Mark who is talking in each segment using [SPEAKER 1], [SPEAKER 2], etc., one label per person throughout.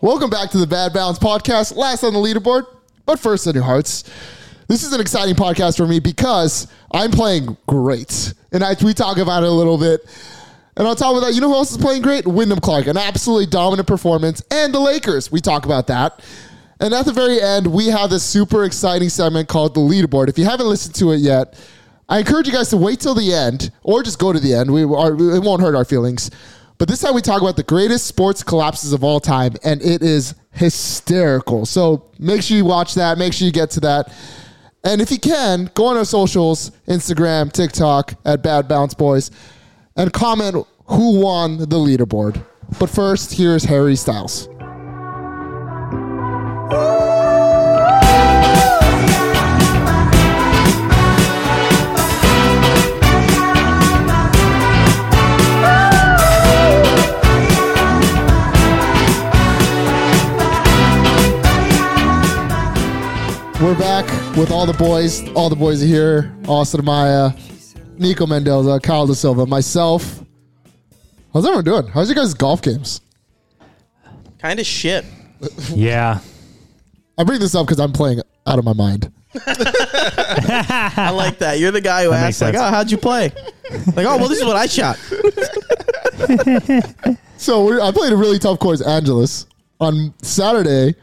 [SPEAKER 1] Welcome back to the Bad Balance Podcast, last on the leaderboard, but first in your hearts. This is an exciting podcast for me because I'm playing great. And I, we talk about it a little bit. And on top of that, you know who else is playing great? Wyndham Clark, an absolutely dominant performance, and the Lakers. We talk about that. And at the very end, we have this super exciting segment called The Leaderboard. If you haven't listened to it yet, I encourage you guys to wait till the end or just go to the end. We are, it won't hurt our feelings. But this time we talk about the greatest sports collapses of all time, and it is hysterical. So make sure you watch that. Make sure you get to that. And if you can, go on our socials Instagram, TikTok, at Bad Bounce Boys, and comment who won the leaderboard. But first, here's Harry Styles. We're back with all the boys. All the boys are here. Austin Amaya, Nico Mendoza, Kyle Da Silva, myself. How's everyone doing? How's your guys' golf games?
[SPEAKER 2] Kind of shit.
[SPEAKER 3] Yeah.
[SPEAKER 1] I bring this up because I'm playing out of my mind.
[SPEAKER 2] I like that. You're the guy who
[SPEAKER 3] That
[SPEAKER 2] asks, like,
[SPEAKER 3] makes sense.
[SPEAKER 2] oh, how'd you play? like, oh, well, this is what I shot.
[SPEAKER 1] So we I played a really tough course, Angeles. On Saturday,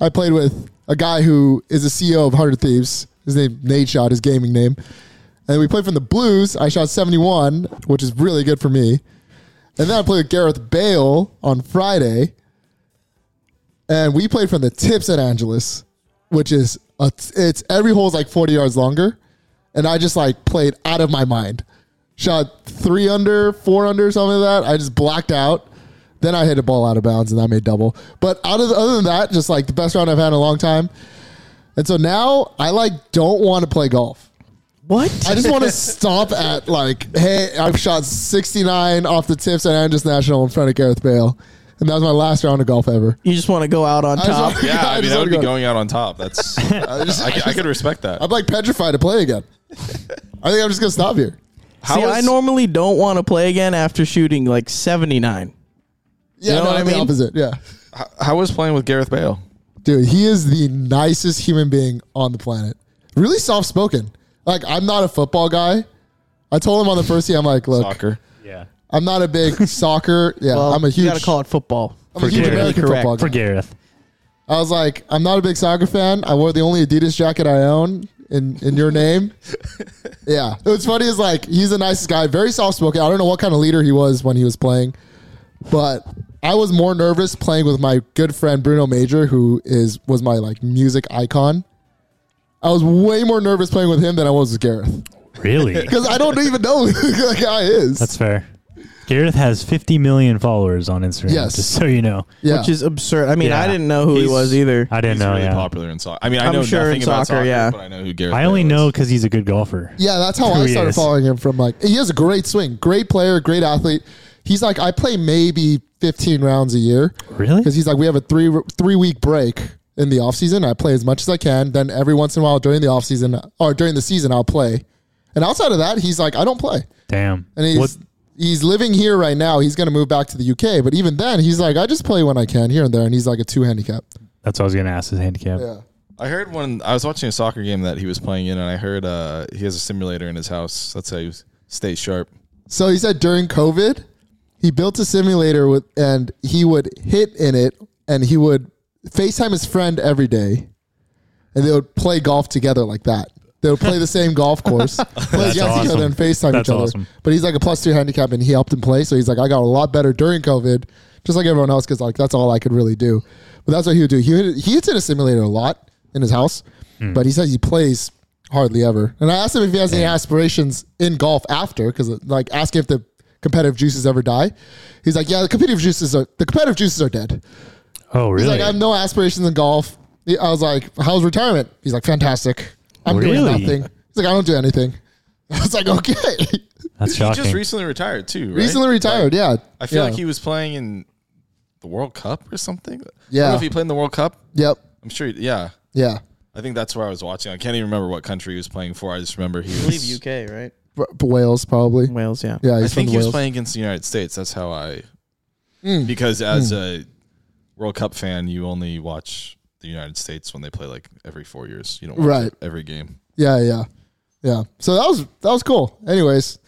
[SPEAKER 1] I played with a guy who is a CEO of 100 Thieves. His name, Nate Shot, his gaming name. And we played from the Blues. I shot 71, which is really good for me. And then I played with Gareth Bale on Friday. And we played from the tips at Angeles, which is, a, it's every hole's like 40 yards longer. And I just like played out of my mind. Shot three under, four under, something like that. I just blacked out. Then I hit a ball out of bounds and I made double. But out of the, other than that, just like the best round I've had in a long time. And so now I like don't want to play golf.
[SPEAKER 2] What?
[SPEAKER 1] I just want to stop at like, hey, I've shot 69 off the tips at Angeles National in front of Gareth Bale. And that was my last round of golf ever.
[SPEAKER 2] you just want to go out on
[SPEAKER 1] I just
[SPEAKER 2] top.
[SPEAKER 1] want-
[SPEAKER 4] Yeah, I, mean
[SPEAKER 1] just
[SPEAKER 4] that would
[SPEAKER 1] wanna
[SPEAKER 4] be
[SPEAKER 1] go-
[SPEAKER 4] going out on top. That's I,
[SPEAKER 1] just-
[SPEAKER 4] I, I could respect that.
[SPEAKER 2] Uh,
[SPEAKER 1] I'm like petrified to play again. I think I'm just going to stop here.
[SPEAKER 4] How
[SPEAKER 2] See, I
[SPEAKER 4] is-
[SPEAKER 2] normally don't want to play again after shooting like 79.
[SPEAKER 1] Yeah,
[SPEAKER 2] You know
[SPEAKER 1] no,
[SPEAKER 2] what
[SPEAKER 1] I'm
[SPEAKER 2] I
[SPEAKER 1] the
[SPEAKER 2] mean?
[SPEAKER 1] opposite. Yeah.
[SPEAKER 4] how, how was playing with Gareth Bale?
[SPEAKER 1] Dude, he is the nicest human being on the planet. Really soft spoken. Like, I'm not a football guy. I told him on the first tee, I'm like, look,
[SPEAKER 4] Soccer.
[SPEAKER 3] Yeah.
[SPEAKER 1] I'm not a big soccer. Yeah,
[SPEAKER 2] Well,
[SPEAKER 1] I'm a
[SPEAKER 2] You
[SPEAKER 1] huge,
[SPEAKER 2] got to call it football.
[SPEAKER 1] I'm a huge
[SPEAKER 3] Forget it.
[SPEAKER 1] American
[SPEAKER 2] Correct.
[SPEAKER 1] football guy.
[SPEAKER 3] For Gareth.
[SPEAKER 1] I was like, I'm not a big soccer fan. I wore the only Adidas jacket I own in, in your name. yeah. What's funny is like he's the nicest guy, very soft spoken. I don't know what kind of leader he was when he was playing, but I was more nervous playing with my good friend Bruno Major, who is was my like music icon. I was way more nervous playing with him than I was with Gareth.
[SPEAKER 3] Really?
[SPEAKER 1] Because I don't even know who the guy is.
[SPEAKER 3] That's fair. Gareth has 50 million followers on Instagram.
[SPEAKER 1] Yes.
[SPEAKER 3] Just so you know.
[SPEAKER 1] yeah.
[SPEAKER 2] Which is absurd. I mean,
[SPEAKER 3] Yeah.
[SPEAKER 2] I didn't know who he
[SPEAKER 4] He's-
[SPEAKER 2] was either.
[SPEAKER 3] I didn't
[SPEAKER 4] He's
[SPEAKER 3] know.
[SPEAKER 4] really
[SPEAKER 3] yeah.
[SPEAKER 4] popular in soccer. I mean, I
[SPEAKER 2] I'm
[SPEAKER 4] know
[SPEAKER 2] sure
[SPEAKER 4] nothing
[SPEAKER 2] in
[SPEAKER 4] about
[SPEAKER 2] soccer,
[SPEAKER 4] soccer,
[SPEAKER 2] yeah.
[SPEAKER 4] but I know who Gareth.
[SPEAKER 3] I only
[SPEAKER 4] Bale
[SPEAKER 3] know
[SPEAKER 4] is.
[SPEAKER 3] because he's a good golfer.
[SPEAKER 1] Yeah, that's how
[SPEAKER 3] Who
[SPEAKER 1] I
[SPEAKER 3] he
[SPEAKER 1] started
[SPEAKER 3] is.
[SPEAKER 1] following him from like he has a great swing, great player, great athlete. He's like I play maybe 15 rounds a year
[SPEAKER 3] Really?
[SPEAKER 1] because he's like we have a 3 3 week break in the off season. I play as much as I can. Then every once in a while during the off season or during the season I'll play. And outside of that, he's like I don't play.
[SPEAKER 3] Damn.
[SPEAKER 1] And he's
[SPEAKER 3] What-
[SPEAKER 1] he's living here right now. He's going to move back to the UK, but even then he's like I just play when I can here and there and he's like a 2 handicap.
[SPEAKER 3] That's what I was going to ask his handicap.
[SPEAKER 1] Yeah.
[SPEAKER 4] I heard when I was watching a soccer game that he was playing in, and I heard uh, he has a simulator in his house. That's how he stays sharp.
[SPEAKER 1] So he said during COVID, he built a simulator with, and he would hit in it, and he would FaceTime his friend every day, and they would play golf together like that. They would play the same golf course, play against each other,
[SPEAKER 3] awesome.
[SPEAKER 1] and FaceTime
[SPEAKER 3] That's
[SPEAKER 1] each other.
[SPEAKER 3] awesome.
[SPEAKER 1] But he's like a plus two handicap, and he helped him play. So he's like, I got a lot better during COVID, just like everyone else, because like that's all I could really do. But that's what he would do. He hit, he hits in a simulator a lot in his house,
[SPEAKER 3] Hmm.
[SPEAKER 1] but he says he plays hardly ever. And I asked him if he has any aspirations in golf after, because like asking if the competitive juices ever die. He's like, yeah, the competitive juices are the competitive juices are dead.
[SPEAKER 3] Oh,
[SPEAKER 1] He's
[SPEAKER 3] really?
[SPEAKER 1] like, I have no aspirations in golf. He- I was like, how's retirement? He's like, fantastic. I'm doing
[SPEAKER 3] Really?
[SPEAKER 1] nothing. He's like, I don't do anything. I was like, okay.
[SPEAKER 3] That's
[SPEAKER 4] He
[SPEAKER 3] shocking.
[SPEAKER 4] just recently retired too. Right?
[SPEAKER 1] Recently retired, yeah.
[SPEAKER 4] I
[SPEAKER 1] Yeah.
[SPEAKER 4] feel like he was playing in the World Cup or something. I don't
[SPEAKER 1] Yeah.
[SPEAKER 4] know if he played in the World Cup.
[SPEAKER 1] Yep.
[SPEAKER 4] I'm sure. He, yeah,
[SPEAKER 1] Yeah.
[SPEAKER 4] I think that's where I was watching. I can't even remember what country he was playing for. I just remember he
[SPEAKER 2] I
[SPEAKER 4] was.
[SPEAKER 2] believe UK, right?
[SPEAKER 1] B- Wales probably.
[SPEAKER 2] Wales, Hmm. yeah.
[SPEAKER 1] Yeah,
[SPEAKER 4] I
[SPEAKER 1] he's
[SPEAKER 4] think
[SPEAKER 1] from
[SPEAKER 4] he was
[SPEAKER 1] Wales.
[SPEAKER 4] playing against the United States. That's how I. Because as a World Cup fan, you only watch the United States when they play like every four years. You don't watch
[SPEAKER 1] Right.
[SPEAKER 4] every game.
[SPEAKER 1] Yeah, yeah, yeah. So that was that was cool. Anyways,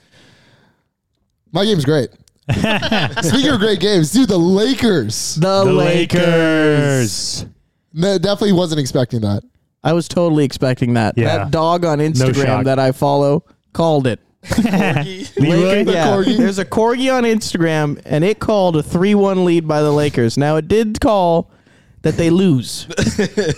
[SPEAKER 1] my game's great. Speaking of great games, dude, the Lakers.
[SPEAKER 2] The,
[SPEAKER 3] The
[SPEAKER 2] Lakers.
[SPEAKER 3] Lakers.
[SPEAKER 1] No, definitely wasn't expecting that.
[SPEAKER 2] I was totally expecting that.
[SPEAKER 3] Yeah.
[SPEAKER 2] That dog on Instagram
[SPEAKER 3] shock.
[SPEAKER 2] that I follow called it.
[SPEAKER 3] Leroy?
[SPEAKER 2] Laker- yeah.
[SPEAKER 1] corgi?
[SPEAKER 2] There's a corgi on Instagram, and it called a 3 1 lead by the Lakers. Now, it did call that they lose.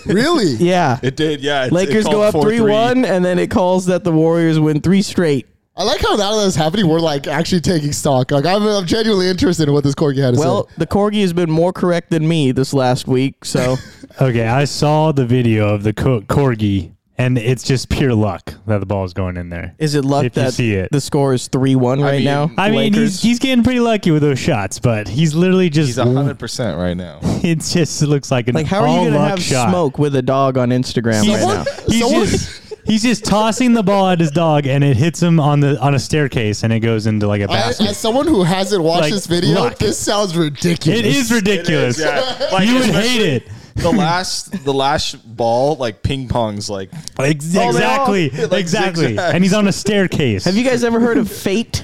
[SPEAKER 1] Really?
[SPEAKER 2] Yeah.
[SPEAKER 4] It did, yeah. it- it
[SPEAKER 2] Lakers
[SPEAKER 4] called
[SPEAKER 2] go up 3
[SPEAKER 4] 4-3.
[SPEAKER 2] 1, and then it calls that the Warriors win three straight.
[SPEAKER 1] I like how now that that's happening, we're like actually taking stock. Like I'm, I'm genuinely interested in what this corgi had to
[SPEAKER 2] Well,
[SPEAKER 1] say.
[SPEAKER 2] the corgi has been more correct than me this last week, so
[SPEAKER 3] Okay, I saw the video of the co- corgi, and it's just pure luck that the ball's going in there.
[SPEAKER 2] is it luck
[SPEAKER 3] If you
[SPEAKER 2] that
[SPEAKER 3] see it.
[SPEAKER 2] the score is 3 1 right
[SPEAKER 4] mean-
[SPEAKER 2] now?
[SPEAKER 3] I mean,
[SPEAKER 2] Lakers?
[SPEAKER 3] he's, he's getting pretty lucky with those shots, but he's literally just.
[SPEAKER 4] He's hundred percent right now.
[SPEAKER 3] it just looks like an
[SPEAKER 2] like, how are
[SPEAKER 3] all
[SPEAKER 2] you going to
[SPEAKER 3] luck
[SPEAKER 2] have
[SPEAKER 3] shot.
[SPEAKER 2] smoke with a dog on Instagram
[SPEAKER 3] He's,
[SPEAKER 2] right now?
[SPEAKER 3] he's
[SPEAKER 1] Someone-
[SPEAKER 3] just he's just tossing the ball at his dog, and it hits him on the on a staircase, and it goes into like a
[SPEAKER 1] I,
[SPEAKER 3] basket.
[SPEAKER 1] as someone who hasn't watched
[SPEAKER 3] Like,
[SPEAKER 1] this video,
[SPEAKER 3] luck.
[SPEAKER 1] this sounds ridiculous.
[SPEAKER 3] it is ridiculous.
[SPEAKER 4] yeah. Like,
[SPEAKER 3] you would hate
[SPEAKER 4] especially
[SPEAKER 3] it.
[SPEAKER 4] The last, the last ball, like ping pongs, like
[SPEAKER 3] Ex-
[SPEAKER 2] all-
[SPEAKER 3] Exactly,
[SPEAKER 4] it, like,
[SPEAKER 3] exactly.
[SPEAKER 4] zigzags.
[SPEAKER 3] And he's on a staircase.
[SPEAKER 2] Have you guys ever heard of fate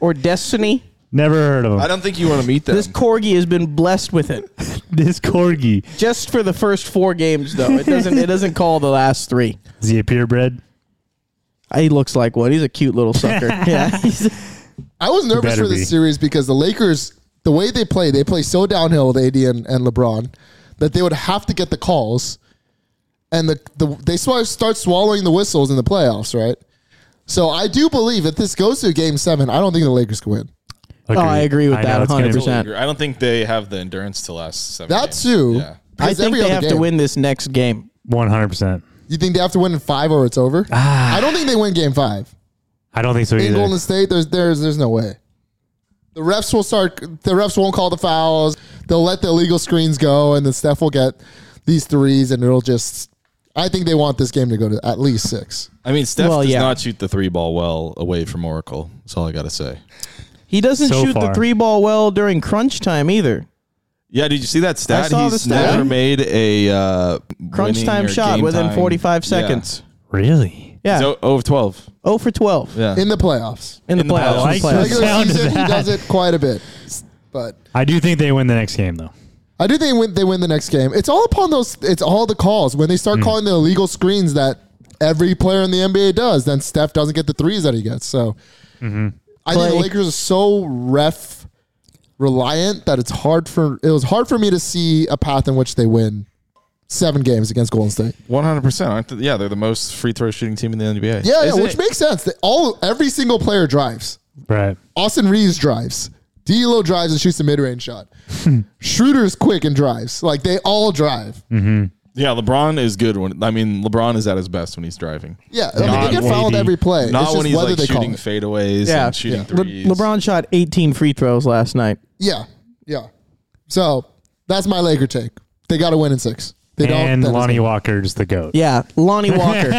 [SPEAKER 2] or destiny?
[SPEAKER 3] never heard of him?
[SPEAKER 4] I don't think you want to meet them.
[SPEAKER 2] This corgi has been blessed with it.
[SPEAKER 3] This corgi
[SPEAKER 2] Just for the first four games, though, it doesn't. It doesn't call the last three. Ah,
[SPEAKER 3] is he a purebred?
[SPEAKER 2] He looks like one. He's a cute little sucker. yeah, he's-
[SPEAKER 1] I was nervous
[SPEAKER 3] better
[SPEAKER 1] for this
[SPEAKER 3] be.
[SPEAKER 1] series because the Lakers, the way they play, they play so downhill with AD and, and LeBron that they would have to get the calls, and the, the they sw- start swallowing the whistles in the playoffs, right? So I do believe if this goes to Game Seven, I don't think the Lakers can win.
[SPEAKER 2] Oh, I agree with that
[SPEAKER 3] know, it's gonna be-
[SPEAKER 2] 100%.
[SPEAKER 4] Totally agree. I don't think they have the endurance to last seven.
[SPEAKER 1] That
[SPEAKER 4] games.
[SPEAKER 1] too.
[SPEAKER 4] Yeah.
[SPEAKER 2] I
[SPEAKER 1] because
[SPEAKER 2] think
[SPEAKER 1] every
[SPEAKER 2] they
[SPEAKER 1] other
[SPEAKER 2] have to
[SPEAKER 1] game-
[SPEAKER 2] win this next game.
[SPEAKER 3] One hundred percent.
[SPEAKER 1] You think they have to win in five or it's over?
[SPEAKER 2] Ah.
[SPEAKER 1] I don't think they win Game Five
[SPEAKER 3] I don't think so
[SPEAKER 1] in
[SPEAKER 3] either.
[SPEAKER 1] Golden State. There's there's there's no way. The refs will start. The refs won't call the fouls. They'll let the illegal screens go, and then Steph will get these threes, and it'll just. I think they want this game to go to at least six.
[SPEAKER 4] I mean, Steph
[SPEAKER 2] Well,
[SPEAKER 4] does
[SPEAKER 2] yeah.
[SPEAKER 4] not shoot the three ball well away from Oracle. That's all I gotta say.
[SPEAKER 2] He doesn't
[SPEAKER 3] So
[SPEAKER 2] shoot the
[SPEAKER 3] far.
[SPEAKER 2] three ball well during crunch time either.
[SPEAKER 4] Yeah, did you see that stat?
[SPEAKER 2] I saw
[SPEAKER 4] He's
[SPEAKER 2] the stat.
[SPEAKER 4] never made a uh,
[SPEAKER 2] Crunch
[SPEAKER 4] winning
[SPEAKER 2] time
[SPEAKER 4] or
[SPEAKER 2] shot
[SPEAKER 4] game
[SPEAKER 2] within
[SPEAKER 4] time-
[SPEAKER 2] 45
[SPEAKER 4] Yeah.
[SPEAKER 2] seconds.
[SPEAKER 3] really?
[SPEAKER 2] Yeah,
[SPEAKER 4] He's o- over twelve.
[SPEAKER 2] 0 for 12
[SPEAKER 4] Yeah.
[SPEAKER 1] in the playoffs.
[SPEAKER 2] in the
[SPEAKER 4] in the
[SPEAKER 2] playoffs. in the
[SPEAKER 4] playoffs.
[SPEAKER 3] I like
[SPEAKER 2] playoffs.
[SPEAKER 3] that.
[SPEAKER 1] Regular
[SPEAKER 3] sound of
[SPEAKER 1] season, he
[SPEAKER 3] that.
[SPEAKER 1] does it quite a bit, but
[SPEAKER 3] I do think they win the next game though.
[SPEAKER 1] I do think win, they win the next game. It's all upon those. It's all the calls when they start calling the illegal screens that every player in the NBA does. Then Steph doesn't get the threes that he gets. So I think
[SPEAKER 2] Clay.
[SPEAKER 1] the Lakers are so ref reliant that it's hard for it was hard for me to see a path in which they win seven games against Golden State.
[SPEAKER 4] One hundred percent. Yeah, they're the most free throw shooting team in the NBA.
[SPEAKER 1] Yeah, yeah
[SPEAKER 2] Isn't
[SPEAKER 1] which
[SPEAKER 2] it-
[SPEAKER 1] makes sense. They, all every single player drives.
[SPEAKER 3] Right.
[SPEAKER 1] Austin Reeves drives. D'Lo drives and shoots a mid-range shot. Schroeder's quick and drives. Like they all drive.
[SPEAKER 4] yeah. LeBron is good when. I mean, LeBron is at his best when he's driving.
[SPEAKER 1] Yeah, I mean,
[SPEAKER 4] Not
[SPEAKER 1] they get
[SPEAKER 3] when
[SPEAKER 1] fouled
[SPEAKER 3] he-
[SPEAKER 1] every play. it's
[SPEAKER 4] Not
[SPEAKER 1] just
[SPEAKER 4] when he's
[SPEAKER 1] whether
[SPEAKER 4] like
[SPEAKER 1] they call
[SPEAKER 4] shooting
[SPEAKER 1] it.
[SPEAKER 4] fadeaways
[SPEAKER 2] Yeah.
[SPEAKER 4] and shooting
[SPEAKER 2] Le-
[SPEAKER 4] threes.
[SPEAKER 2] LeBron shot 18 free throws last night.
[SPEAKER 1] Yeah, yeah. So that's my Laker take. They got to win in six. They
[SPEAKER 3] And
[SPEAKER 1] that is-
[SPEAKER 3] Lonnie Walker's the goat.
[SPEAKER 2] Yeah, Lonnie Walker.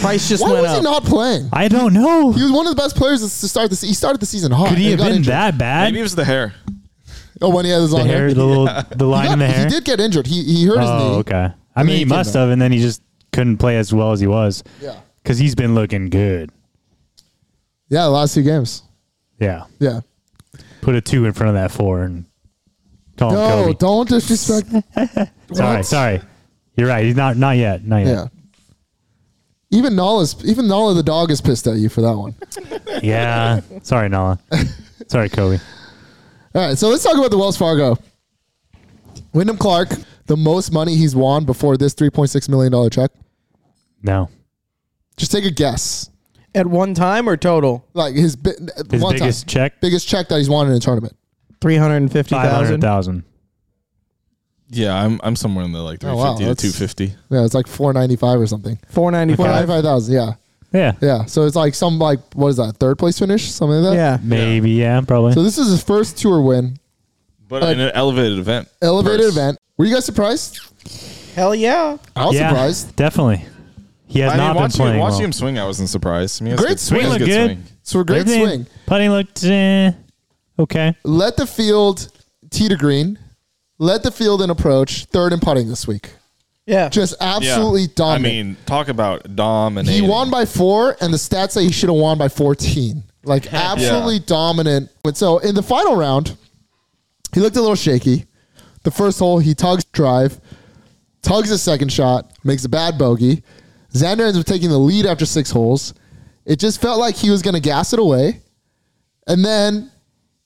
[SPEAKER 2] Price just
[SPEAKER 1] Why
[SPEAKER 2] went
[SPEAKER 1] was
[SPEAKER 2] up.
[SPEAKER 1] he not playing?
[SPEAKER 3] I don't know.
[SPEAKER 1] He was one of the best players to start this. He started the season hot.
[SPEAKER 3] Could
[SPEAKER 1] and
[SPEAKER 3] he have
[SPEAKER 1] got
[SPEAKER 3] been
[SPEAKER 1] injured.
[SPEAKER 3] that bad?
[SPEAKER 4] Maybe it was the hair.
[SPEAKER 1] Oh, when he had his
[SPEAKER 3] the
[SPEAKER 1] long
[SPEAKER 3] hair,
[SPEAKER 1] hair.
[SPEAKER 3] the little, the line
[SPEAKER 1] He,
[SPEAKER 3] in the
[SPEAKER 1] got- he
[SPEAKER 3] hair.
[SPEAKER 1] did get injured. He he hurt his knee.
[SPEAKER 3] oh, okay. I
[SPEAKER 1] then
[SPEAKER 3] mean,
[SPEAKER 1] he
[SPEAKER 3] he
[SPEAKER 1] came
[SPEAKER 3] must
[SPEAKER 1] back.
[SPEAKER 3] have, and then he just couldn't play as well as he was.
[SPEAKER 1] Yeah.
[SPEAKER 3] Because he's been looking good.
[SPEAKER 1] Yeah, the last two games.
[SPEAKER 3] Yeah.
[SPEAKER 1] Yeah.
[SPEAKER 3] Put a two in front of that four and call
[SPEAKER 1] No,
[SPEAKER 3] him Oh, Kobe.
[SPEAKER 1] don't disrespect.
[SPEAKER 3] Sorry,
[SPEAKER 1] What?
[SPEAKER 3] sorry. You're right. He's not, not yet, not
[SPEAKER 1] Yeah.
[SPEAKER 3] yet.
[SPEAKER 1] Even Nala's even Nala the dog is pissed at you for that one.
[SPEAKER 3] Yeah. sorry, Nala. sorry, Kobe.
[SPEAKER 1] All right, so let's talk about the Wells Fargo. Wyndham Clark, the most money he's won before this three point six million dollar check.
[SPEAKER 3] No.
[SPEAKER 1] Just take a guess,
[SPEAKER 2] At one time or total?
[SPEAKER 1] like his, bi-
[SPEAKER 3] His
[SPEAKER 1] one
[SPEAKER 3] biggest
[SPEAKER 1] time,
[SPEAKER 3] check,
[SPEAKER 1] biggest check that he's won in a tournament.
[SPEAKER 2] Three hundred and fifty
[SPEAKER 3] five
[SPEAKER 2] thousand.
[SPEAKER 3] hundred thousand.
[SPEAKER 4] Yeah, I'm I'm somewhere in the like
[SPEAKER 1] Oh,
[SPEAKER 4] three
[SPEAKER 1] wow,
[SPEAKER 4] fifty to
[SPEAKER 1] that's-
[SPEAKER 4] two fifty.
[SPEAKER 1] Yeah, it's like four ninety five or something.
[SPEAKER 2] Four ninety
[SPEAKER 1] Four ninety
[SPEAKER 2] five.
[SPEAKER 1] five thousand. Yeah,
[SPEAKER 3] Yeah.
[SPEAKER 1] yeah. So it's like some like what is that third place finish something like that.
[SPEAKER 2] Yeah.
[SPEAKER 3] Maybe. Yeah. probably.
[SPEAKER 1] So this is his first tour win,
[SPEAKER 4] But in an elevated event.
[SPEAKER 1] elevated
[SPEAKER 4] First.
[SPEAKER 1] event. Were you guys surprised?
[SPEAKER 2] Hell yeah.
[SPEAKER 1] I was
[SPEAKER 3] yeah.
[SPEAKER 1] surprised.
[SPEAKER 3] Definitely. He has
[SPEAKER 4] I
[SPEAKER 3] not
[SPEAKER 4] mean,
[SPEAKER 3] been
[SPEAKER 4] watching,
[SPEAKER 3] playing
[SPEAKER 4] watching
[SPEAKER 3] well.
[SPEAKER 4] him swing, I wasn't surprised. I mean, he has
[SPEAKER 1] Great
[SPEAKER 4] good-
[SPEAKER 1] swing.
[SPEAKER 4] he has
[SPEAKER 3] Looked
[SPEAKER 4] good
[SPEAKER 3] good.
[SPEAKER 4] swing.
[SPEAKER 1] So a great
[SPEAKER 3] Everything-
[SPEAKER 1] swing.
[SPEAKER 3] Putting looked eh, okay.
[SPEAKER 1] Let the field tee to green. led the field in approach, third in putting this week.
[SPEAKER 2] Yeah.
[SPEAKER 1] Just absolutely dominant.
[SPEAKER 4] I mean, talk about dominating.
[SPEAKER 1] he won by four, and the stats say he should have won by 14. Like, absolutely dominant. And so in the final round, he looked a little shaky. The first hole, he tugs drive, tugs his second shot, makes a bad bogey. Xander ends up taking the lead after six holes. It just felt like he was going to gas it away. And then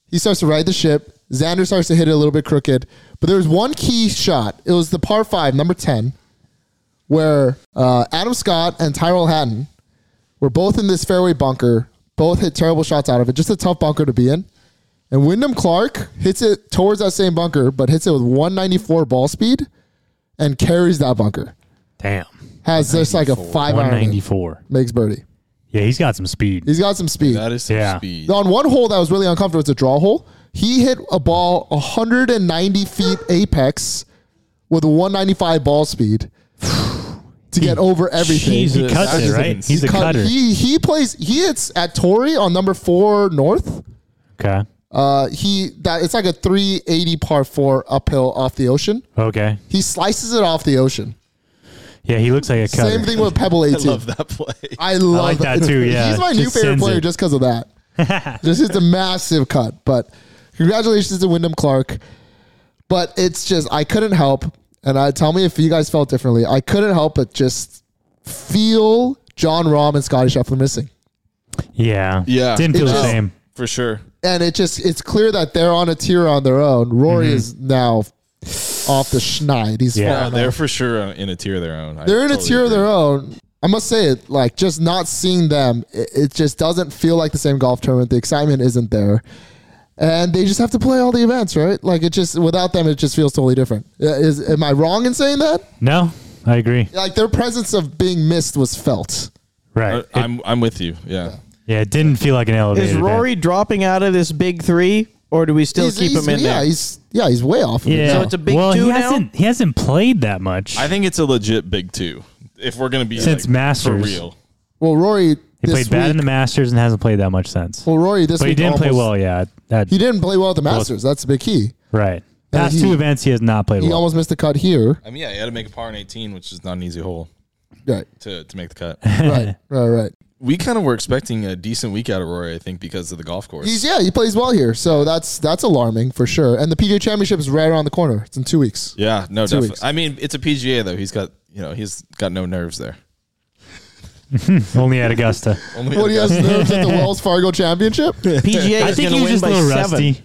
[SPEAKER 1] he starts to ride the ship. Xander starts to hit it a little bit crooked. But there was one key shot. It was the par five, number 10, where uh, Adam Scott and Tyrell Hatton were both in this fairway bunker, both hit terrible shots out of it. Just a tough bunker to be in. And Wyndham Clark hits it towards that same bunker, but hits it with 194 ball speed and carries that bunker.
[SPEAKER 3] Damn.
[SPEAKER 1] Has just like a five iron.
[SPEAKER 3] 194.
[SPEAKER 1] Makes birdie.
[SPEAKER 3] Yeah, he's got some speed.
[SPEAKER 1] He's got some speed.
[SPEAKER 4] That is some
[SPEAKER 3] Yeah.
[SPEAKER 4] speed.
[SPEAKER 1] on one hole that was really uncomfortable. It's a draw hole. He hit a ball 190 feet apex with a 195 ball speed to get over everything.
[SPEAKER 3] He cuts it,
[SPEAKER 4] That's
[SPEAKER 3] right?
[SPEAKER 4] insane.
[SPEAKER 3] He's a
[SPEAKER 1] Cut-
[SPEAKER 3] cutter.
[SPEAKER 1] He he plays. He hits at Torrey on number four north.
[SPEAKER 3] Okay.
[SPEAKER 1] Uh, he that it's like a 380 par four uphill off the ocean.
[SPEAKER 3] Okay.
[SPEAKER 1] He slices it off the ocean.
[SPEAKER 3] Yeah, he looks like a cutter.
[SPEAKER 1] Same thing with Pebble 18.
[SPEAKER 4] I love that play.
[SPEAKER 1] I love
[SPEAKER 3] like that too, yeah.
[SPEAKER 1] he's my
[SPEAKER 3] Just
[SPEAKER 1] new favorite
[SPEAKER 3] sends
[SPEAKER 1] player
[SPEAKER 3] it.
[SPEAKER 1] just because of that. just it's a massive cut, but congratulations to Wyndham Clark. But it's just I couldn't help, and I tell me if you guys felt differently. I couldn't help but just feel John Rahm and Scotty Scheffler missing,
[SPEAKER 3] Yeah.
[SPEAKER 4] Yeah.
[SPEAKER 3] Didn't feel
[SPEAKER 1] It
[SPEAKER 3] the
[SPEAKER 1] just-
[SPEAKER 3] same.
[SPEAKER 4] For sure.
[SPEAKER 1] and it just it's clear that they're on a tier on their own. Rory is now off the schneid. He's
[SPEAKER 3] Mm-hmm. Yeah.
[SPEAKER 1] fallen
[SPEAKER 4] Yeah,
[SPEAKER 1] off.
[SPEAKER 4] they're for sure in a tier of their own. I
[SPEAKER 1] they're in a
[SPEAKER 4] totally
[SPEAKER 1] tier of
[SPEAKER 4] agree.
[SPEAKER 1] their own. I must say it like just not seeing them, it, it just doesn't feel like the same golf tournament. The excitement isn't there, and they just have to play all the events, right? Like it just without them, it just feels totally different. Uh, Is am I wrong in saying that?
[SPEAKER 3] No, I agree.
[SPEAKER 1] Like their presence of being missed was felt.
[SPEAKER 3] Right.
[SPEAKER 4] I-
[SPEAKER 3] It-
[SPEAKER 4] I'm I'm with you. Yeah.
[SPEAKER 3] yeah, it didn't feel like an elevator.
[SPEAKER 2] Uh, Is
[SPEAKER 3] event.
[SPEAKER 2] Rory dropping out of this big three, or do we still
[SPEAKER 1] He's-
[SPEAKER 2] keep
[SPEAKER 1] he's-
[SPEAKER 2] him in
[SPEAKER 1] yeah,
[SPEAKER 2] there?
[SPEAKER 1] he's yeah, he's way off. Of it
[SPEAKER 3] Yeah.
[SPEAKER 1] now.
[SPEAKER 2] So it's a big
[SPEAKER 3] well,
[SPEAKER 2] two
[SPEAKER 3] he
[SPEAKER 2] now?
[SPEAKER 3] hasn't he hasn't played that much.
[SPEAKER 4] I think it's a legit big two. If we're gonna be
[SPEAKER 3] Since
[SPEAKER 4] like, for
[SPEAKER 3] Masters.
[SPEAKER 4] real.
[SPEAKER 1] well, Rory
[SPEAKER 3] he
[SPEAKER 1] this
[SPEAKER 3] played bad in
[SPEAKER 1] week-
[SPEAKER 3] the Masters and hasn't played that much since.
[SPEAKER 1] well, Rory this
[SPEAKER 3] but he
[SPEAKER 1] week
[SPEAKER 3] didn't play
[SPEAKER 1] almost-
[SPEAKER 3] well. Yeah, that
[SPEAKER 1] He didn't play well at the Masters. That's the big key.
[SPEAKER 3] right.
[SPEAKER 1] And
[SPEAKER 3] Past
[SPEAKER 1] he-
[SPEAKER 3] two events, he has not played
[SPEAKER 1] He
[SPEAKER 3] well.
[SPEAKER 1] almost missed the cut here.
[SPEAKER 4] I mean, yeah, you had to make a par in 18, which is not an easy hole
[SPEAKER 1] Right,
[SPEAKER 4] to, to make the cut.
[SPEAKER 1] right, right, right.
[SPEAKER 4] we kind of were expecting a decent week out of Rory, I think, because of the golf course.
[SPEAKER 1] He's yeah, he plays well here, so that's that's alarming for sure. And the PGA Championship is right around the corner. It's in two weeks.
[SPEAKER 4] yeah, no,
[SPEAKER 1] Two
[SPEAKER 4] definitely.
[SPEAKER 1] weeks.
[SPEAKER 4] I mean, it's a PGA though. He's got you know he's got no nerves there.
[SPEAKER 3] Only at Augusta.
[SPEAKER 4] Only
[SPEAKER 1] What he has
[SPEAKER 4] Augusta.
[SPEAKER 1] nerves at the Wells Fargo Championship?
[SPEAKER 2] PGA
[SPEAKER 3] I
[SPEAKER 2] is
[SPEAKER 3] think
[SPEAKER 2] going
[SPEAKER 3] he
[SPEAKER 2] to win
[SPEAKER 3] was just a
[SPEAKER 2] by
[SPEAKER 3] little
[SPEAKER 2] seven.
[SPEAKER 3] rusty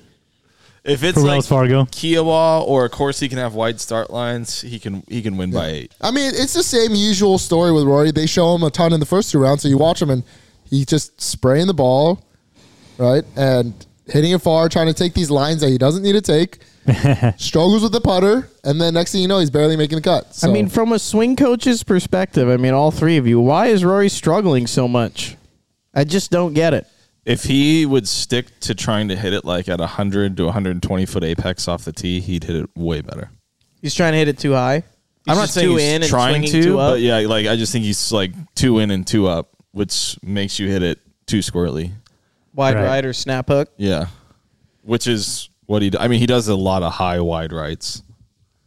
[SPEAKER 4] if it's
[SPEAKER 3] for
[SPEAKER 4] like
[SPEAKER 3] Wells Fargo.
[SPEAKER 4] Kiowa or a course he can have wide start lines, he can he can win by eight.
[SPEAKER 1] I mean, it's the same usual story with Rory. They show him a ton in the first two rounds, so you watch him and he just spraying the ball, right, and hitting it far, trying to take these lines that he doesn't need to take. struggles with the putter, and then next thing you know, he's barely making the cut. So,
[SPEAKER 2] I mean, from a swing coach's perspective, I mean, all three of you, why is Rory struggling so much? I just don't get it.
[SPEAKER 4] If he would stick to trying to hit it like at 100 to 120 foot apex off the tee, he'd hit it way better.
[SPEAKER 2] He's trying to hit it too high.
[SPEAKER 4] I'm not
[SPEAKER 2] just
[SPEAKER 4] saying
[SPEAKER 2] too
[SPEAKER 4] he's
[SPEAKER 2] in and
[SPEAKER 4] trying
[SPEAKER 2] swinging
[SPEAKER 4] to,
[SPEAKER 2] too up.
[SPEAKER 4] but yeah, like I just think he's like two in and two up, which makes you hit it too squirrely.
[SPEAKER 2] Wide
[SPEAKER 3] Right.
[SPEAKER 2] right or snap hook.
[SPEAKER 4] Yeah, which is what he. d- I mean, he does a lot of high wide rights.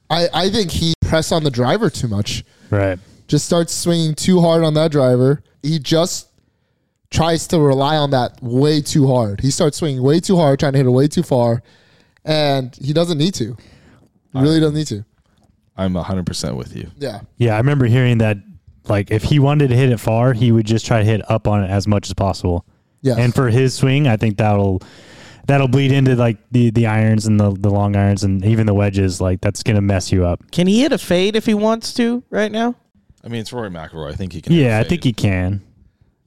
[SPEAKER 1] I, I think he pressed on the driver too much.
[SPEAKER 3] Right.
[SPEAKER 1] just starts swinging too hard on that driver. He just tries to rely on that way too hard. He starts swinging way too hard, trying to hit it way too far, and he doesn't need to. He really doesn't need to.
[SPEAKER 4] I'm 100 percent with you.
[SPEAKER 1] Yeah.
[SPEAKER 3] Yeah, I remember hearing that. Like, if he wanted to hit it far, he would just try to hit up on it as much as possible.
[SPEAKER 1] Yes.
[SPEAKER 3] And for his swing, I think that'll that'll bleed into like the the irons and the the long irons and even the wedges. Like, that's gonna mess you up.
[SPEAKER 2] Can he hit a fade if he wants to right now?
[SPEAKER 4] I mean, it's Rory McIlroy. I think he can.
[SPEAKER 3] Yeah, I
[SPEAKER 4] have a
[SPEAKER 3] think
[SPEAKER 4] fade.
[SPEAKER 3] he can.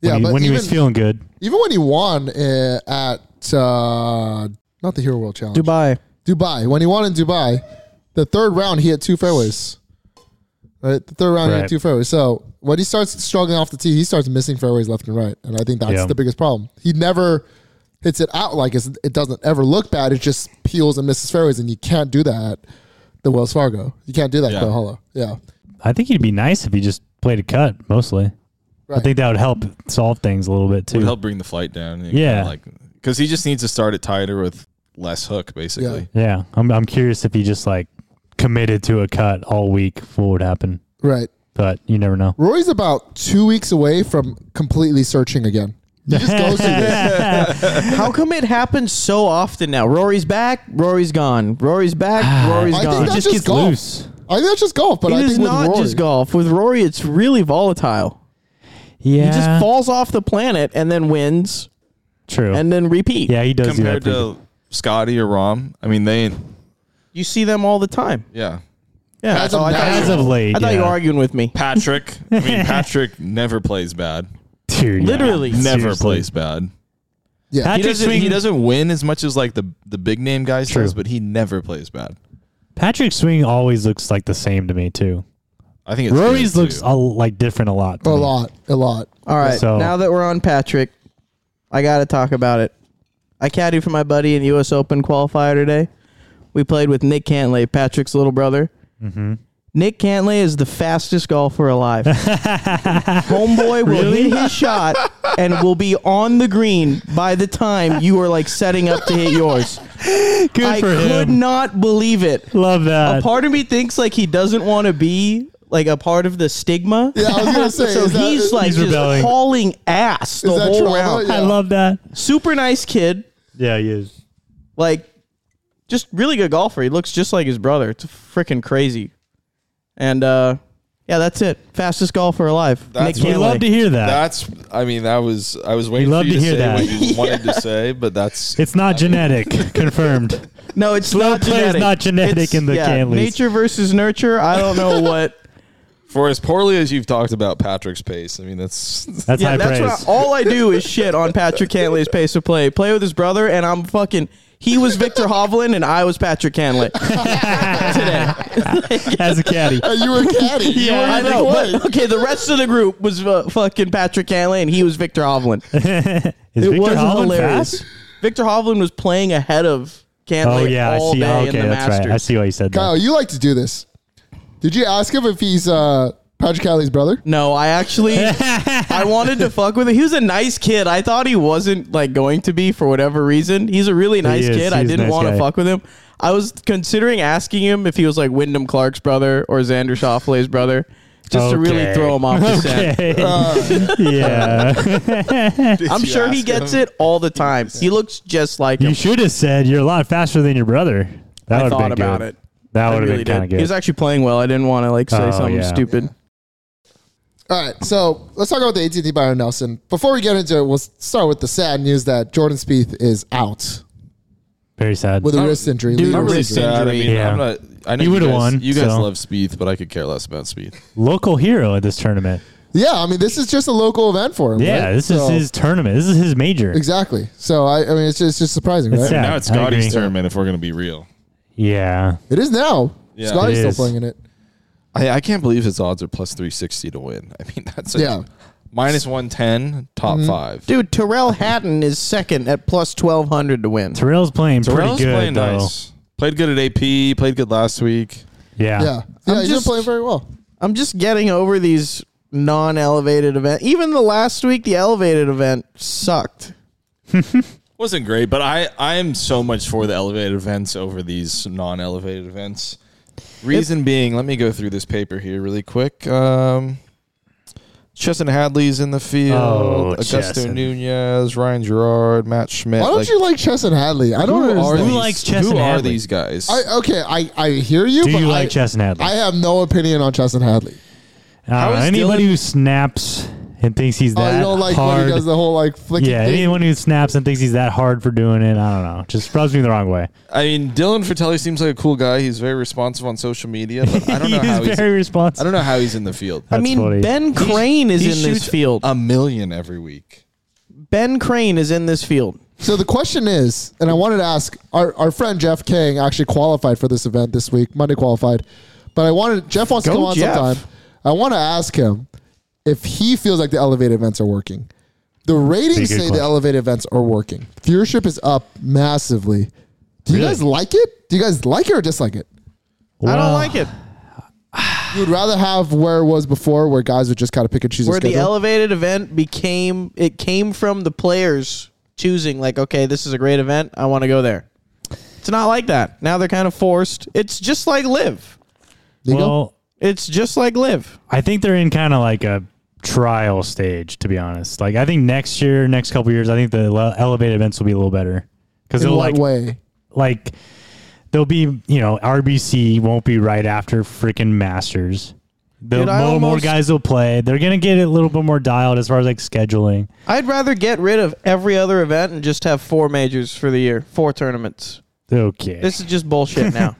[SPEAKER 1] yeah,
[SPEAKER 3] when he,
[SPEAKER 1] but
[SPEAKER 3] when he
[SPEAKER 1] even,
[SPEAKER 3] was feeling good.
[SPEAKER 1] even when he won uh, at uh, not the Hero World Challenge,
[SPEAKER 2] Dubai.
[SPEAKER 1] Dubai. When he won in Dubai, the third round he hit two fairways. Right, the third round he
[SPEAKER 3] Right.
[SPEAKER 1] hit two fairways. So when he starts struggling off the tee, he starts missing fairways left and right, and I think that's
[SPEAKER 3] Yeah.
[SPEAKER 1] the biggest problem. He never hits it out like it's, it doesn't ever look bad. It just peels and misses fairways, and you can't do that at the Wells Fargo. You can't do that
[SPEAKER 4] Yeah.
[SPEAKER 1] at the Hollow. Yeah,
[SPEAKER 3] I think he'd be nice if he just played a cut mostly. I
[SPEAKER 1] Right.
[SPEAKER 3] think that would help solve things a little bit too.
[SPEAKER 4] would help bring the flight down. and
[SPEAKER 3] Yeah.
[SPEAKER 4] kinda like because he just needs to start it tighter with less hook, basically.
[SPEAKER 1] Yeah.
[SPEAKER 3] Yeah, I'm I'm curious if he just like committed to a cut all week, what would happen?
[SPEAKER 1] Right.
[SPEAKER 3] But you never know.
[SPEAKER 1] Roy's about two weeks away from completely searching again. He just goes through this.
[SPEAKER 2] How come it happens so often now? Rory's back, Rory's gone. Rory's back, Rory's
[SPEAKER 1] I think
[SPEAKER 2] gone.
[SPEAKER 1] that's
[SPEAKER 3] just
[SPEAKER 1] just
[SPEAKER 3] gets
[SPEAKER 1] golf.
[SPEAKER 3] loose.
[SPEAKER 1] I think that's just golf, but
[SPEAKER 2] It
[SPEAKER 1] I
[SPEAKER 2] is
[SPEAKER 1] think with
[SPEAKER 2] not
[SPEAKER 1] Rory,
[SPEAKER 2] just golf. With Rory, it's really volatile.
[SPEAKER 3] Yeah,
[SPEAKER 2] He just falls off the planet and then wins
[SPEAKER 3] True.
[SPEAKER 2] and then repeat.
[SPEAKER 3] yeah, he does do that.
[SPEAKER 4] compared
[SPEAKER 3] pretty-
[SPEAKER 4] to Scotty or Rom. I mean, they
[SPEAKER 2] You see them all the time.
[SPEAKER 4] yeah.
[SPEAKER 2] Yeah.
[SPEAKER 1] As of
[SPEAKER 2] I thought,
[SPEAKER 1] now.
[SPEAKER 3] As
[SPEAKER 2] you,
[SPEAKER 3] of late,
[SPEAKER 2] I thought you were
[SPEAKER 3] yeah.
[SPEAKER 2] arguing with me.
[SPEAKER 4] Patrick. I mean, Patrick never plays bad.
[SPEAKER 3] Dude, yeah.
[SPEAKER 2] Literally. Never
[SPEAKER 4] Never
[SPEAKER 3] Seriously.
[SPEAKER 4] plays bad.
[SPEAKER 1] Yeah.
[SPEAKER 4] He
[SPEAKER 3] Patrick
[SPEAKER 4] doesn't,
[SPEAKER 3] Swing.
[SPEAKER 4] he doesn't win as much as like the the big name guys
[SPEAKER 3] True.
[SPEAKER 4] does, but he never plays bad.
[SPEAKER 3] Patrick Swing always looks like the same to me too.
[SPEAKER 4] I think it's
[SPEAKER 3] Rory's
[SPEAKER 4] good,
[SPEAKER 3] looks
[SPEAKER 4] too.
[SPEAKER 3] a, like different a lot. to
[SPEAKER 1] A
[SPEAKER 3] me.
[SPEAKER 1] lot. A lot.
[SPEAKER 2] All right.
[SPEAKER 3] So-
[SPEAKER 2] Now that we're on Patrick, I got to talk about it. I caddied for my buddy in U.S. Open qualifier today. We played with Nick Cantley, Patrick's little brother.
[SPEAKER 3] Mm-hmm.
[SPEAKER 2] Nick Cantley is the fastest golfer alive. Homeboy will hit his shot and will be on the green by the time you are like setting up to hit yours.
[SPEAKER 3] Good
[SPEAKER 2] I
[SPEAKER 3] for
[SPEAKER 2] could
[SPEAKER 3] him.
[SPEAKER 2] not believe it.
[SPEAKER 3] Love that.
[SPEAKER 2] A part of me thinks like he doesn't want to be like a part of the stigma.
[SPEAKER 1] Yeah, I was gonna say.
[SPEAKER 2] So
[SPEAKER 1] is that-
[SPEAKER 2] he's like
[SPEAKER 3] He's
[SPEAKER 2] just
[SPEAKER 3] rebelling.
[SPEAKER 2] hauling ass the
[SPEAKER 1] Is that
[SPEAKER 2] whole
[SPEAKER 1] trauma?
[SPEAKER 2] round.
[SPEAKER 1] Yeah.
[SPEAKER 3] I love that.
[SPEAKER 2] Super nice kid,
[SPEAKER 3] Yeah, he is.
[SPEAKER 2] like just really good golfer. He looks just like his brother. It's freaking crazy. And uh yeah, that's it. Fastest golfer alive.
[SPEAKER 4] That's
[SPEAKER 2] Nick
[SPEAKER 3] We
[SPEAKER 4] what-
[SPEAKER 2] Cantlay.
[SPEAKER 3] love to hear that.
[SPEAKER 4] That's. I mean, that was. I was waiting
[SPEAKER 3] love
[SPEAKER 4] for you
[SPEAKER 3] to
[SPEAKER 4] to,
[SPEAKER 3] hear
[SPEAKER 4] say
[SPEAKER 3] that.
[SPEAKER 4] what you wanted to say, but that's.
[SPEAKER 3] it's not genetic, confirmed.
[SPEAKER 2] No, it's
[SPEAKER 3] Slow
[SPEAKER 2] not
[SPEAKER 3] play is
[SPEAKER 2] genetic.
[SPEAKER 3] not genetic
[SPEAKER 2] It's-
[SPEAKER 3] in the
[SPEAKER 2] yeah,
[SPEAKER 3] Cantleys.
[SPEAKER 2] Nature versus nurture. I don't know what.
[SPEAKER 4] for as poorly as you've talked about Patrick's pace. I mean, that's.
[SPEAKER 3] That's
[SPEAKER 2] yeah,
[SPEAKER 3] high
[SPEAKER 2] that's
[SPEAKER 3] praise.
[SPEAKER 2] what I, all I do is shit on Patrick Cantley's pace of play. Play with his brother, and I'm fucking. He was Victor Hovland, and I was Patrick Cantley.
[SPEAKER 3] As a caddy,
[SPEAKER 1] Hey, you were a caddy. You were
[SPEAKER 2] I
[SPEAKER 1] in the
[SPEAKER 2] know.
[SPEAKER 1] play.
[SPEAKER 2] But, okay, the rest of the group was uh, fucking Patrick Cantley, and he was Victor Hovland.
[SPEAKER 3] is
[SPEAKER 2] it
[SPEAKER 3] Victor
[SPEAKER 2] was
[SPEAKER 3] Hovland
[SPEAKER 2] hilarious.
[SPEAKER 3] fast?
[SPEAKER 2] Victor Hovland was playing ahead of Cantley
[SPEAKER 3] Oh yeah, I
[SPEAKER 2] all
[SPEAKER 3] see.
[SPEAKER 2] day
[SPEAKER 3] Oh,
[SPEAKER 2] in
[SPEAKER 3] okay,
[SPEAKER 2] the
[SPEAKER 3] that's
[SPEAKER 2] Masters.
[SPEAKER 3] right. I see why you said that.
[SPEAKER 1] Kyle, you like to do this. Did you ask him if he's uh, Patrick Kelly's brother?
[SPEAKER 2] No, I actually I wanted to fuck with him. He was a nice kid. I thought he wasn't like going to be for whatever reason. He's a really nice
[SPEAKER 3] is.
[SPEAKER 2] kid. I
[SPEAKER 3] He's a
[SPEAKER 2] didn't
[SPEAKER 3] nice
[SPEAKER 2] want to
[SPEAKER 3] guy.
[SPEAKER 2] fuck with him. I was considering asking him if he was like Wyndham Clark's brother or Xander Schauffele's brother, just to really
[SPEAKER 3] Okay.
[SPEAKER 2] throw him off the scent.
[SPEAKER 3] Okay. yeah.
[SPEAKER 2] I'm
[SPEAKER 4] you
[SPEAKER 2] sure he
[SPEAKER 4] ask
[SPEAKER 2] gets
[SPEAKER 4] him?
[SPEAKER 2] it all the time. He looks just like
[SPEAKER 3] You
[SPEAKER 2] him.
[SPEAKER 3] should have said you're a lot faster than your brother. That
[SPEAKER 2] I
[SPEAKER 3] would have
[SPEAKER 2] thought
[SPEAKER 3] been
[SPEAKER 2] about
[SPEAKER 3] good.
[SPEAKER 2] it.
[SPEAKER 3] That
[SPEAKER 2] I
[SPEAKER 3] would have
[SPEAKER 2] really
[SPEAKER 3] been kind of
[SPEAKER 2] did. He
[SPEAKER 3] good.
[SPEAKER 2] was actually playing well. I didn't want to like say
[SPEAKER 3] Oh,
[SPEAKER 2] something
[SPEAKER 3] yeah.
[SPEAKER 2] stupid.
[SPEAKER 1] All right, so let's talk about the AT&T Byron Nelson. Before we get into it, we'll start with the sad news that Jordan Spieth is out
[SPEAKER 3] Very sad.
[SPEAKER 1] with a wrist injury.
[SPEAKER 2] dude,
[SPEAKER 1] Legal
[SPEAKER 4] not really
[SPEAKER 1] reason.
[SPEAKER 4] sad. I mean,
[SPEAKER 3] Yeah.
[SPEAKER 4] I'm not. I know
[SPEAKER 3] He
[SPEAKER 4] you
[SPEAKER 3] would've
[SPEAKER 4] guys-
[SPEAKER 3] won,
[SPEAKER 4] You guys
[SPEAKER 3] so.
[SPEAKER 4] love Speed, but I could care less about Speed.
[SPEAKER 3] Local hero at this tournament.
[SPEAKER 1] Yeah, I mean, this is just a local event for him.
[SPEAKER 3] Yeah,
[SPEAKER 1] right?
[SPEAKER 3] this
[SPEAKER 1] So-
[SPEAKER 3] is his tournament. This is his major.
[SPEAKER 1] exactly. So I, I mean, it's just, it's just surprising,
[SPEAKER 3] It's
[SPEAKER 1] right?
[SPEAKER 3] sad. Yeah,
[SPEAKER 4] now it's
[SPEAKER 3] I
[SPEAKER 4] Scotty's
[SPEAKER 3] agree.
[SPEAKER 4] tournament. If we're gonna be real,
[SPEAKER 3] Yeah.
[SPEAKER 1] It is now.
[SPEAKER 4] Yeah.
[SPEAKER 1] Scotty's
[SPEAKER 3] It
[SPEAKER 1] still
[SPEAKER 3] is.
[SPEAKER 1] playing in it.
[SPEAKER 4] I, I can't believe his odds are plus three sixty to win. I mean, that's like
[SPEAKER 1] Yeah.
[SPEAKER 4] minus one ten, top five.
[SPEAKER 2] Dude, Terrell Hatton is second at plus twelve hundred to win.
[SPEAKER 3] Terrell's playing
[SPEAKER 4] Terrell's
[SPEAKER 3] pretty good
[SPEAKER 4] playing
[SPEAKER 3] though.
[SPEAKER 4] nice. Played good at AP. Played good last week.
[SPEAKER 3] Yeah.
[SPEAKER 1] Yeah, yeah, he's
[SPEAKER 2] just-
[SPEAKER 1] been playing very well.
[SPEAKER 2] I'm just getting over these non-elevated events. Even the last week, the elevated event sucked.
[SPEAKER 4] wasn't great, but I I am so much for the elevated events over these non-elevated events. Reason being, let me go through this paper here really quick. Um, Chesson Hadley's in the field.
[SPEAKER 3] Oh,
[SPEAKER 4] Augusto
[SPEAKER 3] Chesson.
[SPEAKER 4] Nunez, Ryan Gerard, Matt Schmidt.
[SPEAKER 1] Why don't you like Chesson Hadley? I don't
[SPEAKER 4] are
[SPEAKER 1] understand.
[SPEAKER 4] these-
[SPEAKER 3] likes Chesson
[SPEAKER 4] Who are
[SPEAKER 3] Hadley?
[SPEAKER 4] these guys?
[SPEAKER 1] I, okay, I, I hear you.
[SPEAKER 3] Do
[SPEAKER 1] but
[SPEAKER 3] you
[SPEAKER 1] I,
[SPEAKER 3] like Uh, Chesson Hadley?
[SPEAKER 1] I have no opinion on Chesson Hadley.
[SPEAKER 3] Uh,
[SPEAKER 4] is
[SPEAKER 3] anybody
[SPEAKER 4] Dylan-
[SPEAKER 3] who snaps and thinks he's
[SPEAKER 1] Oh,
[SPEAKER 3] that
[SPEAKER 1] you don't like
[SPEAKER 3] hard.
[SPEAKER 1] when he does the whole like flicking
[SPEAKER 3] yeah,
[SPEAKER 1] thing?
[SPEAKER 3] anyone who snaps and thinks he's that hard for doing it, I don't know. Just rubs me the wrong way.
[SPEAKER 4] I mean, Dylan Fratelli seems like a cool guy. He's very responsive on social media, but I don't know
[SPEAKER 3] he's
[SPEAKER 4] how he's.
[SPEAKER 3] very
[SPEAKER 4] I
[SPEAKER 3] responsive.
[SPEAKER 4] don't know how he's in the field.
[SPEAKER 2] I
[SPEAKER 3] That's
[SPEAKER 2] mean,
[SPEAKER 3] funny.
[SPEAKER 2] Ben Crane is
[SPEAKER 4] He
[SPEAKER 2] in this
[SPEAKER 4] shoots uh,
[SPEAKER 2] field.
[SPEAKER 4] a million every week.
[SPEAKER 2] ben Crane is in this field.
[SPEAKER 1] So the question is, and I wanted to ask our, our friend Jeff King actually qualified for this event this week, Monday qualified. But I wanted Jeff wants to
[SPEAKER 2] Go
[SPEAKER 1] come on
[SPEAKER 2] Jeff.
[SPEAKER 1] sometime. I want to ask him if he feels like the elevated events are working. The ratings
[SPEAKER 3] Pretty good
[SPEAKER 1] say the
[SPEAKER 3] question.
[SPEAKER 1] elevated events are working. Viewership is up massively. Do you
[SPEAKER 3] Really?
[SPEAKER 1] guys like it? Do you guys like it or dislike it?
[SPEAKER 2] I
[SPEAKER 3] Well,
[SPEAKER 2] don't like it.
[SPEAKER 1] You'd rather have where it was before, where guys would just kind of pick and choose.
[SPEAKER 2] Where
[SPEAKER 1] their
[SPEAKER 2] the
[SPEAKER 1] schedule?
[SPEAKER 2] elevated event became it came from the players choosing like, okay, this is a great event. I want to go there. It's not like that. Now they're kind of forced. It's just like live.
[SPEAKER 1] There you go.
[SPEAKER 3] well,
[SPEAKER 2] It's just like live.
[SPEAKER 3] I think they're in kind of like a trial stage, to be honest. Like I think next year, next couple years, I think the ele- elevated events will be a little better because
[SPEAKER 1] in
[SPEAKER 3] it'll
[SPEAKER 1] what
[SPEAKER 3] like
[SPEAKER 1] way?
[SPEAKER 3] like there'll be you know RBC won't be right after freaking Masters. The
[SPEAKER 2] Dude,
[SPEAKER 3] more,
[SPEAKER 2] I
[SPEAKER 3] more
[SPEAKER 2] almost-
[SPEAKER 3] guys will play. They're gonna get it a little bit more dialed as far as like scheduling.
[SPEAKER 2] I'd rather get rid of every other event and just have four majors for the year, four tournaments.
[SPEAKER 3] Okay, this,
[SPEAKER 2] This is just bullshit now.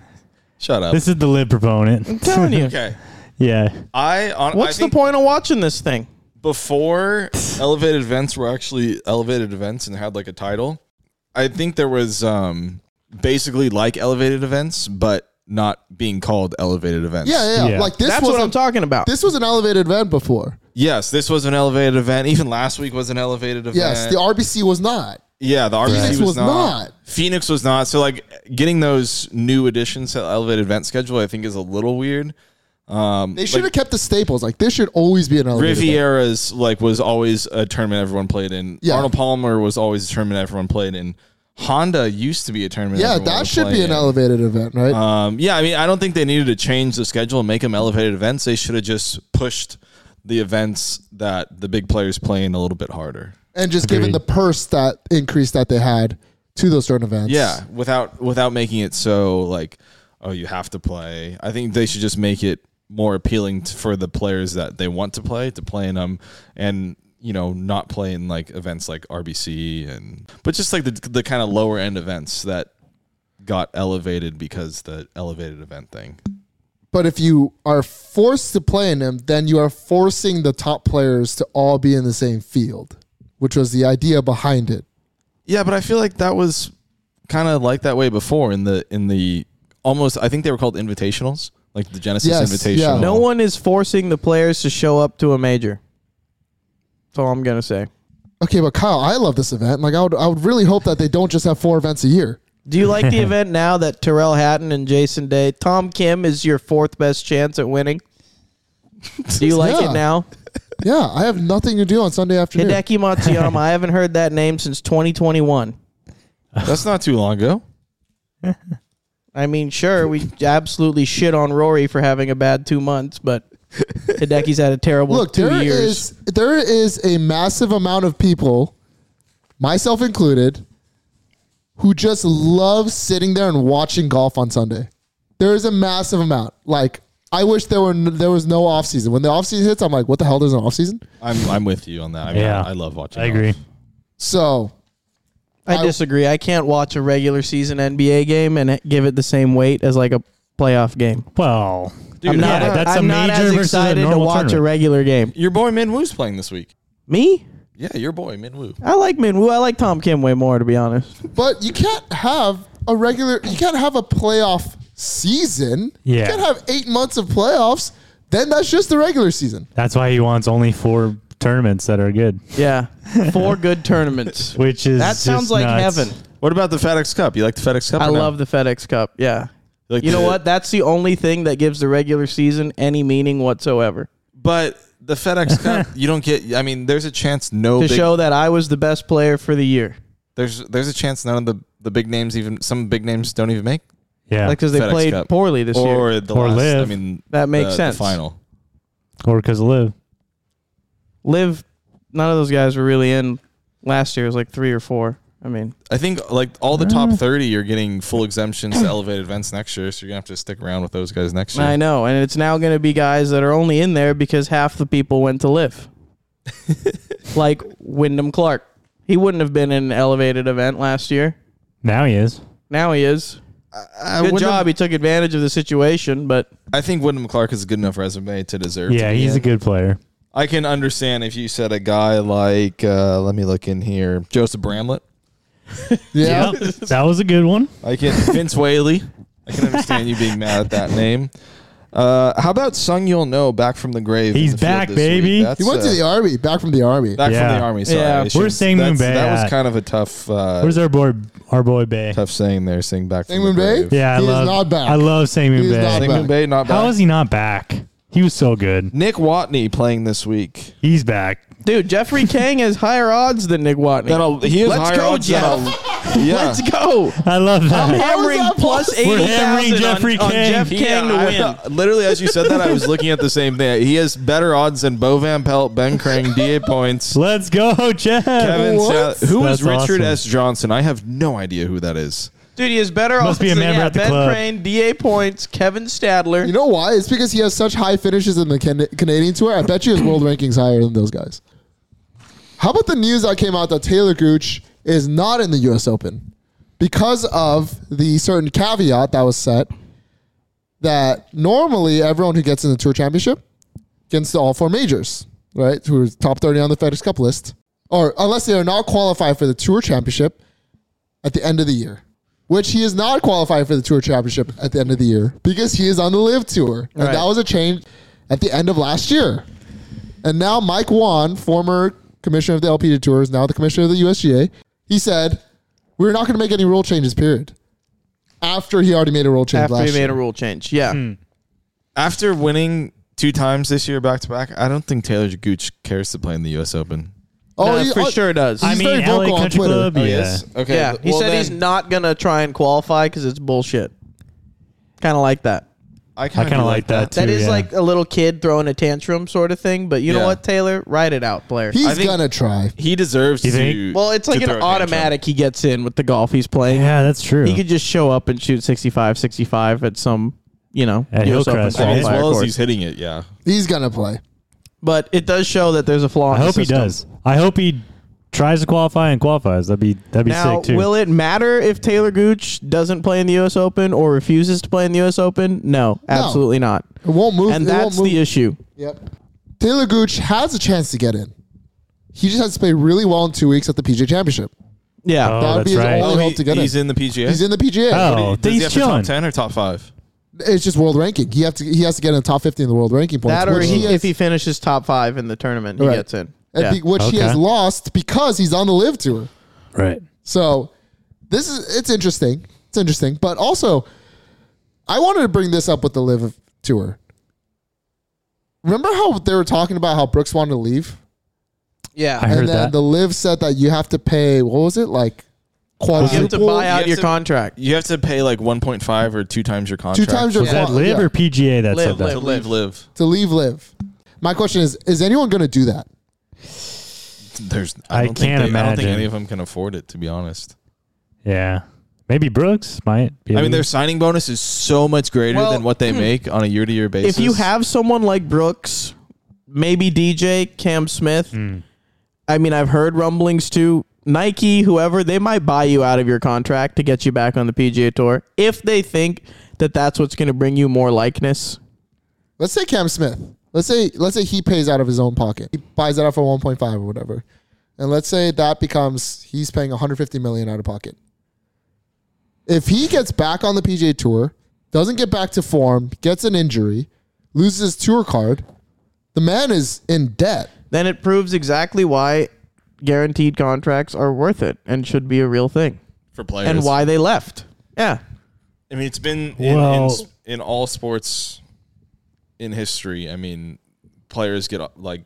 [SPEAKER 4] Shut up.
[SPEAKER 3] is the lib proponent.
[SPEAKER 2] I'm telling you.
[SPEAKER 4] okay.
[SPEAKER 3] yeah,
[SPEAKER 4] I on,
[SPEAKER 2] What's
[SPEAKER 4] I think
[SPEAKER 2] the point of watching this thing?
[SPEAKER 4] before elevated events were actually elevated events and had like a title i think there was um basically like elevated events but not being called elevated events
[SPEAKER 1] Yeah, yeah, yeah.
[SPEAKER 3] Yeah.
[SPEAKER 1] Like this
[SPEAKER 2] That's
[SPEAKER 1] was
[SPEAKER 2] what
[SPEAKER 1] a-
[SPEAKER 2] I'm talking about.
[SPEAKER 1] This was an elevated event before.
[SPEAKER 4] yes this was an elevated event even last week was an elevated event
[SPEAKER 1] Yes, the RBC was not.
[SPEAKER 4] yeah the RBC
[SPEAKER 1] Phoenix
[SPEAKER 4] was,
[SPEAKER 1] was
[SPEAKER 4] not,
[SPEAKER 1] not.
[SPEAKER 4] phoenix was not so like getting those new additions to the elevated event schedule i think is a little weird um
[SPEAKER 1] They should have kept the staples. Like this should always be an elevated. event.
[SPEAKER 4] Riviera's like was always a tournament everyone played in.
[SPEAKER 1] Yeah.
[SPEAKER 4] Arnold Palmer was always a tournament everyone played in. Honda used to be a tournament.
[SPEAKER 1] Yeah,
[SPEAKER 4] everyone
[SPEAKER 1] that
[SPEAKER 4] would
[SPEAKER 1] should
[SPEAKER 4] play
[SPEAKER 1] be an
[SPEAKER 4] in.
[SPEAKER 1] elevated event, right?
[SPEAKER 4] Um, yeah, I mean, I don't think they needed to change the schedule and make them elevated events. They should have just pushed the events that the big players play in a little bit harder.
[SPEAKER 1] and just given the
[SPEAKER 3] agreed.
[SPEAKER 1] purse that increase that they had to those certain events.
[SPEAKER 4] Yeah, without without making it so like, oh, you have to play. I think they should just make it more appealing t for the players that they want to play to play in them, and you know, not play in like events like RBC and but just like the the kind of lower end events that got elevated because the elevated event thing.
[SPEAKER 1] But if you are forced to play in them, then you are forcing the top players to all be in the same field, which was the idea behind it.
[SPEAKER 4] Yeah, but I feel like that was kind of like that way before in the in the almost. I think they were called invitationals, like the Genesis
[SPEAKER 1] Yes,
[SPEAKER 4] Invitational.
[SPEAKER 1] yeah.
[SPEAKER 2] No one is forcing the players to show up to a major. That's all I'm gonna say.
[SPEAKER 1] Okay, but Kyle, I love this event. Like I would, I would really hope that they don't just have four events a year.
[SPEAKER 2] Do you like the event now that Terrell Hatton and Jason Day, Tom Kim is your fourth best chance at winning? Do you like
[SPEAKER 1] Yeah.
[SPEAKER 2] it now?
[SPEAKER 1] Yeah, I have nothing to do on Sunday afternoon.
[SPEAKER 2] Hideki Matsuyama, I haven't heard that name since 2021.
[SPEAKER 4] That's not too long ago.
[SPEAKER 2] I mean, sure, we absolutely shit on Rory for having a bad two months, but Hideki's had a terrible
[SPEAKER 1] Look,
[SPEAKER 2] two
[SPEAKER 1] there
[SPEAKER 2] years.
[SPEAKER 1] is there is a massive amount of people, myself included, who just love sitting there and watching golf on Sunday. There is a massive amount. Like I wish there were n- there was no off season. When the off season hits, I'm like, what the hell? There's an off season.
[SPEAKER 4] I'm I'm with you on that. I mean,
[SPEAKER 3] Yeah.
[SPEAKER 4] I love watching.
[SPEAKER 3] I
[SPEAKER 4] golf.
[SPEAKER 3] agree.
[SPEAKER 1] So
[SPEAKER 2] I disagree. I can't watch a regular season NBA game and give it the same weight as like a playoff game.
[SPEAKER 3] Well,
[SPEAKER 2] I'm not,
[SPEAKER 3] yeah, that's
[SPEAKER 2] I'm
[SPEAKER 3] a
[SPEAKER 2] not
[SPEAKER 3] major
[SPEAKER 2] as
[SPEAKER 3] versus a
[SPEAKER 2] excited to
[SPEAKER 3] normal
[SPEAKER 2] watch a
[SPEAKER 3] tournament.
[SPEAKER 2] regular game.
[SPEAKER 4] Your boy Min Woo's playing this week.
[SPEAKER 2] Me?
[SPEAKER 4] Yeah, your boy Min Woo.
[SPEAKER 2] I like Minwoo. I like Tom Kim way more, to be honest.
[SPEAKER 1] But you can't have a regular. You can't have a playoff season. You
[SPEAKER 3] Yeah.
[SPEAKER 1] can't have eight months of playoffs. Then that's just the regular season.
[SPEAKER 3] That's why he wants only four tournaments that are good,
[SPEAKER 2] Yeah. Four good tournaments.
[SPEAKER 3] which is
[SPEAKER 2] That sounds
[SPEAKER 3] just
[SPEAKER 2] like
[SPEAKER 3] nuts.
[SPEAKER 2] heaven.
[SPEAKER 4] What about the FedEx Cup? You like the FedEx Cup?
[SPEAKER 2] I love the FedEx Cup. Yeah.
[SPEAKER 4] Like
[SPEAKER 2] You know
[SPEAKER 4] the-
[SPEAKER 2] what? That's the only thing that gives the regular season any meaning whatsoever.
[SPEAKER 4] But the FedEx Cup, you don't get. I mean, there's a chance no
[SPEAKER 2] To
[SPEAKER 4] big.
[SPEAKER 2] show that I was the best player for the year.
[SPEAKER 4] There's there's a chance none of the the big names even some big names don't even make
[SPEAKER 3] Yeah,
[SPEAKER 2] Like, because they
[SPEAKER 4] FedEx
[SPEAKER 2] played
[SPEAKER 4] Cup.
[SPEAKER 2] poorly this year.
[SPEAKER 4] or the
[SPEAKER 3] Or
[SPEAKER 4] last.
[SPEAKER 3] live.
[SPEAKER 4] I mean,
[SPEAKER 2] That makes
[SPEAKER 4] the- the
[SPEAKER 2] sense.
[SPEAKER 4] final.
[SPEAKER 3] or because of live.
[SPEAKER 2] Live, none of those guys were really in last year. It was like three or four. I mean,
[SPEAKER 4] I think like all the top 30 you're getting full exemptions to elevated events next year, so you're gonna have to stick around with those guys next year.
[SPEAKER 2] I know. And it's now going to be guys that are only in there because half the people went to live. like Wyndham Clark. He wouldn't have been in an elevated event last year.
[SPEAKER 3] Now he is.
[SPEAKER 2] Now he is.
[SPEAKER 4] I,
[SPEAKER 2] Good
[SPEAKER 4] Wyndham-
[SPEAKER 2] job. He took advantage of the situation, but
[SPEAKER 4] I think Wyndham Clark is a good enough resume to deserve. to
[SPEAKER 3] Yeah,
[SPEAKER 4] be
[SPEAKER 3] he's
[SPEAKER 4] in.
[SPEAKER 3] a good player.
[SPEAKER 4] I can understand if you said a guy like, uh, let me look in here, Joseph Bramlett.
[SPEAKER 1] Yeah.
[SPEAKER 3] Yep, that was a good one.
[SPEAKER 4] I can Vince Whaley. I can understand you being mad at that name. Uh, how about Sung Yul No back from the grave? in
[SPEAKER 3] He's
[SPEAKER 4] the field
[SPEAKER 3] back,
[SPEAKER 4] this
[SPEAKER 3] baby.
[SPEAKER 4] week? That's,
[SPEAKER 1] He went to
[SPEAKER 4] uh,
[SPEAKER 1] the army. Back from the army.
[SPEAKER 4] back
[SPEAKER 3] Yeah.
[SPEAKER 4] from the army. Sorry,
[SPEAKER 2] Yeah.
[SPEAKER 4] I
[SPEAKER 2] We're
[SPEAKER 4] shouldn't-
[SPEAKER 3] saying
[SPEAKER 4] that's-
[SPEAKER 3] Moon Bay
[SPEAKER 4] That
[SPEAKER 3] at.
[SPEAKER 4] was kind of a tough, uh,
[SPEAKER 3] Where's our boy? Our boy Bay.
[SPEAKER 4] tough saying there. Saying back from
[SPEAKER 1] Moon
[SPEAKER 4] the
[SPEAKER 1] Bay?
[SPEAKER 4] grave.
[SPEAKER 3] Yeah, I
[SPEAKER 1] He is
[SPEAKER 3] love.
[SPEAKER 1] not back.
[SPEAKER 3] I love Samu
[SPEAKER 1] He is not
[SPEAKER 3] Bay.
[SPEAKER 1] back.
[SPEAKER 4] Moon Bay not back.
[SPEAKER 3] How is he not back? He was so good.
[SPEAKER 4] Nick Watney playing this week.
[SPEAKER 3] He's back.
[SPEAKER 2] Dude, Jeffrey Kang has higher odds than Nick Watney.
[SPEAKER 4] Then I'll, he is
[SPEAKER 2] Let's
[SPEAKER 4] higher
[SPEAKER 2] go,
[SPEAKER 4] odds
[SPEAKER 2] Jeff.
[SPEAKER 4] than I'll- yeah.
[SPEAKER 2] Let's go.
[SPEAKER 3] I love
[SPEAKER 2] I'm
[SPEAKER 3] that.
[SPEAKER 2] hammering
[SPEAKER 1] that
[SPEAKER 2] plus
[SPEAKER 1] possible?
[SPEAKER 3] We're hammering
[SPEAKER 2] 80,000 on,
[SPEAKER 3] Jeffrey
[SPEAKER 2] on
[SPEAKER 3] Kang.
[SPEAKER 2] Jeff
[SPEAKER 3] Yeah,
[SPEAKER 2] Kang to
[SPEAKER 4] I-
[SPEAKER 2] win.
[SPEAKER 4] literally, as you said that, I was looking at the same thing. He has better odds than Bo Van Pelt, Ben Crang, DA points.
[SPEAKER 3] Let's go, Jeff.
[SPEAKER 4] Kevin
[SPEAKER 1] What?
[SPEAKER 4] Sal- who is
[SPEAKER 3] That's
[SPEAKER 4] Richard
[SPEAKER 3] awesome.
[SPEAKER 4] S. Johnson? I have no idea who that is.
[SPEAKER 2] Dude, he has better odds
[SPEAKER 3] Must be a
[SPEAKER 2] than-
[SPEAKER 3] member
[SPEAKER 2] yeah,
[SPEAKER 3] at the
[SPEAKER 2] Ben
[SPEAKER 3] club.
[SPEAKER 2] Crane, DA points, Kevin Stadler.
[SPEAKER 1] You know why? It's because he has such high finishes in the Can- Canadian Tour. I bet you his world rankings higher than those guys. How about the news that came out that Taylor Gooch is not in the U.S. Open because of the certain caveat that was set that normally everyone who gets in the Tour Championship gets to all four majors, right? Who is top thirty on the FedEx Cup list, or unless they are not qualified for the Tour Championship at the end of the year, which he is not qualified for the tour championship at the end of the year because he is on the live tour. And
[SPEAKER 2] Right.
[SPEAKER 1] that was a change at the end of last year. And now Mike Wan, former commissioner of the LPGA Tour, is now the commissioner of the USGA. He said, "We're not going to make any rule changes." Period. After he already made a rule change
[SPEAKER 2] After
[SPEAKER 1] last
[SPEAKER 2] he
[SPEAKER 1] year.
[SPEAKER 2] made a rule change. Yeah.
[SPEAKER 3] Hmm.
[SPEAKER 4] After winning two times this year back to back, I don't think Taylor Gooch cares to play in the U.S. Open. Oh,
[SPEAKER 2] Nah,
[SPEAKER 1] Oh, he-
[SPEAKER 2] for sure does.
[SPEAKER 3] I
[SPEAKER 1] he's
[SPEAKER 3] mean,
[SPEAKER 1] very vocal
[SPEAKER 3] LA
[SPEAKER 1] on
[SPEAKER 3] Country
[SPEAKER 1] Twitter.
[SPEAKER 3] Club. Oh, yeah.
[SPEAKER 4] Okay.
[SPEAKER 2] yeah. He
[SPEAKER 4] well
[SPEAKER 2] said he's
[SPEAKER 4] then,
[SPEAKER 2] not going to try and qualify because it's bullshit. Kind of like that.
[SPEAKER 4] I
[SPEAKER 3] I kind of like that too.
[SPEAKER 2] That is
[SPEAKER 3] yeah.
[SPEAKER 2] like a little kid throwing a tantrum sort of thing. But you know
[SPEAKER 4] Yeah.
[SPEAKER 2] what, Taylor? Write it out, player.
[SPEAKER 1] He's
[SPEAKER 4] I think-
[SPEAKER 1] gonna try.
[SPEAKER 4] He deserves
[SPEAKER 3] You think?
[SPEAKER 4] to.
[SPEAKER 2] well, it's like
[SPEAKER 4] to
[SPEAKER 2] an
[SPEAKER 4] throw a tantrum.
[SPEAKER 2] automatic he gets in with the golf he's playing.
[SPEAKER 3] yeah, that's true.
[SPEAKER 2] He could just show up and shoot 65, 65 at some, you know,
[SPEAKER 3] At
[SPEAKER 2] US Open
[SPEAKER 3] Hillcrest, right?
[SPEAKER 4] As
[SPEAKER 2] qualifier
[SPEAKER 4] well as
[SPEAKER 2] course.
[SPEAKER 4] he's hitting it, yeah.
[SPEAKER 1] He's gonna play.
[SPEAKER 2] But it does show that there's a flaw.
[SPEAKER 3] I
[SPEAKER 2] in the
[SPEAKER 3] hope he
[SPEAKER 2] system.
[SPEAKER 3] does. I hope he tries to qualify and qualifies. That'd be that'd be
[SPEAKER 2] Now,
[SPEAKER 3] sick too.
[SPEAKER 2] will it matter if Taylor Gooch doesn't play in the U.S. Open or refuses to play in the U.S. Open? No, absolutely not.
[SPEAKER 1] It won't move.
[SPEAKER 2] And
[SPEAKER 1] it won't
[SPEAKER 2] that's
[SPEAKER 1] move-
[SPEAKER 2] the issue.
[SPEAKER 1] Yep. Taylor Gooch has a chance to get in. He just has to play really well in two weeks at the PJ Championship.
[SPEAKER 2] Yeah.
[SPEAKER 3] Oh,
[SPEAKER 1] That'd
[SPEAKER 3] that's
[SPEAKER 1] be his
[SPEAKER 3] right.
[SPEAKER 1] only
[SPEAKER 4] Oh,
[SPEAKER 1] hope
[SPEAKER 4] he-
[SPEAKER 1] to get
[SPEAKER 4] he's
[SPEAKER 1] in.
[SPEAKER 4] in the PGA.
[SPEAKER 1] He's in the PGA.
[SPEAKER 3] Oh,
[SPEAKER 4] Does he
[SPEAKER 3] he's
[SPEAKER 4] have to top
[SPEAKER 3] chilling.
[SPEAKER 4] ten or top five?
[SPEAKER 1] It's just world ranking. He have to he has to get in the top fifty in the world ranking points.
[SPEAKER 2] that or
[SPEAKER 1] which
[SPEAKER 2] he,
[SPEAKER 1] has-
[SPEAKER 2] if he finishes top five in the tournament, he
[SPEAKER 1] Right.
[SPEAKER 2] gets in.
[SPEAKER 1] and
[SPEAKER 2] Yeah.
[SPEAKER 1] be- which he
[SPEAKER 3] Okay.
[SPEAKER 1] has lost because he's on the live tour.
[SPEAKER 3] Right.
[SPEAKER 1] So this is it's interesting. It's interesting, but also I wanted to bring this up with the live tour. Remember how they were talking about how Brooks wanted to leave,
[SPEAKER 2] yeah.
[SPEAKER 3] I heard
[SPEAKER 1] and then
[SPEAKER 3] that.
[SPEAKER 1] the live said that you have to pay what was it like
[SPEAKER 2] you have to
[SPEAKER 1] quadruple
[SPEAKER 2] buy
[SPEAKER 4] You
[SPEAKER 2] out
[SPEAKER 4] have
[SPEAKER 2] your
[SPEAKER 4] to-
[SPEAKER 2] contract.
[SPEAKER 4] You have to pay like 1.5 or two times your
[SPEAKER 1] two
[SPEAKER 4] contract.
[SPEAKER 1] times your
[SPEAKER 3] Was that
[SPEAKER 1] qua-
[SPEAKER 3] live
[SPEAKER 1] yeah.
[SPEAKER 3] or PGA that
[SPEAKER 2] Live,
[SPEAKER 3] said that?
[SPEAKER 4] to
[SPEAKER 2] live.
[SPEAKER 4] leave live.
[SPEAKER 1] to leave live. My question is: Is anyone going to do that?
[SPEAKER 4] There's
[SPEAKER 3] I
[SPEAKER 4] don't think
[SPEAKER 3] can't
[SPEAKER 4] they- I don't think
[SPEAKER 3] imagine.
[SPEAKER 4] any of them can afford it to be honest.
[SPEAKER 3] Yeah. Maybe Brooks might. Be
[SPEAKER 4] I mean,
[SPEAKER 3] able
[SPEAKER 4] their
[SPEAKER 3] to-
[SPEAKER 4] signing bonus is so much greater
[SPEAKER 2] Well, hmm.
[SPEAKER 4] than what they make on a year-to-year basis.
[SPEAKER 2] If you have someone like Brooks, maybe DJ, Cam Smith,
[SPEAKER 3] Hmm.
[SPEAKER 2] I mean, I've heard rumblings too. Nike, whoever, they might buy you out of your contract to get you back on the PGA Tour if they think that that's what's going to bring you more likeness.
[SPEAKER 1] Let's say Cam Smith. Let's say let's say he pays out of his own pocket. He buys it out for 1.5 or whatever. And let's say that becomes he's paying 150 million out of pocket. If he gets back on the PJ Tour, doesn't get back to form, gets an injury, loses his tour card, the man is in debt.
[SPEAKER 2] Then it proves exactly why guaranteed contracts are worth it and should be a real thing
[SPEAKER 4] for players
[SPEAKER 2] and why they left. Yeah.
[SPEAKER 4] I mean, it's been in, in,
[SPEAKER 3] Well-
[SPEAKER 4] s- in all sports in history. I mean, players get uh, like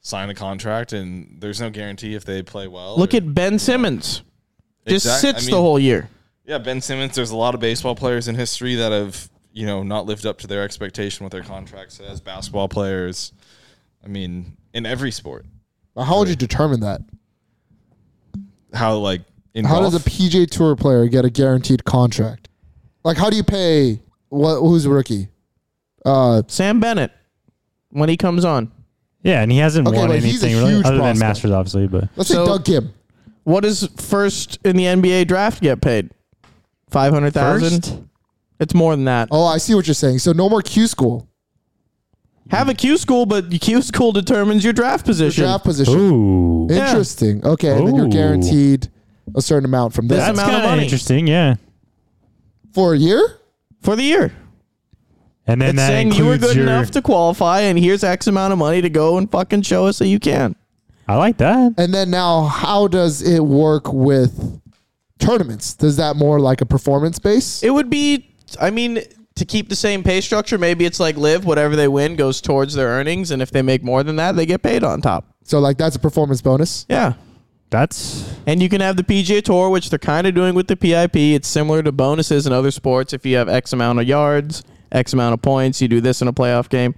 [SPEAKER 4] sign a contract, and there's no guarantee if they play well.
[SPEAKER 2] Look
[SPEAKER 4] or-
[SPEAKER 2] at Ben Simmons. Just
[SPEAKER 4] Exact- I
[SPEAKER 2] sits the
[SPEAKER 4] mean,
[SPEAKER 2] whole year.
[SPEAKER 4] Yeah, Ben Simmons. There's a lot of baseball players in history that have you know not lived up to their expectation with their contract says. Basketball players. I mean, in every sport,
[SPEAKER 1] Now, how would you determine that?
[SPEAKER 4] how like in
[SPEAKER 1] How
[SPEAKER 4] golf,
[SPEAKER 1] does a PJ Tour player get a guaranteed contract? Like how do you pay what who's a rookie? Uh
[SPEAKER 2] Sam Bennett, when he comes on,
[SPEAKER 3] yeah, and he hasn't
[SPEAKER 1] Okay,
[SPEAKER 3] won
[SPEAKER 1] but he's a
[SPEAKER 3] anything really,
[SPEAKER 1] huge
[SPEAKER 3] other than
[SPEAKER 1] prospect.
[SPEAKER 3] Masters, obviously. But
[SPEAKER 1] let's
[SPEAKER 2] So-
[SPEAKER 1] say Doug Gibb.
[SPEAKER 2] what does first in the NBA draft get paid? 500,000? It's more than that.
[SPEAKER 1] Oh, I see what you're saying. So no more Q school.
[SPEAKER 2] Have a Q school, but Q school determines your draft position.
[SPEAKER 1] Draft position.
[SPEAKER 3] Ooh,
[SPEAKER 2] Yeah.
[SPEAKER 1] Interesting. Okay, and then you're
[SPEAKER 3] Ooh.
[SPEAKER 1] guaranteed a certain amount from
[SPEAKER 2] This
[SPEAKER 1] that
[SPEAKER 3] that's
[SPEAKER 2] amount of
[SPEAKER 3] kind of
[SPEAKER 2] money.
[SPEAKER 3] interesting. Yeah,
[SPEAKER 1] for a year.
[SPEAKER 2] for the year.
[SPEAKER 3] and then
[SPEAKER 2] It's
[SPEAKER 3] that
[SPEAKER 2] saying
[SPEAKER 3] includes
[SPEAKER 2] you were good
[SPEAKER 3] your.
[SPEAKER 2] enough to qualify, and here's X amount of money to go and fucking show us that you can.
[SPEAKER 3] I like that.
[SPEAKER 1] And then now, how does it work with tournaments? Does that more like a performance base?
[SPEAKER 2] It would be, I mean, to keep the same pay structure, maybe it's like live, whatever they win goes towards their earnings, and if they make more than that, they get paid on top.
[SPEAKER 1] So like that's a performance bonus.
[SPEAKER 2] Yeah.
[SPEAKER 3] That's
[SPEAKER 2] And you can have the PGA Tour, which they're kind of doing with the PIP. It's similar to bonuses in other sports. If you have X amount of yards, X amount of points, you do this in a playoff game.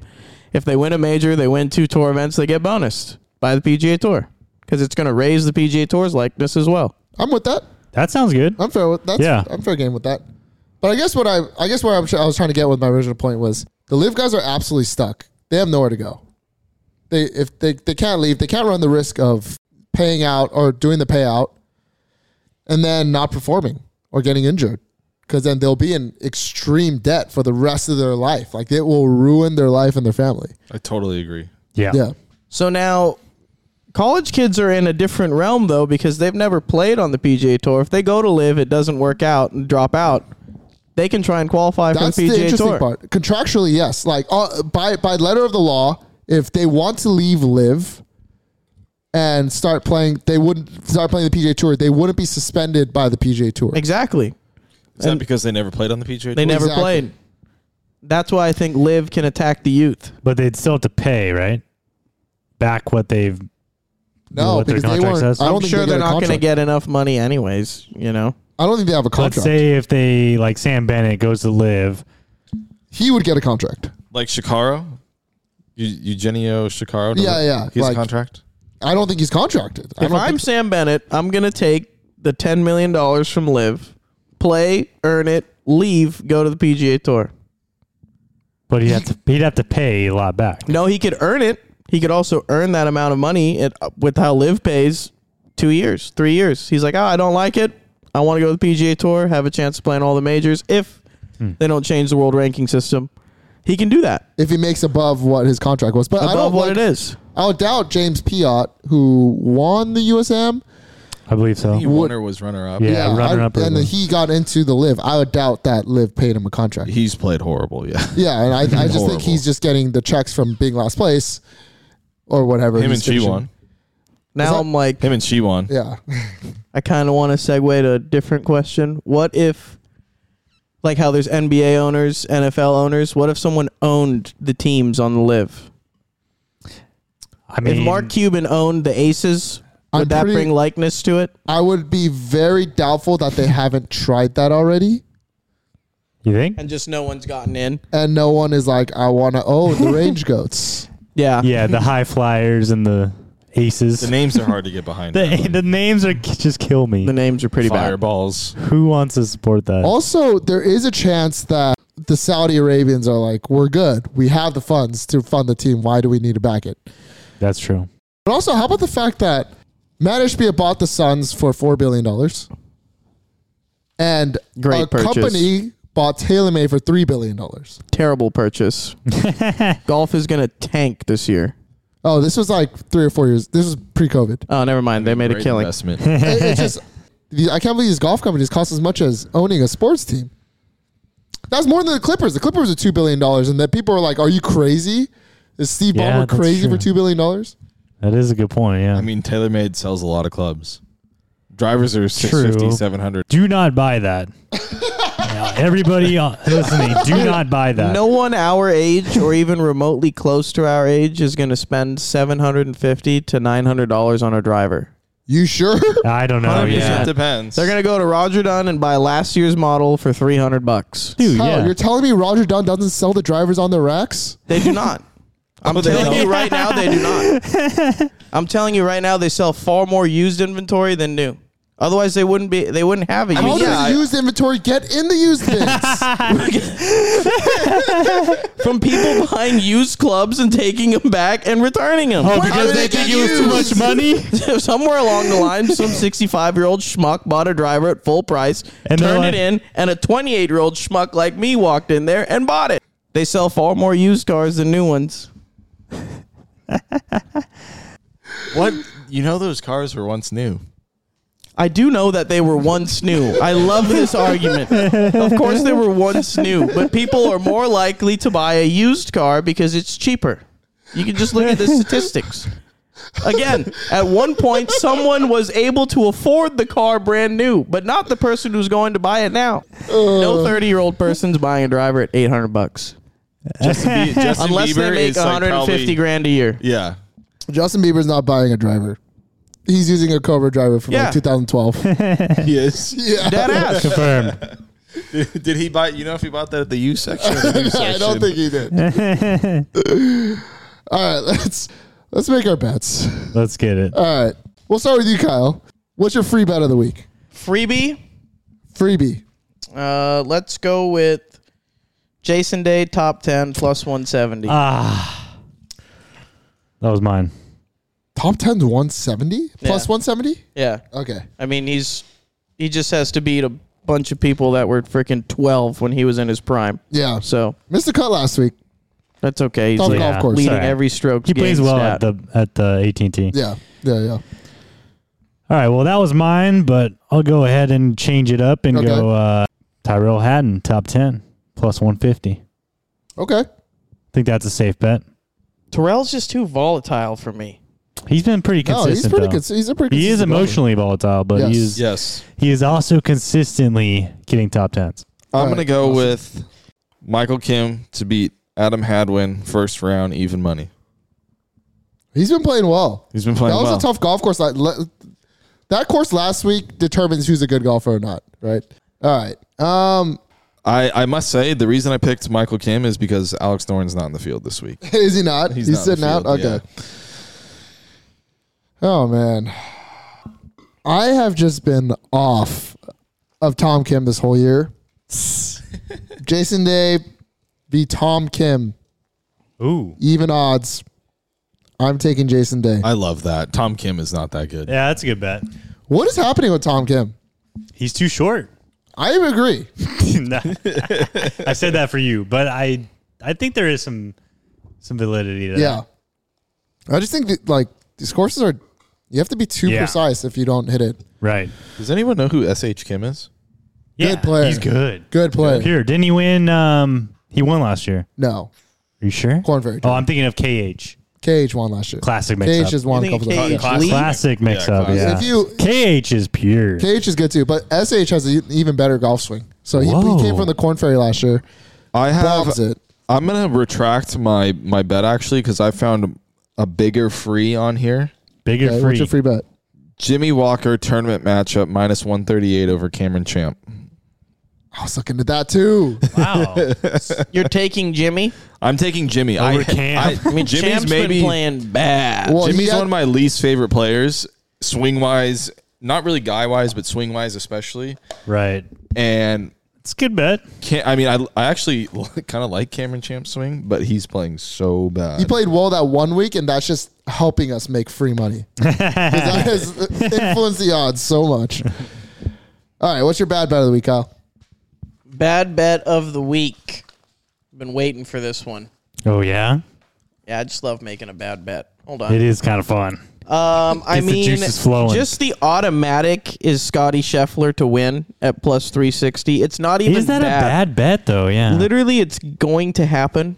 [SPEAKER 2] If they win a major, they win two tour events, they get bonused by the PGA Tour because it's going to raise the PGA Tour's likeness as well.
[SPEAKER 1] I'm with that.
[SPEAKER 3] that sounds good.
[SPEAKER 1] I'm fair with that's
[SPEAKER 3] Yeah.
[SPEAKER 1] I'm fair game with that. But I guess what I I guess what I'm, tr- I was trying to get with my original point was the live guys are absolutely stuck. They have nowhere to go. They if they, they can't leave, they can't run the risk of paying out or doing the payout and then not performing or getting injured because then they'll be in extreme debt for the rest of their life. Like it will ruin their life and their family.
[SPEAKER 4] I totally agree.
[SPEAKER 3] Yeah.
[SPEAKER 1] Yeah.
[SPEAKER 2] So now college kids are in a different realm though because they've never played on the PGA Tour. If they go to live, it doesn't work out and drop out, they can try and qualify
[SPEAKER 1] That's
[SPEAKER 2] for the
[SPEAKER 1] the,
[SPEAKER 2] PGA
[SPEAKER 1] interesting
[SPEAKER 2] Tour.
[SPEAKER 1] part. Contractually, yes. Like uh, by by letter of the law, if they want to leave live and start playing, they wouldn't start playing the PGA Tour. They wouldn't be suspended by the PGA Tour.
[SPEAKER 2] Exactly.
[SPEAKER 4] Is that because they never played on the
[SPEAKER 2] They
[SPEAKER 4] PGA? Tour?
[SPEAKER 2] never
[SPEAKER 1] Exactly.
[SPEAKER 2] played. That's why I think Live can attack the youth.
[SPEAKER 3] But they'd still have to pay, right? Back what they've
[SPEAKER 1] No,
[SPEAKER 3] what their
[SPEAKER 1] because they
[SPEAKER 3] contract
[SPEAKER 1] weren't.
[SPEAKER 3] says?
[SPEAKER 1] I don't
[SPEAKER 2] I'm
[SPEAKER 1] think
[SPEAKER 2] sure
[SPEAKER 1] they
[SPEAKER 2] they're not
[SPEAKER 1] going
[SPEAKER 2] going to get enough money anyways, you know.
[SPEAKER 1] I don't think they have a
[SPEAKER 3] let's
[SPEAKER 1] contract.
[SPEAKER 3] say if they like Sam Bennett goes to live.
[SPEAKER 1] he would get a contract.
[SPEAKER 4] like Shikaro, Eu- Eugenio Shikaro.
[SPEAKER 1] Yeah, yeah,
[SPEAKER 4] He's
[SPEAKER 1] like-
[SPEAKER 4] a contract.
[SPEAKER 1] I don't think he's contracted. I
[SPEAKER 2] If
[SPEAKER 1] don't
[SPEAKER 2] I'm
[SPEAKER 1] think,
[SPEAKER 2] Sam Bennett, I'm going to take the 10 million dollars from Live, play, earn it, leave, go to the PGA Tour.
[SPEAKER 3] But he'd have, to, he'd have to pay a lot back.
[SPEAKER 2] No, he could earn it. He could also earn that amount of money at, with how Live pays two years, three years. He's like, oh, I don't like it. I want to go to the PGA Tour, have a chance to play in all the majors if they don't change the world ranking system. He can do that
[SPEAKER 1] if he makes above what his contract was, but I don't
[SPEAKER 2] above what
[SPEAKER 1] like-
[SPEAKER 2] it is.
[SPEAKER 1] I would doubt James Piot, who won the USM.
[SPEAKER 3] I believe so.
[SPEAKER 4] He won or was runner up.
[SPEAKER 3] Yeah, runner
[SPEAKER 1] I-
[SPEAKER 3] up.
[SPEAKER 1] and he got into the live. I would doubt that live paid him a contract.
[SPEAKER 4] He's played horrible. Yeah.
[SPEAKER 1] Yeah, and I, I just
[SPEAKER 4] Horrible.
[SPEAKER 1] think he's just getting the checks from being last place or whatever.
[SPEAKER 4] Him and
[SPEAKER 1] he's finishing.
[SPEAKER 4] Chiwon.
[SPEAKER 2] Now
[SPEAKER 1] that-
[SPEAKER 2] I'm like,
[SPEAKER 4] Him and Chiwon.
[SPEAKER 1] Yeah.
[SPEAKER 2] I kind of want to segue to a different question. What if, like, how there's NBA owners, NFL owners? What if someone owned the teams on the live?
[SPEAKER 3] I mean,
[SPEAKER 2] if Mark Cuban owned the Aces, would
[SPEAKER 1] I'm
[SPEAKER 2] that
[SPEAKER 1] pretty-
[SPEAKER 2] bring likeness to it?
[SPEAKER 1] I would be very doubtful that they haven't tried that already.
[SPEAKER 3] you think?
[SPEAKER 2] And just no one's gotten in.
[SPEAKER 1] And no one is like, I want to own the Range Goats.
[SPEAKER 2] Yeah.
[SPEAKER 3] Yeah, the high flyers and the aces.
[SPEAKER 4] The
[SPEAKER 3] The,
[SPEAKER 4] names are hard to get behind.
[SPEAKER 3] the, names are just kill me.
[SPEAKER 2] The names are pretty bad.
[SPEAKER 4] Fireballs.
[SPEAKER 3] Who wants to support that?
[SPEAKER 1] Also, there is a chance that the Saudi Arabians are like, we're good. We have the funds to fund the team. Why do we need to back it?
[SPEAKER 3] That's true.
[SPEAKER 1] But also, how about the fact that Matt Ishbia bought the Suns for $4 billion? And
[SPEAKER 2] Great
[SPEAKER 1] a
[SPEAKER 2] purchase.
[SPEAKER 1] company bought TaylorMade for $3 billion.
[SPEAKER 2] Terrible purchase. Golf is going to tank this year.
[SPEAKER 1] Oh, this was like three or four years. This was pre-COVID.
[SPEAKER 2] Oh, never mind. They made a
[SPEAKER 4] Great
[SPEAKER 2] killing.
[SPEAKER 4] Investment.
[SPEAKER 1] It- it's just the- I can't believe these golf companies cost as much as owning a sports team. That's more than the Clippers. The Clippers are two billion dollars, and that people are like, "Are you crazy? Is Steve
[SPEAKER 3] Yeah,
[SPEAKER 1] Ballmer
[SPEAKER 3] that's
[SPEAKER 1] crazy for
[SPEAKER 3] true.
[SPEAKER 1] two billion dollars?"
[SPEAKER 3] That is a good point. Yeah.
[SPEAKER 4] I mean, TaylorMade sells a lot of clubs. Drivers are 650,
[SPEAKER 3] True.
[SPEAKER 4] 700.
[SPEAKER 3] do not buy that. Yeah, Everybody uh, listening, do not buy that.
[SPEAKER 2] No one our age or even remotely close to our age is going to spend 750 to $900 on a driver.
[SPEAKER 1] You sure?
[SPEAKER 3] I don't know.
[SPEAKER 2] 100%.
[SPEAKER 3] Yeah.
[SPEAKER 4] It depends.
[SPEAKER 2] Oh, They're gonna go to Roger Dunn and buy last year's model for three hundred bucks.
[SPEAKER 3] Dude,
[SPEAKER 1] Kyle,
[SPEAKER 3] yeah.
[SPEAKER 1] You're telling me Roger Dunn doesn't sell the drivers on their racks?
[SPEAKER 2] They do not. I'm
[SPEAKER 4] But they
[SPEAKER 2] telling
[SPEAKER 4] don't.
[SPEAKER 2] you right now, they do not. I'm telling you right now, they sell far more used inventory than new. Otherwise, they wouldn't be. They wouldn't have a
[SPEAKER 1] How
[SPEAKER 2] used.
[SPEAKER 1] does
[SPEAKER 4] I-
[SPEAKER 1] used inventory get in the used things?
[SPEAKER 2] From people buying used clubs and taking them back and returning them.
[SPEAKER 3] Oh,
[SPEAKER 1] Why do
[SPEAKER 3] because
[SPEAKER 1] they
[SPEAKER 3] they
[SPEAKER 1] get
[SPEAKER 3] think it was too
[SPEAKER 1] used?
[SPEAKER 3] much money?
[SPEAKER 2] Somewhere along the line, some 65 year old schmuck bought a driver at full price,
[SPEAKER 3] And they're
[SPEAKER 2] turned it
[SPEAKER 3] like-
[SPEAKER 2] in, and a 28 year old schmuck like me walked in there and bought it. They sell far more used cars than new ones.
[SPEAKER 4] What? You know, those cars were once new.
[SPEAKER 2] I do know that they were once new. I love this argument. Of course, they were once new, but people are more likely to buy a used car because it's cheaper. You can just look at the statistics. Again, at one point, someone was able to afford the car brand new, but not the person who's going to buy it now. No 30 year old person's buying a driver at 800 bucks.
[SPEAKER 4] Justin, Be- Justin
[SPEAKER 2] Unless
[SPEAKER 4] Bieber
[SPEAKER 2] they make
[SPEAKER 4] is like
[SPEAKER 2] 150
[SPEAKER 4] probably-
[SPEAKER 2] grand a year.
[SPEAKER 4] Yeah.
[SPEAKER 1] Justin Bieber's not buying a driver. He's using a Cobra driver from
[SPEAKER 2] Yeah.
[SPEAKER 1] like 2012.
[SPEAKER 4] Yes.
[SPEAKER 1] yeah.
[SPEAKER 2] Dead ass.
[SPEAKER 3] Confirmed.
[SPEAKER 4] Did he buy? You know if he bought that at the U section? Or the U
[SPEAKER 1] I
[SPEAKER 4] section?
[SPEAKER 1] don't think he did. All right, let's let's make our bets.
[SPEAKER 3] Let's get it.
[SPEAKER 1] All right. We'll start with you, Kyle. What's your free bet of the week?
[SPEAKER 2] Freebie.
[SPEAKER 1] Freebie.
[SPEAKER 2] Uh, let's go with Jason Day top ten plus one seventy.
[SPEAKER 3] That was mine.
[SPEAKER 1] Top 10's 170? Plus
[SPEAKER 2] Yeah.
[SPEAKER 1] 170?
[SPEAKER 2] yeah,
[SPEAKER 1] Okay.
[SPEAKER 2] I mean he's he just has to beat a bunch of people that were freaking twelve when he was in his prime.
[SPEAKER 1] Yeah.
[SPEAKER 2] So
[SPEAKER 1] Missed the cut last week.
[SPEAKER 2] that's okay. He's
[SPEAKER 1] Tough
[SPEAKER 2] like
[SPEAKER 1] golf
[SPEAKER 3] Yeah.
[SPEAKER 1] course.
[SPEAKER 2] leading
[SPEAKER 3] Sorry.
[SPEAKER 2] every stroke.
[SPEAKER 3] He plays
[SPEAKER 2] gain
[SPEAKER 3] well
[SPEAKER 2] stat.
[SPEAKER 3] at the at the AT&T.
[SPEAKER 1] Yeah. Yeah, yeah.
[SPEAKER 3] All right, well that was mine, but I'll go ahead and change it up and go
[SPEAKER 1] Okay.
[SPEAKER 3] uh, Tyrell Hatton top 10 plus 150. I
[SPEAKER 1] Okay.
[SPEAKER 3] think that's a safe bet.
[SPEAKER 2] Terrell's just too volatile for me.
[SPEAKER 3] He's been pretty
[SPEAKER 1] No, he's
[SPEAKER 3] consistent.
[SPEAKER 1] pretty
[SPEAKER 3] though.
[SPEAKER 1] good. He's a pretty
[SPEAKER 3] He is
[SPEAKER 1] consistent bowler.
[SPEAKER 3] emotionally volatile, but
[SPEAKER 1] Yes.
[SPEAKER 3] he is
[SPEAKER 4] Yes.
[SPEAKER 3] he is also consistently getting top tens.
[SPEAKER 4] I'm
[SPEAKER 1] All
[SPEAKER 4] gonna
[SPEAKER 1] right,
[SPEAKER 4] go
[SPEAKER 1] awesome.
[SPEAKER 4] with Michael Kim to beat Adam Hadwin first round even money.
[SPEAKER 1] He's been playing well.
[SPEAKER 4] He's been playing
[SPEAKER 1] that was
[SPEAKER 4] well.
[SPEAKER 1] a tough golf course. Like, le- That course last week determines who's a good golfer or not, right? All right. Um,
[SPEAKER 4] I, I must say the reason I picked Michael Kim is because Alex Noren's not in the field this week.
[SPEAKER 1] is he not? He's,
[SPEAKER 4] not in
[SPEAKER 1] sitting
[SPEAKER 4] the
[SPEAKER 1] out.
[SPEAKER 4] field,
[SPEAKER 1] Okay. Oh man, I have just been off of Tom Kim this whole year. Jason Day be Tom Kim
[SPEAKER 3] Ooh.
[SPEAKER 1] even odds. I'm taking Jason Day.
[SPEAKER 4] I love that. Tom Kim is not that good.
[SPEAKER 3] Yeah, that's a good bet.
[SPEAKER 1] What is happening with Tom Kim?
[SPEAKER 3] He's too short.
[SPEAKER 1] I agree.
[SPEAKER 3] I said that for you, but I I think there is some some validity to
[SPEAKER 1] Yeah. I just think that like these courses are you have to be too
[SPEAKER 3] Yeah.
[SPEAKER 1] precise if you don't hit it.
[SPEAKER 3] Right.
[SPEAKER 4] Does anyone know who SH Kim is?
[SPEAKER 1] Good player.
[SPEAKER 3] He's good.
[SPEAKER 1] Good play.
[SPEAKER 3] Pure. Didn't he win um he won last year.
[SPEAKER 1] No.
[SPEAKER 3] Are you sure?
[SPEAKER 1] Corn Ferry.
[SPEAKER 3] Oh, I'm thinking of KH.
[SPEAKER 1] KH won last year.
[SPEAKER 3] Classic mix
[SPEAKER 1] KH
[SPEAKER 3] up.
[SPEAKER 1] has won a
[SPEAKER 2] You think
[SPEAKER 1] couple times.
[SPEAKER 2] KH
[SPEAKER 1] Yeah.
[SPEAKER 2] Lee?
[SPEAKER 3] Classic mix up.
[SPEAKER 4] classic.
[SPEAKER 3] Yeah.
[SPEAKER 1] If you-
[SPEAKER 3] KH is pure.
[SPEAKER 1] KH is good too, but SH has an e, even better golf swing. So he, he
[SPEAKER 3] Whoa.
[SPEAKER 1] came from the Corn Ferry last year.
[SPEAKER 4] I have
[SPEAKER 1] Bombs it.
[SPEAKER 4] I'm gonna retract my my bet actually because I found a bigger free on here.
[SPEAKER 3] Bigger
[SPEAKER 1] Okay,
[SPEAKER 3] free.
[SPEAKER 1] what's your free bet?
[SPEAKER 4] Jimmy Walker tournament matchup minus 138 over Cameron Champ.
[SPEAKER 1] I was looking at that too.
[SPEAKER 3] Wow.
[SPEAKER 2] You're taking Jimmy.
[SPEAKER 4] I'm taking Jimmy.
[SPEAKER 3] Over
[SPEAKER 4] I,
[SPEAKER 3] Camp?
[SPEAKER 4] I,
[SPEAKER 2] I mean,
[SPEAKER 4] Jimmy's
[SPEAKER 2] Champ's
[SPEAKER 4] maybe
[SPEAKER 2] been playing bad.
[SPEAKER 1] Well, he
[SPEAKER 4] Jimmy's
[SPEAKER 1] got-
[SPEAKER 4] one of my least favorite players, swing wise, not really guy wise, but swing wise especially.
[SPEAKER 3] right.
[SPEAKER 4] And
[SPEAKER 3] It's a good bet.
[SPEAKER 4] can't, I mean, I I actually kind of like Cameron Champ's swing, but he's playing so bad.
[SPEAKER 1] He played well that one week, and that's just helping us make free money. 'Cause that has influenced the odds so much. All right, what's your bad bet of the week, Kyle?
[SPEAKER 2] Bad bet of the week. Been waiting for this one.
[SPEAKER 3] Oh yeah.
[SPEAKER 2] Yeah, I just love making a bad bet. Hold
[SPEAKER 3] It
[SPEAKER 2] on.
[SPEAKER 3] is kind of fun.
[SPEAKER 2] Um, I
[SPEAKER 3] Gets the
[SPEAKER 2] mean,
[SPEAKER 3] juices flowing.
[SPEAKER 2] just the automatic is Scotty Scheffler to win at plus 360. It's not even
[SPEAKER 3] Is that a bad bet though? Yeah.
[SPEAKER 2] Literally, it's going to happen.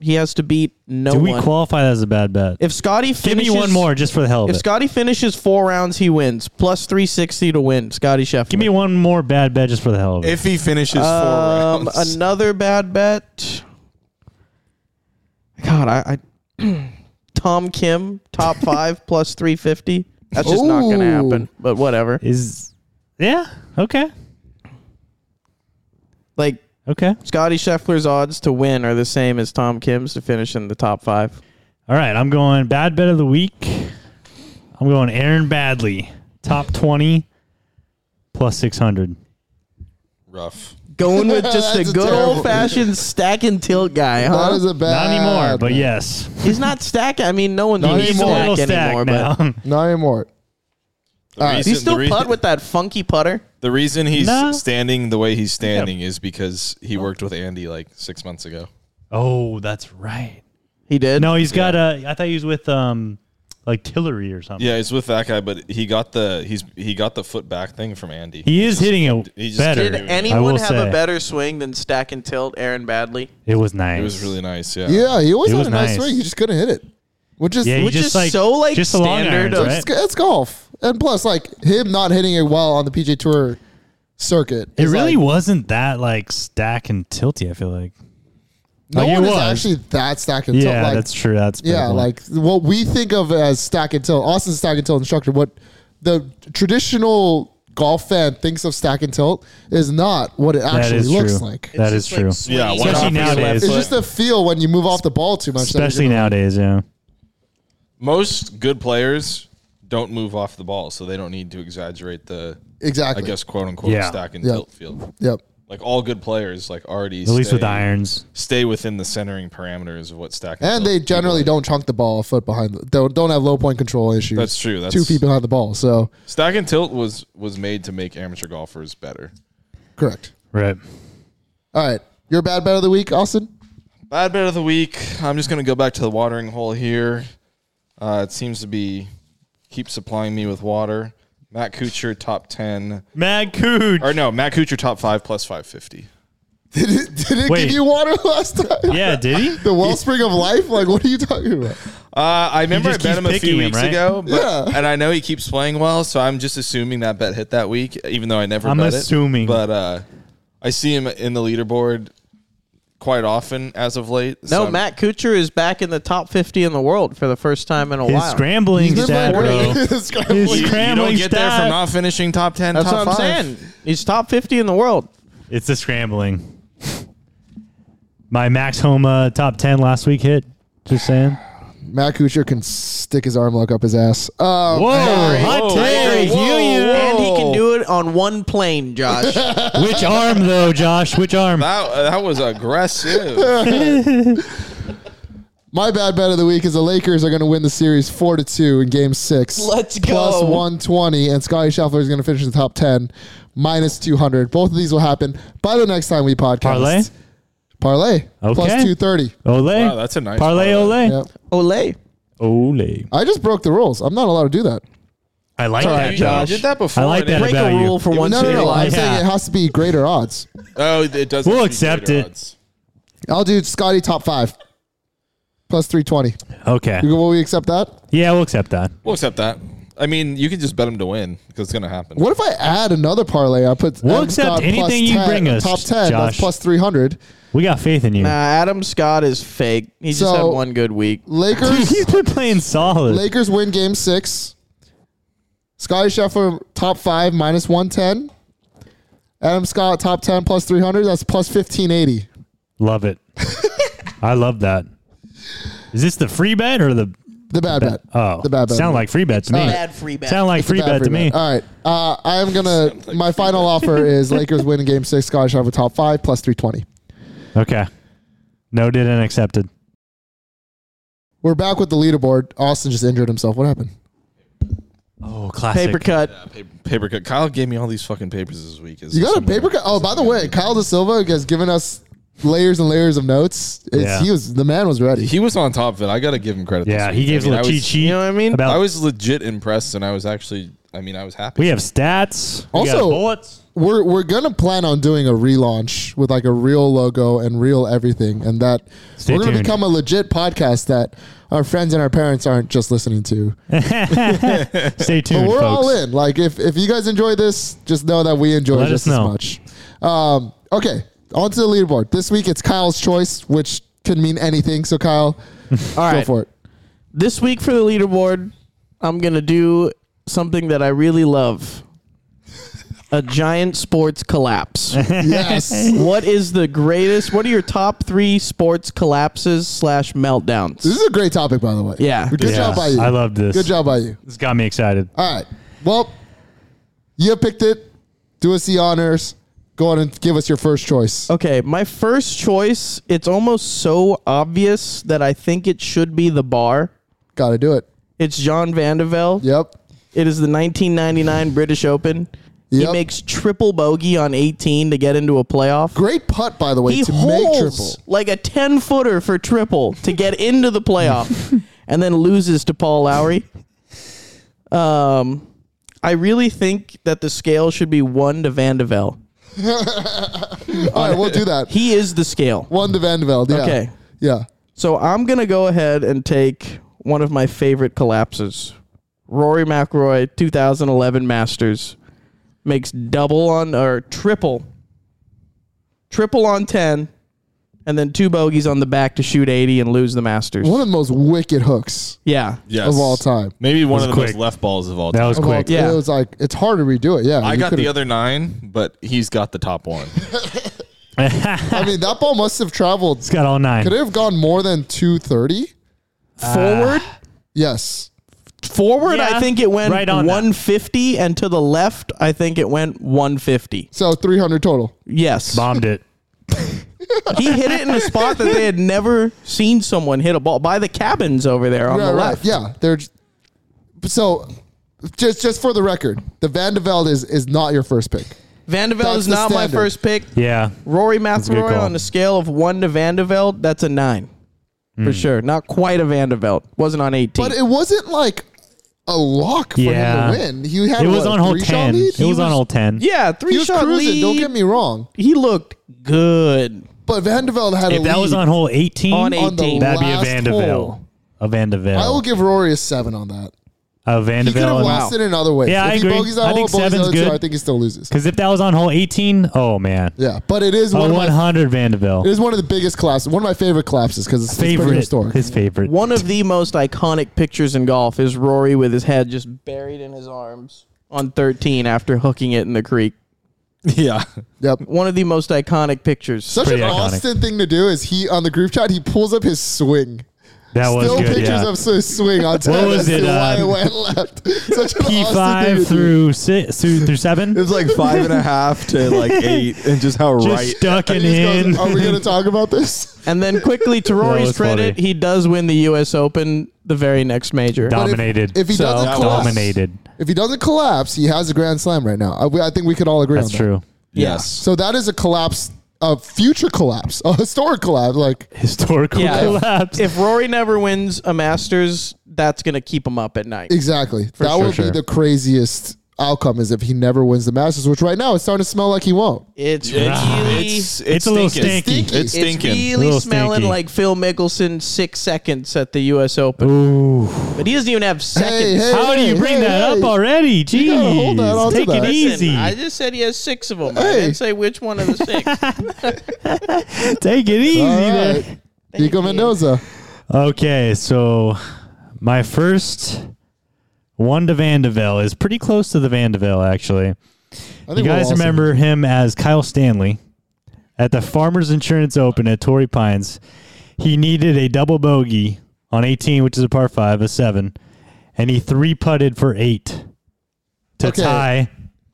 [SPEAKER 2] He has to beat no
[SPEAKER 3] Do we
[SPEAKER 2] one.
[SPEAKER 3] qualify that as a bad bet?
[SPEAKER 2] if Scotty
[SPEAKER 3] Give
[SPEAKER 2] finishes
[SPEAKER 3] me one more just for the hell of
[SPEAKER 2] If
[SPEAKER 3] it.
[SPEAKER 2] Scotty finishes four rounds, he wins plus 360 to win. Scotty Scheffler.
[SPEAKER 3] Give me one more bad bet just for the hell of it.
[SPEAKER 4] if he finishes
[SPEAKER 2] Um,
[SPEAKER 4] four rounds,
[SPEAKER 2] another bad bet. God, I, I Tom Kim top five plus three fifty. That's just not going to
[SPEAKER 1] Ooh.
[SPEAKER 2] happen. But whatever.
[SPEAKER 3] is yeah okay
[SPEAKER 2] Like
[SPEAKER 3] okay
[SPEAKER 2] Scotty Scheffler's odds to win are the same as Tom Kim's to finish in the top five.
[SPEAKER 3] all right i'm going bad bet of the week i'm going aaron badley top 20 plus 600
[SPEAKER 4] rough.
[SPEAKER 2] Going with just a
[SPEAKER 1] That's a
[SPEAKER 2] good
[SPEAKER 1] terrible-
[SPEAKER 2] old fashioned stack and tilt guy, huh?
[SPEAKER 1] That is a bad.
[SPEAKER 3] not anymore but yes
[SPEAKER 2] He's not stacking. I mean, no one's
[SPEAKER 1] Not
[SPEAKER 2] really
[SPEAKER 3] he's a
[SPEAKER 1] anymore.
[SPEAKER 2] stacking
[SPEAKER 3] little
[SPEAKER 2] anymore.
[SPEAKER 3] stacked
[SPEAKER 2] but
[SPEAKER 3] now
[SPEAKER 1] not anymore.
[SPEAKER 4] The
[SPEAKER 1] right.
[SPEAKER 4] reason-
[SPEAKER 2] do you still
[SPEAKER 4] the reason-
[SPEAKER 2] putt with that funky putter?
[SPEAKER 4] The reason he's
[SPEAKER 3] No.
[SPEAKER 4] standing the way he's standing is because he worked with Andy like six months ago.
[SPEAKER 3] oh that's right
[SPEAKER 2] He did.
[SPEAKER 3] no he's got a i thought he was with um like tillery or something
[SPEAKER 4] Yeah, he's with that guy, but he got the he's he got the foot back thing from Andy.
[SPEAKER 3] he is hitting
[SPEAKER 4] he
[SPEAKER 3] it
[SPEAKER 4] just
[SPEAKER 3] better
[SPEAKER 4] carried
[SPEAKER 2] Did
[SPEAKER 4] I
[SPEAKER 2] anyone
[SPEAKER 3] will
[SPEAKER 2] have
[SPEAKER 3] say.
[SPEAKER 2] a better swing than stack and tilt Aaron Badley?
[SPEAKER 3] it was nice
[SPEAKER 4] It was really nice. Yeah.
[SPEAKER 1] Yeah, he always
[SPEAKER 3] It
[SPEAKER 1] had
[SPEAKER 3] was
[SPEAKER 1] a nice
[SPEAKER 3] nice.
[SPEAKER 1] swing. He just couldn't hit it, which is
[SPEAKER 3] yeah he
[SPEAKER 2] Which
[SPEAKER 3] just
[SPEAKER 2] is
[SPEAKER 3] like
[SPEAKER 2] so, like,
[SPEAKER 3] just the long
[SPEAKER 2] standard
[SPEAKER 3] irons,
[SPEAKER 2] of-
[SPEAKER 3] right?
[SPEAKER 1] it's, it's golf, and plus, like him not hitting it well on the PJ Tour circuit.
[SPEAKER 3] it
[SPEAKER 1] is,
[SPEAKER 3] really
[SPEAKER 1] like,
[SPEAKER 3] wasn't that like stack and tilty i feel like
[SPEAKER 1] No
[SPEAKER 3] Like, it
[SPEAKER 1] one is
[SPEAKER 3] was.
[SPEAKER 1] actually that stack and tilt.
[SPEAKER 3] Yeah,
[SPEAKER 1] like,
[SPEAKER 3] that's true. That's a
[SPEAKER 1] yeah,
[SPEAKER 3] big one.
[SPEAKER 1] like what we think of as stack and tilt. Austin's stack and tilt instructor. What the traditional golf fan thinks of stack and tilt is not what it
[SPEAKER 3] that
[SPEAKER 1] actually
[SPEAKER 3] is
[SPEAKER 1] looks
[SPEAKER 3] true.
[SPEAKER 1] like.
[SPEAKER 3] That is true.
[SPEAKER 4] Yeah,
[SPEAKER 5] swinging
[SPEAKER 4] why
[SPEAKER 5] off
[SPEAKER 3] Especially
[SPEAKER 5] your left
[SPEAKER 3] nowadays.
[SPEAKER 1] It's
[SPEAKER 5] foot.
[SPEAKER 1] just the feel when you move off the ball too much. that you're
[SPEAKER 3] Especially
[SPEAKER 1] gonna-
[SPEAKER 3] nowadays, yeah.
[SPEAKER 4] Most good players don't move off the ball, so they don't need to exaggerate the, I
[SPEAKER 1] Exactly.
[SPEAKER 4] guess, quote unquote,
[SPEAKER 3] Yeah.
[SPEAKER 4] stack and
[SPEAKER 1] Yeah.
[SPEAKER 4] tilt field.
[SPEAKER 1] Yep.
[SPEAKER 4] Like all good players, like already
[SPEAKER 3] At least with irons.
[SPEAKER 4] stay within the centering parameters of what stack
[SPEAKER 1] And
[SPEAKER 4] tilt
[SPEAKER 1] they
[SPEAKER 4] people
[SPEAKER 1] generally
[SPEAKER 4] like.
[SPEAKER 1] don't chunk the ball a foot behind. The, don't don't have low point control issues.
[SPEAKER 4] That's true. That's
[SPEAKER 1] Two feet behind the ball. So
[SPEAKER 4] Stack and tilt was was made to make amateur golfers better.
[SPEAKER 1] correct.
[SPEAKER 3] Right.
[SPEAKER 1] All right. Your bad bet of the week, Austin.
[SPEAKER 4] Bad bet of the week. I'm just going to go back to the watering hole here. Uh, it seems to be keep supplying me with water. Matt Kuchar top ten,
[SPEAKER 3] Mad Cooch.
[SPEAKER 4] or no, Matt Kuchar top five plus five fifty.
[SPEAKER 1] Did it, did it give
[SPEAKER 3] Wait.
[SPEAKER 1] you water last time?
[SPEAKER 3] Yeah, did he?
[SPEAKER 1] The wellspring of life? Like, what are you talking about?
[SPEAKER 4] Uh, I remember I
[SPEAKER 3] just
[SPEAKER 4] bet
[SPEAKER 3] keep
[SPEAKER 4] him a few
[SPEAKER 3] picking him,
[SPEAKER 4] weeks
[SPEAKER 3] right?
[SPEAKER 4] ago, but,
[SPEAKER 1] Yeah.
[SPEAKER 4] and I know he keeps playing well, so I'm just assuming that bet hit that week, even though I never.
[SPEAKER 3] I'm
[SPEAKER 4] bet it.
[SPEAKER 3] assuming.
[SPEAKER 4] but uh, I see him in the leaderboard quite often as of late.
[SPEAKER 2] No,
[SPEAKER 4] so I'm-
[SPEAKER 2] Matt Kuchar is back in the top 50 in the world for the first time in a
[SPEAKER 3] His
[SPEAKER 2] while.
[SPEAKER 3] scrambling
[SPEAKER 1] He's
[SPEAKER 3] stat,
[SPEAKER 1] been
[SPEAKER 3] bro.
[SPEAKER 1] playing- His
[SPEAKER 3] His
[SPEAKER 1] scrambling-
[SPEAKER 4] You
[SPEAKER 3] scrambling
[SPEAKER 4] don't get there
[SPEAKER 3] stat.
[SPEAKER 4] from not finishing top ten.
[SPEAKER 2] That's
[SPEAKER 4] top
[SPEAKER 2] what I'm
[SPEAKER 4] five.
[SPEAKER 2] saying. He's top 50 in the world.
[SPEAKER 3] It's the scrambling. My Max Homa top ten last week hit. Just saying.
[SPEAKER 1] Matt Kuchar can stick his arm lock up his ass. Um,
[SPEAKER 3] Whoa, hot
[SPEAKER 4] Whoa,
[SPEAKER 3] take.
[SPEAKER 4] whoa,
[SPEAKER 3] You, you.
[SPEAKER 2] And he can do it on one plane, Josh.
[SPEAKER 3] Which arm though, Josh? Which arm?
[SPEAKER 4] That, that was aggressive.
[SPEAKER 1] My bad bet of the week is the Lakers are going to win the series four to two in Game Six.
[SPEAKER 2] Let's
[SPEAKER 1] Plus
[SPEAKER 2] go.
[SPEAKER 1] one twenty, and Scotty Scheffler is going to finish in the top ten, minus two hundred. Both of these will happen by the next time we podcast.
[SPEAKER 3] Parlay?
[SPEAKER 1] parlay,
[SPEAKER 3] Okay.
[SPEAKER 1] plus two thirty.
[SPEAKER 3] Ole.
[SPEAKER 4] Wow, that's a nice
[SPEAKER 3] parlay.
[SPEAKER 4] parlay.
[SPEAKER 3] Ole.
[SPEAKER 1] Yeah,
[SPEAKER 2] Olay.
[SPEAKER 3] Ole.
[SPEAKER 1] I just broke the rules. I'm not allowed to do that.
[SPEAKER 3] I like
[SPEAKER 4] Sorry,
[SPEAKER 3] that,
[SPEAKER 4] you
[SPEAKER 3] Josh.
[SPEAKER 4] did that before,
[SPEAKER 3] I like that
[SPEAKER 4] didn't
[SPEAKER 2] Break
[SPEAKER 3] about
[SPEAKER 2] a
[SPEAKER 3] you.
[SPEAKER 2] rule for
[SPEAKER 4] It
[SPEAKER 2] once
[SPEAKER 1] No,
[SPEAKER 4] was
[SPEAKER 2] in
[SPEAKER 1] no,
[SPEAKER 2] your
[SPEAKER 1] no. I'm
[SPEAKER 2] life.
[SPEAKER 1] saying it has to be greater odds.
[SPEAKER 4] oh, it does.
[SPEAKER 3] We'll
[SPEAKER 4] have to be
[SPEAKER 3] accept
[SPEAKER 4] greater
[SPEAKER 3] it.
[SPEAKER 4] odds.
[SPEAKER 1] I'll do Scotty top five, plus three twenty.
[SPEAKER 3] Okay.
[SPEAKER 1] Will we accept that?
[SPEAKER 3] Yeah, we'll accept that.
[SPEAKER 4] We'll accept that. I mean, you can just bet him to win because it's gonna happen.
[SPEAKER 1] What if I add another parlay? I put
[SPEAKER 3] We'll
[SPEAKER 1] Adam
[SPEAKER 3] accept
[SPEAKER 1] Scott
[SPEAKER 3] anything
[SPEAKER 1] plus
[SPEAKER 3] you
[SPEAKER 1] 10,
[SPEAKER 3] bring us,
[SPEAKER 1] Top ten, that's
[SPEAKER 3] Josh.
[SPEAKER 1] plus three hundred.
[SPEAKER 3] We got faith in you.
[SPEAKER 2] Nah, Adam Scott is fake. He just
[SPEAKER 1] So-
[SPEAKER 2] had one good week.
[SPEAKER 1] Lakers.
[SPEAKER 3] He's been playing solid.
[SPEAKER 1] Lakers win game six. Scotty Scheffler top five minus one ten. Adam Scott top ten plus three hundred. That's plus fifteen eighty.
[SPEAKER 3] Love it. I love that. Is this the free bet or the
[SPEAKER 1] The bad bet.
[SPEAKER 3] oh?
[SPEAKER 1] the bad bet.
[SPEAKER 3] Sound like free bet to me.
[SPEAKER 2] Bad free bet.
[SPEAKER 3] Sound like free
[SPEAKER 1] Bad
[SPEAKER 3] bet to me.
[SPEAKER 1] All right. Uh, I am gonna. my final offer is Lakers win in game six. Scotty Scheffler top five plus three twenty. Uh.
[SPEAKER 3] Okay. Noted and accepted.
[SPEAKER 1] We're back with the leaderboard. Austin just injured himself. What happened?
[SPEAKER 3] Oh, classic.
[SPEAKER 2] Paper cut.
[SPEAKER 4] paper, paper cut. Kyle gave me all these fucking papers this week. Is
[SPEAKER 1] You got
[SPEAKER 4] this
[SPEAKER 1] a
[SPEAKER 4] somewhere?
[SPEAKER 1] paper cut. Oh, by the way, Kyle Da Silva has given us layers and layers of notes. It's,
[SPEAKER 3] Yeah.
[SPEAKER 1] He was the man was ready.
[SPEAKER 4] He was on top of it. I gotta give him credit.
[SPEAKER 3] Yeah,
[SPEAKER 4] this
[SPEAKER 3] he
[SPEAKER 4] week.
[SPEAKER 3] gave
[SPEAKER 4] I mean,
[SPEAKER 3] a little
[SPEAKER 4] I
[SPEAKER 3] cheat
[SPEAKER 4] was,
[SPEAKER 3] sheet.
[SPEAKER 2] You know what I mean?
[SPEAKER 3] About
[SPEAKER 4] I was legit impressed, and I was actually. I mean, I was happy.
[SPEAKER 3] we have stats. We
[SPEAKER 1] Also-
[SPEAKER 3] got bullets.
[SPEAKER 1] We're we're gonna plan on doing a relaunch with like a real logo and real everything, and that
[SPEAKER 3] Stay
[SPEAKER 1] we're gonna
[SPEAKER 3] tuned.
[SPEAKER 1] become a legit podcast that our friends and our parents aren't just listening to.
[SPEAKER 3] Stay tuned,
[SPEAKER 1] But we're
[SPEAKER 3] folks.
[SPEAKER 1] all in. Like if if you guys enjoy this, just know that we enjoy
[SPEAKER 3] Let
[SPEAKER 1] just
[SPEAKER 3] us
[SPEAKER 1] as
[SPEAKER 3] know.
[SPEAKER 1] much. Um, okay, on to the leaderboard. This week it's Kyle's choice, which can mean anything. So Kyle,
[SPEAKER 2] All
[SPEAKER 1] go
[SPEAKER 2] right.
[SPEAKER 1] for it.
[SPEAKER 2] This week for the leaderboard, I'm going to do something that I really love a giant sports collapse.
[SPEAKER 1] Yes.
[SPEAKER 2] what is the greatest? What are your top three sports collapses slash meltdowns?
[SPEAKER 1] This is a great topic, by the way.
[SPEAKER 2] Yeah.
[SPEAKER 1] Good
[SPEAKER 3] Yeah.
[SPEAKER 1] job by you.
[SPEAKER 3] I loved this.
[SPEAKER 1] Good job by you.
[SPEAKER 3] This got me excited.
[SPEAKER 1] All right. Well, you picked it. Do us the honors. Go on and give us your first choice.
[SPEAKER 2] Okay, my first choice, it's almost so obvious that I think it should be the bar.
[SPEAKER 1] Got to do it.
[SPEAKER 2] It's John Vandeveld.
[SPEAKER 1] Yep.
[SPEAKER 2] It is the 1999 British Open. He
[SPEAKER 1] Yep.
[SPEAKER 2] makes triple bogey on 18 to get into a playoff.
[SPEAKER 1] Great putt, by the way,
[SPEAKER 2] he
[SPEAKER 1] to make triple.
[SPEAKER 2] holes like a 10 footer for triple to get into the playoff and then loses to Paul Lowry. Um, I really think that the scale should be one to Vandeveld.
[SPEAKER 1] All right, we'll do that.
[SPEAKER 2] He is the scale.
[SPEAKER 1] One to Vandeveld. Yeah.
[SPEAKER 2] Okay.
[SPEAKER 1] Yeah.
[SPEAKER 2] So I'm gonna go ahead and take one of my favorite collapses. Rory McIlroy, 2011 Masters, makes double on or triple, triple on ten, and then two bogeys on the back to shoot 80 and lose the Masters.
[SPEAKER 1] One of the most wicked hooks
[SPEAKER 2] Yeah.
[SPEAKER 4] Yes.
[SPEAKER 1] of all time.
[SPEAKER 4] Maybe one
[SPEAKER 3] was
[SPEAKER 4] of the
[SPEAKER 3] quick.
[SPEAKER 4] most left balls of all
[SPEAKER 3] That
[SPEAKER 4] time.
[SPEAKER 3] was
[SPEAKER 1] Of all
[SPEAKER 3] quick.
[SPEAKER 1] time.
[SPEAKER 2] Yeah.
[SPEAKER 1] It was like it's hard to redo it. Yeah,
[SPEAKER 4] I
[SPEAKER 1] you
[SPEAKER 4] got the
[SPEAKER 1] could've-
[SPEAKER 4] other nine, but he's got the top one.
[SPEAKER 1] I mean, that ball must have traveled.
[SPEAKER 3] It's got all nine.
[SPEAKER 1] Could it have gone more than two thirty?
[SPEAKER 2] Forward?
[SPEAKER 1] Yes.
[SPEAKER 2] Forward,
[SPEAKER 3] Uh, Yeah.
[SPEAKER 2] I think it went
[SPEAKER 3] Right on that.
[SPEAKER 2] 150, and to the left, I think it went 150.
[SPEAKER 1] So three hundred total.
[SPEAKER 2] Yes.
[SPEAKER 3] Bombed it.
[SPEAKER 2] he hit it in a spot that they had never seen someone hit a ball by the cabins over there on
[SPEAKER 1] Right,
[SPEAKER 2] the
[SPEAKER 1] right.
[SPEAKER 2] left.
[SPEAKER 1] Yeah, they're j- so. Just just for the record, the Vandeveld is is not your first pick.
[SPEAKER 2] Vandeveld
[SPEAKER 1] That's
[SPEAKER 2] is
[SPEAKER 1] the
[SPEAKER 2] not my
[SPEAKER 1] standard.
[SPEAKER 2] first pick.
[SPEAKER 3] Yeah.
[SPEAKER 2] Rory
[SPEAKER 3] a good
[SPEAKER 2] McIlroy
[SPEAKER 3] call.
[SPEAKER 2] on a scale of one to Vandeveld, that's a nine
[SPEAKER 3] Hmm.
[SPEAKER 2] for sure. Not quite a Vandeveld. Wasn't on eighteen.
[SPEAKER 1] But it wasn't like a lock for
[SPEAKER 3] Yeah.
[SPEAKER 1] him to win. He had
[SPEAKER 3] It was
[SPEAKER 1] what,
[SPEAKER 3] on
[SPEAKER 1] a
[SPEAKER 3] hole
[SPEAKER 1] three-shot
[SPEAKER 3] 10.
[SPEAKER 1] lead?
[SPEAKER 3] It was on hole 10.
[SPEAKER 2] yeah,
[SPEAKER 1] He
[SPEAKER 2] three
[SPEAKER 1] was
[SPEAKER 2] shot
[SPEAKER 1] cruising.
[SPEAKER 2] lead.
[SPEAKER 1] Don't get me wrong,
[SPEAKER 2] he looked good
[SPEAKER 1] but Vandeveld had a
[SPEAKER 3] If that
[SPEAKER 1] lead.
[SPEAKER 3] was on hole 18,
[SPEAKER 2] on
[SPEAKER 1] on the
[SPEAKER 2] eighteen.
[SPEAKER 3] that'd be a
[SPEAKER 1] last
[SPEAKER 3] Vandeville.
[SPEAKER 1] hole.
[SPEAKER 3] A Vandeville.
[SPEAKER 1] I will give Rory a seven on that.
[SPEAKER 3] a
[SPEAKER 1] He could have
[SPEAKER 3] Vandeville.
[SPEAKER 1] lost
[SPEAKER 2] Wow.
[SPEAKER 1] it in other ways.
[SPEAKER 3] Yeah,
[SPEAKER 1] if
[SPEAKER 3] I
[SPEAKER 1] he
[SPEAKER 3] agree.
[SPEAKER 1] bogeys that
[SPEAKER 3] I
[SPEAKER 1] hole,
[SPEAKER 3] think
[SPEAKER 1] bogeys the
[SPEAKER 3] seven's
[SPEAKER 1] other two,
[SPEAKER 3] good.
[SPEAKER 1] I think he still loses.
[SPEAKER 3] Because if that was on hole 18, oh man.
[SPEAKER 1] Yeah, but it is one
[SPEAKER 3] A
[SPEAKER 1] of my
[SPEAKER 3] 100
[SPEAKER 1] It
[SPEAKER 3] Vandeville.
[SPEAKER 1] is one of the biggest collapses. One of my favorite collapses because it's, it's pretty
[SPEAKER 3] Favorite.
[SPEAKER 1] historic.
[SPEAKER 3] His favorite.
[SPEAKER 2] One of the most iconic pictures in golf is Rory with his head just buried in his arms on thirteen after hooking it in the creek.
[SPEAKER 4] yeah.
[SPEAKER 1] yep.
[SPEAKER 2] One of the most iconic pictures.
[SPEAKER 1] Such an
[SPEAKER 3] pretty iconic.
[SPEAKER 1] Austin thing to do is he on the group chat he pulls up his swing.
[SPEAKER 3] That was
[SPEAKER 1] Still
[SPEAKER 3] good.
[SPEAKER 1] pictures
[SPEAKER 3] Yeah.
[SPEAKER 1] of his swing on top.
[SPEAKER 3] was it,
[SPEAKER 1] Why it
[SPEAKER 3] um,
[SPEAKER 1] went left. Such an Austin thing to
[SPEAKER 3] P5
[SPEAKER 1] do.
[SPEAKER 3] through six, through, through seven.
[SPEAKER 4] It's like five and a half to like eight, and just how
[SPEAKER 3] Just
[SPEAKER 4] right.
[SPEAKER 3] ducking
[SPEAKER 1] He just
[SPEAKER 3] in.
[SPEAKER 1] goes, Are we going to talk about this?
[SPEAKER 2] And then quickly to Rory's
[SPEAKER 3] was funny.
[SPEAKER 2] credit, he does win the U.S. Open the very next major.
[SPEAKER 3] Dom- Dominated.
[SPEAKER 1] If, if he
[SPEAKER 2] So-
[SPEAKER 1] doesn't
[SPEAKER 2] That
[SPEAKER 1] collapse,
[SPEAKER 3] Dominated.
[SPEAKER 1] If he doesn't collapse, he has a grand slam right now. I, we- I think we could all agree.
[SPEAKER 3] That's
[SPEAKER 1] on that.
[SPEAKER 3] true.
[SPEAKER 4] Yes.
[SPEAKER 1] So that is a collapse, a future collapse, a historic collapse. Like
[SPEAKER 3] Historical
[SPEAKER 2] Yeah.
[SPEAKER 3] collapse.
[SPEAKER 2] if Rory never wins a Masters, that's going to keep him up at night.
[SPEAKER 1] Exactly. that
[SPEAKER 3] sure.
[SPEAKER 1] would
[SPEAKER 3] Sure.
[SPEAKER 1] be the craziest outcome is if he never wins the Masters, which right now it's starting to smell like he won't.
[SPEAKER 2] It's really,
[SPEAKER 4] It's, it's,
[SPEAKER 3] It's a little
[SPEAKER 4] stinking.
[SPEAKER 3] stinky.
[SPEAKER 4] It's
[SPEAKER 2] it's
[SPEAKER 4] stinking.
[SPEAKER 2] really
[SPEAKER 3] Little
[SPEAKER 2] smelling
[SPEAKER 3] stinky.
[SPEAKER 2] like Phil Mickelson six seconds at the U.S. Open.
[SPEAKER 3] Ooh.
[SPEAKER 2] But he doesn't even have seconds.
[SPEAKER 1] Hey, hey,
[SPEAKER 3] How do you
[SPEAKER 1] hey,
[SPEAKER 3] bring
[SPEAKER 1] hey,
[SPEAKER 3] that
[SPEAKER 1] hey.
[SPEAKER 3] up already? Jeez.
[SPEAKER 1] gotta hold that onto
[SPEAKER 3] Take
[SPEAKER 1] that.
[SPEAKER 3] it
[SPEAKER 1] Listen,
[SPEAKER 2] Listen,
[SPEAKER 3] easy.
[SPEAKER 2] I just said he has six of them. I
[SPEAKER 1] Hey.
[SPEAKER 2] didn't say which one of the six.
[SPEAKER 3] Take it easy
[SPEAKER 1] All
[SPEAKER 3] there.
[SPEAKER 1] right. Nico Mendoza.
[SPEAKER 3] Okay, so my first one to Vandeville is pretty close to the Vandeville, actually.
[SPEAKER 1] I think we'll
[SPEAKER 3] You guys
[SPEAKER 1] also-
[SPEAKER 3] remember him as Kyle Stanley at the Farmers Insurance Open at Torrey Pines. He needed a double bogey on 18, which is a par five, a seven, and he three putted for eight to
[SPEAKER 1] Okay.
[SPEAKER 3] tie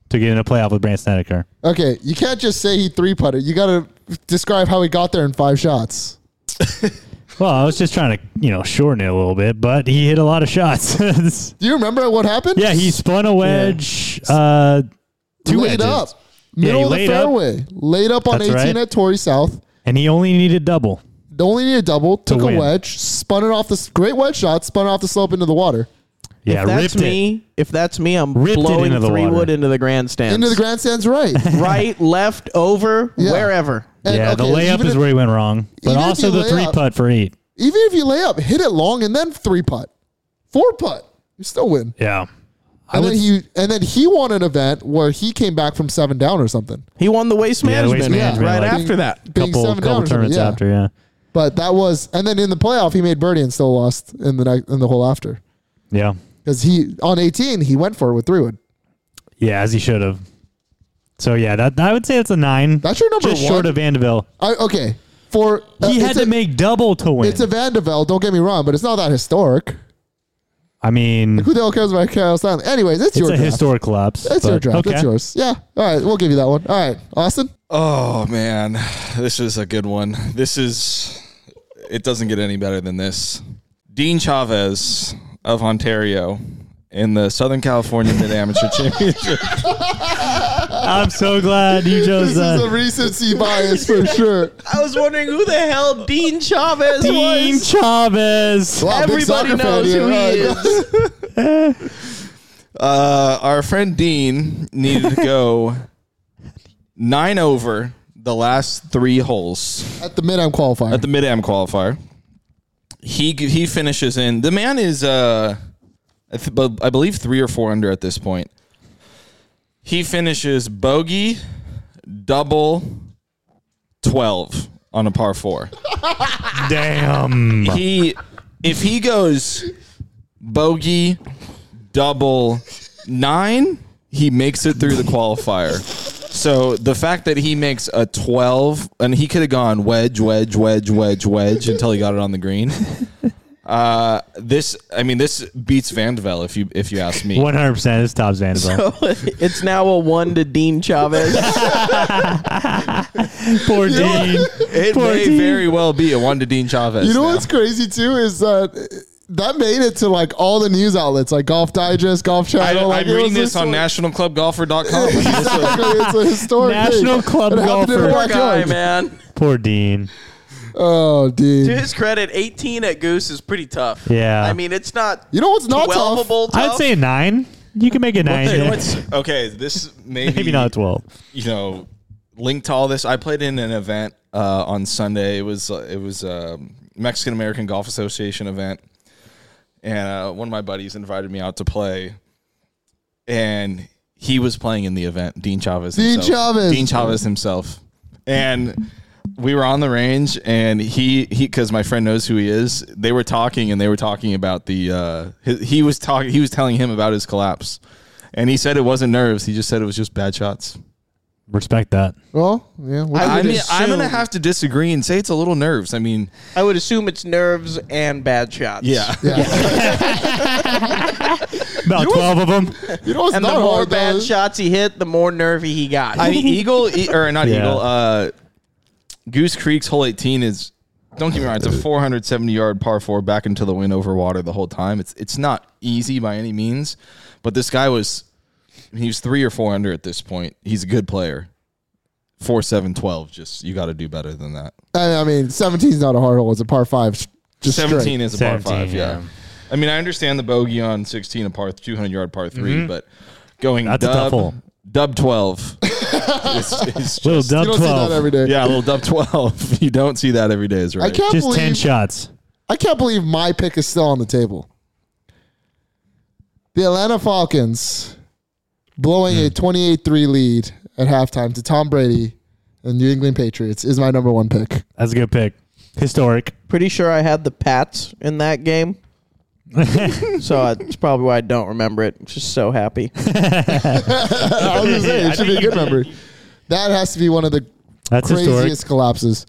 [SPEAKER 3] to get in a playoff with Brant Snedeker.
[SPEAKER 1] Okay, you can't just say he three putted. You got to describe how he got there in five shots.
[SPEAKER 3] Well, I was just trying to, you know, shorten it a little bit, but he hit a lot of shots.
[SPEAKER 1] Do you remember what happened?
[SPEAKER 3] Yeah, he spun a wedge. Uh, two
[SPEAKER 1] laid
[SPEAKER 3] wedges.
[SPEAKER 1] up.
[SPEAKER 3] Yeah,
[SPEAKER 1] Middle
[SPEAKER 3] he
[SPEAKER 1] of the
[SPEAKER 3] laid up.
[SPEAKER 1] fairway. Laid up on
[SPEAKER 3] That's
[SPEAKER 1] 18
[SPEAKER 3] right.
[SPEAKER 1] at Torrey South.
[SPEAKER 3] And he only needed double.
[SPEAKER 1] Only needed a double, took a
[SPEAKER 3] win.
[SPEAKER 1] wedge, spun it off the s- great wedge shot, spun it off the slope into the water.
[SPEAKER 3] Yeah,
[SPEAKER 2] if that's
[SPEAKER 3] ripped
[SPEAKER 2] me, if that's me, I'm
[SPEAKER 3] Ripped it
[SPEAKER 2] blowing
[SPEAKER 3] into the
[SPEAKER 2] three
[SPEAKER 3] water.
[SPEAKER 2] wood into the grandstands.
[SPEAKER 1] Into the grandstands right.
[SPEAKER 2] right, left, over,
[SPEAKER 1] Yeah.
[SPEAKER 2] wherever.
[SPEAKER 3] it.
[SPEAKER 1] And,
[SPEAKER 3] Yeah, the
[SPEAKER 1] okay,
[SPEAKER 3] layup
[SPEAKER 1] even
[SPEAKER 3] is
[SPEAKER 1] if-
[SPEAKER 3] where he went wrong, but
[SPEAKER 1] even if
[SPEAKER 3] also
[SPEAKER 1] you
[SPEAKER 3] the
[SPEAKER 1] lay
[SPEAKER 3] three
[SPEAKER 1] up-
[SPEAKER 3] putt for eight.
[SPEAKER 1] Even if you lay up, hit it long and then three putt, four putt, you still win.
[SPEAKER 3] Yeah, I
[SPEAKER 1] And then
[SPEAKER 3] would-
[SPEAKER 1] he and then he won an event where he came back from seven down or something.
[SPEAKER 2] He won the waste
[SPEAKER 3] Yeah, the
[SPEAKER 2] management,
[SPEAKER 3] waste management,
[SPEAKER 2] right
[SPEAKER 3] like-
[SPEAKER 2] after that.
[SPEAKER 1] Being
[SPEAKER 3] couple
[SPEAKER 1] seven down
[SPEAKER 3] couple
[SPEAKER 1] or something,
[SPEAKER 3] tournaments
[SPEAKER 1] yeah.
[SPEAKER 3] after. Yeah,
[SPEAKER 1] But that was and then in the playoff he made birdie and still lost in the night in the hole after
[SPEAKER 3] yeah,
[SPEAKER 1] because he on eighteen he went for it with three wood.
[SPEAKER 3] yeah, as he should have. So yeah, that I would say that's a nine.
[SPEAKER 1] That's your number
[SPEAKER 3] just
[SPEAKER 1] one?
[SPEAKER 3] short of Vanderbilt.
[SPEAKER 1] I, okay, for uh,
[SPEAKER 3] He had
[SPEAKER 1] it's
[SPEAKER 3] to
[SPEAKER 1] a,
[SPEAKER 3] make double to win.
[SPEAKER 1] it's a Vandeveld. Don't get me wrong, but it's not that historic.
[SPEAKER 3] I mean,
[SPEAKER 1] Who the hell cares about Kyle Stanley? Anyways, it's,
[SPEAKER 3] it's
[SPEAKER 1] your
[SPEAKER 3] a
[SPEAKER 1] draft.
[SPEAKER 3] historic collapse.
[SPEAKER 1] it's your
[SPEAKER 3] but
[SPEAKER 1] draft.
[SPEAKER 3] Okay.
[SPEAKER 1] It's yours. Yeah. All right, we'll give you that one. All right, Austin.
[SPEAKER 4] Oh man, this is a good one. This is it doesn't get any better than this. Dean Chavez of Ontario in the Southern California Mid Amateur Championship.
[SPEAKER 3] I'm so glad you chose
[SPEAKER 1] This
[SPEAKER 3] uh,
[SPEAKER 1] is a
[SPEAKER 3] that.
[SPEAKER 1] recency bias for sure.
[SPEAKER 2] I was wondering who the hell Dean Chavez
[SPEAKER 3] Dean
[SPEAKER 2] was.
[SPEAKER 3] Chavez.
[SPEAKER 1] Wow, big
[SPEAKER 2] Everybody
[SPEAKER 1] soccer fan
[SPEAKER 2] knows
[SPEAKER 1] here.
[SPEAKER 2] who he
[SPEAKER 1] All right,
[SPEAKER 2] is.
[SPEAKER 1] guys.
[SPEAKER 4] Uh, our friend Dean needed to go nine over the last three holes
[SPEAKER 1] At the mid, I'm qualifier.
[SPEAKER 4] at the Mid Am qualifier. He he finishes in. The man is uh, I, th- bu- I believe three or four under at this point. He finishes bogey, double, twelve on a par four.
[SPEAKER 3] Damn.
[SPEAKER 4] He, if he goes bogey, double, nine, he makes it through the qualifier. So the fact that he makes a 12, and he could have gone wedge, wedge, wedge, wedge, wedge until he got it on the green. Uh, this, I mean, this beats Vanderveld if you if you ask me.
[SPEAKER 3] One hundred percent is Top Vanderbilt.
[SPEAKER 2] it's now a one to Dean Chavez.
[SPEAKER 3] Poor Dean.
[SPEAKER 4] It
[SPEAKER 3] Poor
[SPEAKER 4] may
[SPEAKER 3] Dean.
[SPEAKER 4] very well be a one to Dean Chavez.
[SPEAKER 1] You know
[SPEAKER 4] now.
[SPEAKER 1] what's crazy too is that that made it to like all the news outlets, like Golf Digest, Golf
[SPEAKER 4] I,
[SPEAKER 1] Channel. like,
[SPEAKER 4] I'm
[SPEAKER 1] it
[SPEAKER 4] reading
[SPEAKER 1] was
[SPEAKER 4] this
[SPEAKER 1] just
[SPEAKER 4] on
[SPEAKER 1] like-
[SPEAKER 4] nationalclubgolfer.com.
[SPEAKER 1] Exactly, it's a historic
[SPEAKER 3] National
[SPEAKER 1] thing.
[SPEAKER 3] Club
[SPEAKER 1] It happened in our
[SPEAKER 3] Golfer.
[SPEAKER 2] Poor guy,
[SPEAKER 1] yard.
[SPEAKER 2] man.
[SPEAKER 3] Poor Dean.
[SPEAKER 1] Oh,
[SPEAKER 2] To
[SPEAKER 1] dude.
[SPEAKER 2] his credit, 18 at Goose is pretty tough.
[SPEAKER 3] Yeah.
[SPEAKER 2] I mean, it's not
[SPEAKER 1] You know what's not tough?
[SPEAKER 2] twelveable.
[SPEAKER 3] I'd
[SPEAKER 2] tough.
[SPEAKER 3] say a nine. You can make a nine.
[SPEAKER 4] You know
[SPEAKER 3] there.
[SPEAKER 4] what's- okay, this maybe,
[SPEAKER 3] Maybe not a twelve.
[SPEAKER 4] You know, linked to all this, I played in an event uh, on Sunday. It was uh, it was a Mexican American Golf Association event, and uh, one of my buddies invited me out to play, and he was playing in the event. Dean Chavez.
[SPEAKER 1] Dean
[SPEAKER 4] himself.
[SPEAKER 1] Chavez.
[SPEAKER 4] Dean Chavez himself, and. We were on the range, and he he because my friend knows who he is. They were talking, and they were talking about the uh, he, he was talking. He was telling him about his collapse, and he said it wasn't nerves. He just said it was just bad shots.
[SPEAKER 3] Respect that.
[SPEAKER 1] Well, yeah. what
[SPEAKER 2] I
[SPEAKER 4] I
[SPEAKER 1] do you
[SPEAKER 4] mean,
[SPEAKER 1] do?
[SPEAKER 4] I'm
[SPEAKER 2] assume-
[SPEAKER 4] gonna have to disagree and say it's a little nerves. I mean,
[SPEAKER 2] I would assume it's nerves and bad shots.
[SPEAKER 1] yeah.
[SPEAKER 3] About twelve of them.
[SPEAKER 1] you know what's
[SPEAKER 2] And
[SPEAKER 1] not
[SPEAKER 2] the more
[SPEAKER 1] hard, though,
[SPEAKER 2] bad
[SPEAKER 1] is-
[SPEAKER 2] shots he hit, the more nervy he got.
[SPEAKER 4] I mean, Eagle e- or not
[SPEAKER 3] Yeah.
[SPEAKER 4] Eagle. Uh, Goose Creek's hole 18 is don't get me wrong. It's a 470 yard par four back into the wind over water the whole time. It's it's not easy by any means, but this guy was he was three or four under at this point. He's a good player. Four seven twelve. Just you got to do better than that.
[SPEAKER 1] I I mean, 17's not a hard hole. It's a par five. sh- Just
[SPEAKER 4] 17
[SPEAKER 1] straight.
[SPEAKER 4] is a par
[SPEAKER 3] 17,
[SPEAKER 4] five. Yeah.
[SPEAKER 3] yeah.
[SPEAKER 4] I mean, I understand the bogey on 16, a par 200 yard par 3 but going
[SPEAKER 3] That's a
[SPEAKER 4] dub,
[SPEAKER 3] tough hole.
[SPEAKER 4] dub 12. it's, it's just,
[SPEAKER 3] Little
[SPEAKER 1] You
[SPEAKER 3] dub
[SPEAKER 1] don't see that
[SPEAKER 3] twelve.
[SPEAKER 1] every day.
[SPEAKER 4] yeah, a little dub 12. You don't see that every day, is right.
[SPEAKER 1] I can't
[SPEAKER 3] Just ten
[SPEAKER 1] believe
[SPEAKER 3] shots.
[SPEAKER 1] I can't believe my pick is still on the table. The Atlanta Falcons blowing
[SPEAKER 3] Hmm.
[SPEAKER 1] a 28-3 lead at halftime to Tom Brady and New England Patriots is my number one pick.
[SPEAKER 3] That's a good pick. Historic.
[SPEAKER 2] pretty sure I had the Pats in that game. so it's probably why I don't remember it. Just so happy.
[SPEAKER 1] I was gonna say,
[SPEAKER 3] I
[SPEAKER 1] it should
[SPEAKER 3] think
[SPEAKER 1] be a
[SPEAKER 3] you
[SPEAKER 1] good number. That has to be one of the
[SPEAKER 3] That's historic.
[SPEAKER 1] craziest collapses.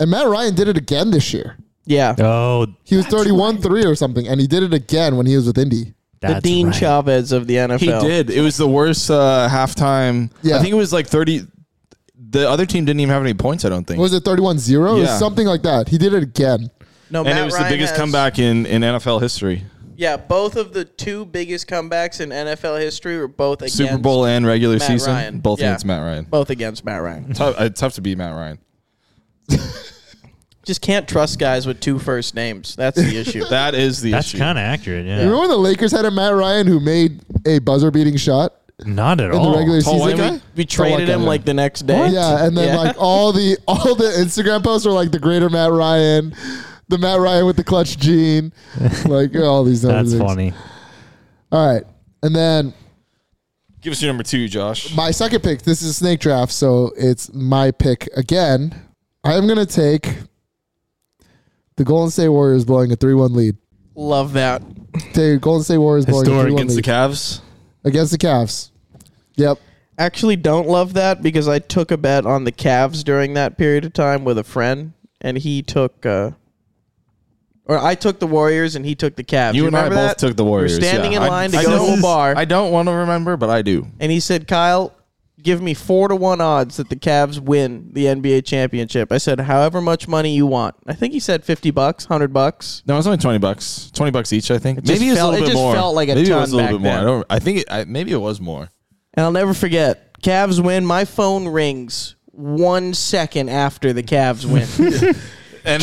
[SPEAKER 1] And Matt Ryan did it again this year.
[SPEAKER 2] Yeah.
[SPEAKER 3] Oh,
[SPEAKER 1] He was 31 3 or something, and he did it again when he was with Indy.
[SPEAKER 2] the
[SPEAKER 3] that's
[SPEAKER 2] Dean
[SPEAKER 3] right.
[SPEAKER 2] Chavez of the NFL.
[SPEAKER 4] He did. It was the worst uh, halftime.
[SPEAKER 1] Yeah.
[SPEAKER 4] I think it was like 30. The other team didn't even have any points, I don't think.
[SPEAKER 1] What was it 31 0?
[SPEAKER 4] Yeah.
[SPEAKER 1] Something like that. He did it again.
[SPEAKER 2] No,
[SPEAKER 4] and
[SPEAKER 2] Matt
[SPEAKER 4] it was
[SPEAKER 2] Ryan
[SPEAKER 4] the biggest
[SPEAKER 2] has-
[SPEAKER 4] comeback in, in NFL history
[SPEAKER 2] Yeah, both of the two biggest comebacks in NFL history were both against
[SPEAKER 4] Super Bowl and regular
[SPEAKER 2] Matt
[SPEAKER 4] season.
[SPEAKER 2] Ryan.
[SPEAKER 4] Both
[SPEAKER 2] Yeah.
[SPEAKER 4] against Matt Ryan.
[SPEAKER 2] Both against Matt Ryan.
[SPEAKER 4] Tough, uh, tough to beat Matt Ryan.
[SPEAKER 2] Just can't trust guys with two first names. That's the issue.
[SPEAKER 4] That is the
[SPEAKER 3] That's
[SPEAKER 4] issue.
[SPEAKER 3] kind of accurate.
[SPEAKER 1] You
[SPEAKER 3] Yeah.
[SPEAKER 1] remember when the Lakers had a Matt Ryan who made a buzzer beating shot
[SPEAKER 3] Not at
[SPEAKER 1] in
[SPEAKER 3] all.
[SPEAKER 1] the regular
[SPEAKER 4] Tall
[SPEAKER 1] season?
[SPEAKER 4] white
[SPEAKER 1] guy?
[SPEAKER 4] guy?
[SPEAKER 2] we traded
[SPEAKER 1] Don't
[SPEAKER 2] him
[SPEAKER 1] like
[SPEAKER 2] like the next day.
[SPEAKER 1] Yeah, and then
[SPEAKER 2] Yeah.
[SPEAKER 1] like all the all the Instagram posts were like the greater Matt Ryan, the Matt Ryan with the clutch gene, like oh, all these other
[SPEAKER 3] That's
[SPEAKER 1] things.
[SPEAKER 3] funny.
[SPEAKER 1] All right. And then
[SPEAKER 4] Give us your number two, Josh.
[SPEAKER 1] my second pick, this is a snake draft, so it's my pick again. I am going to take the Golden State Warriors blowing a 3 1 lead.
[SPEAKER 2] Love that.
[SPEAKER 1] Take Golden State Warriors blowing a
[SPEAKER 3] Historic
[SPEAKER 1] 3 1
[SPEAKER 4] against
[SPEAKER 1] lead
[SPEAKER 4] the Cavs.
[SPEAKER 1] against the Cavs. Yep.
[SPEAKER 2] Actually, don't love that because I took a bet on the Cavs during that period of time with a friend, and he took, uh, or I took the Warriors and he took the Cavs.
[SPEAKER 4] You, and I both
[SPEAKER 2] remember that?
[SPEAKER 4] took the Warriors.
[SPEAKER 2] We were standing
[SPEAKER 4] yeah.
[SPEAKER 2] in
[SPEAKER 4] I-
[SPEAKER 2] line to
[SPEAKER 4] I
[SPEAKER 2] go
[SPEAKER 4] don't-
[SPEAKER 2] to a bar,
[SPEAKER 4] I don't want to remember, but I do.
[SPEAKER 2] and he said, "Kyle, give me four to one odds that the Cavs win the NBA championship." I said, "However much money you want." I think he said fifty bucks, hundred bucks.
[SPEAKER 4] No, it was only twenty bucks. Twenty bucks each, I think.
[SPEAKER 2] just
[SPEAKER 4] maybe it's a
[SPEAKER 2] felt-
[SPEAKER 4] little
[SPEAKER 2] it
[SPEAKER 4] bit
[SPEAKER 2] just
[SPEAKER 4] more.
[SPEAKER 2] felt like a
[SPEAKER 4] maybe it
[SPEAKER 2] ton
[SPEAKER 4] was a little
[SPEAKER 2] back
[SPEAKER 4] bit more.
[SPEAKER 2] then.
[SPEAKER 4] I don't. I think it, I, maybe it was more.
[SPEAKER 2] And I'll never forget, Cavs win. My phone rings one second after the Cavs win.
[SPEAKER 4] And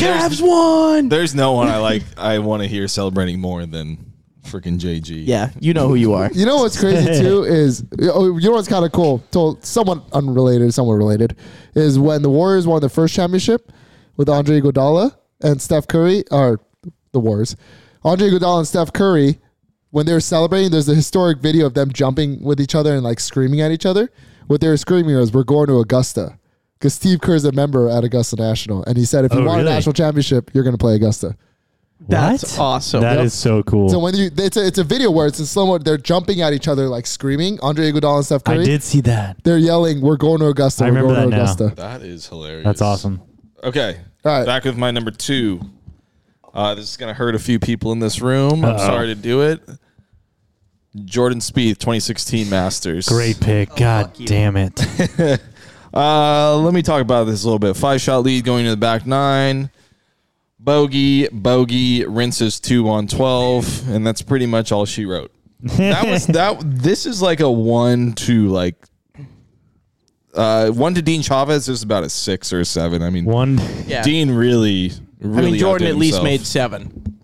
[SPEAKER 2] Cavs
[SPEAKER 4] there's,
[SPEAKER 2] won.
[SPEAKER 4] there's no one I like. I want to hear celebrating more than freaking JG.
[SPEAKER 2] Yeah, you know who you are.
[SPEAKER 1] You know what's crazy too is oh, you know what's kind of cool. Told someone unrelated, someone related, is when the Warriors won the first championship with Andre Iguodala and Steph Curry, or the Warriors, Andre Iguodala and Steph Curry. When they were celebrating, there's a historic video of them jumping with each other and like screaming at each other. What they were screaming was, "We're going to Augusta." because Steve Kerr is a member at Augusta National, and he said if you
[SPEAKER 3] Oh,
[SPEAKER 1] want
[SPEAKER 3] really?
[SPEAKER 1] a national championship, you're going to play Augusta.
[SPEAKER 2] That's
[SPEAKER 3] what?
[SPEAKER 2] awesome.
[SPEAKER 3] That is so cool.
[SPEAKER 1] So when you, it's a, it's a video where it's in slow mo. They're jumping at each other like screaming. Andre Iguodala and Steph Curry.
[SPEAKER 3] I did see that.
[SPEAKER 1] They're yelling, "We're going to Augusta.
[SPEAKER 3] I
[SPEAKER 1] We're
[SPEAKER 3] remember
[SPEAKER 1] going to
[SPEAKER 3] that now.
[SPEAKER 1] Augusta."
[SPEAKER 4] That is hilarious.
[SPEAKER 3] That's awesome.
[SPEAKER 4] Okay.
[SPEAKER 1] All right.
[SPEAKER 4] Back with my number two. Uh, this is going to hurt a few people in this room. I'm
[SPEAKER 3] Uh-oh.
[SPEAKER 4] sorry to do it. Jordan Spieth, 2016 Masters.
[SPEAKER 3] Great pick. God damn it.
[SPEAKER 4] Uh, let me talk about this a little bit. Five shot lead going to the back nine. Bogey, bogey, rinses two on 12. And that's pretty much all she wrote. That was that. This is like a one to like. Uh, one to Dean Chavez is about a six or a seven. I mean,
[SPEAKER 3] One.
[SPEAKER 2] Yeah.
[SPEAKER 4] Dean really,
[SPEAKER 2] I
[SPEAKER 4] really.
[SPEAKER 2] mean, Jordan
[SPEAKER 4] outdid
[SPEAKER 2] at least
[SPEAKER 4] himself.
[SPEAKER 2] made seven.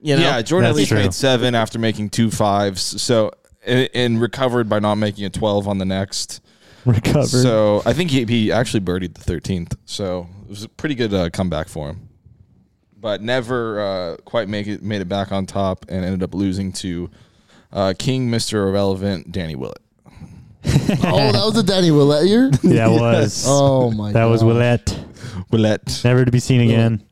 [SPEAKER 2] You know?
[SPEAKER 4] Yeah, Jordan at
[SPEAKER 3] That's
[SPEAKER 4] least
[SPEAKER 3] true.
[SPEAKER 4] made seven after making two fives. So and, and recovered by not making a twelve on the next.
[SPEAKER 3] Recovered.
[SPEAKER 4] So I think he, he actually birdied the thirteenth. So it was a pretty good uh, comeback for him, but never uh, quite make it made it back on top and ended up losing to uh, King Mister Irrelevant Danny Willett.
[SPEAKER 1] oh, that was the Danny Willett year.
[SPEAKER 3] yeah, it was.
[SPEAKER 1] Oh my!
[SPEAKER 3] that
[SPEAKER 1] God.
[SPEAKER 3] was Willette.
[SPEAKER 4] Willett.
[SPEAKER 3] Never to be seen again.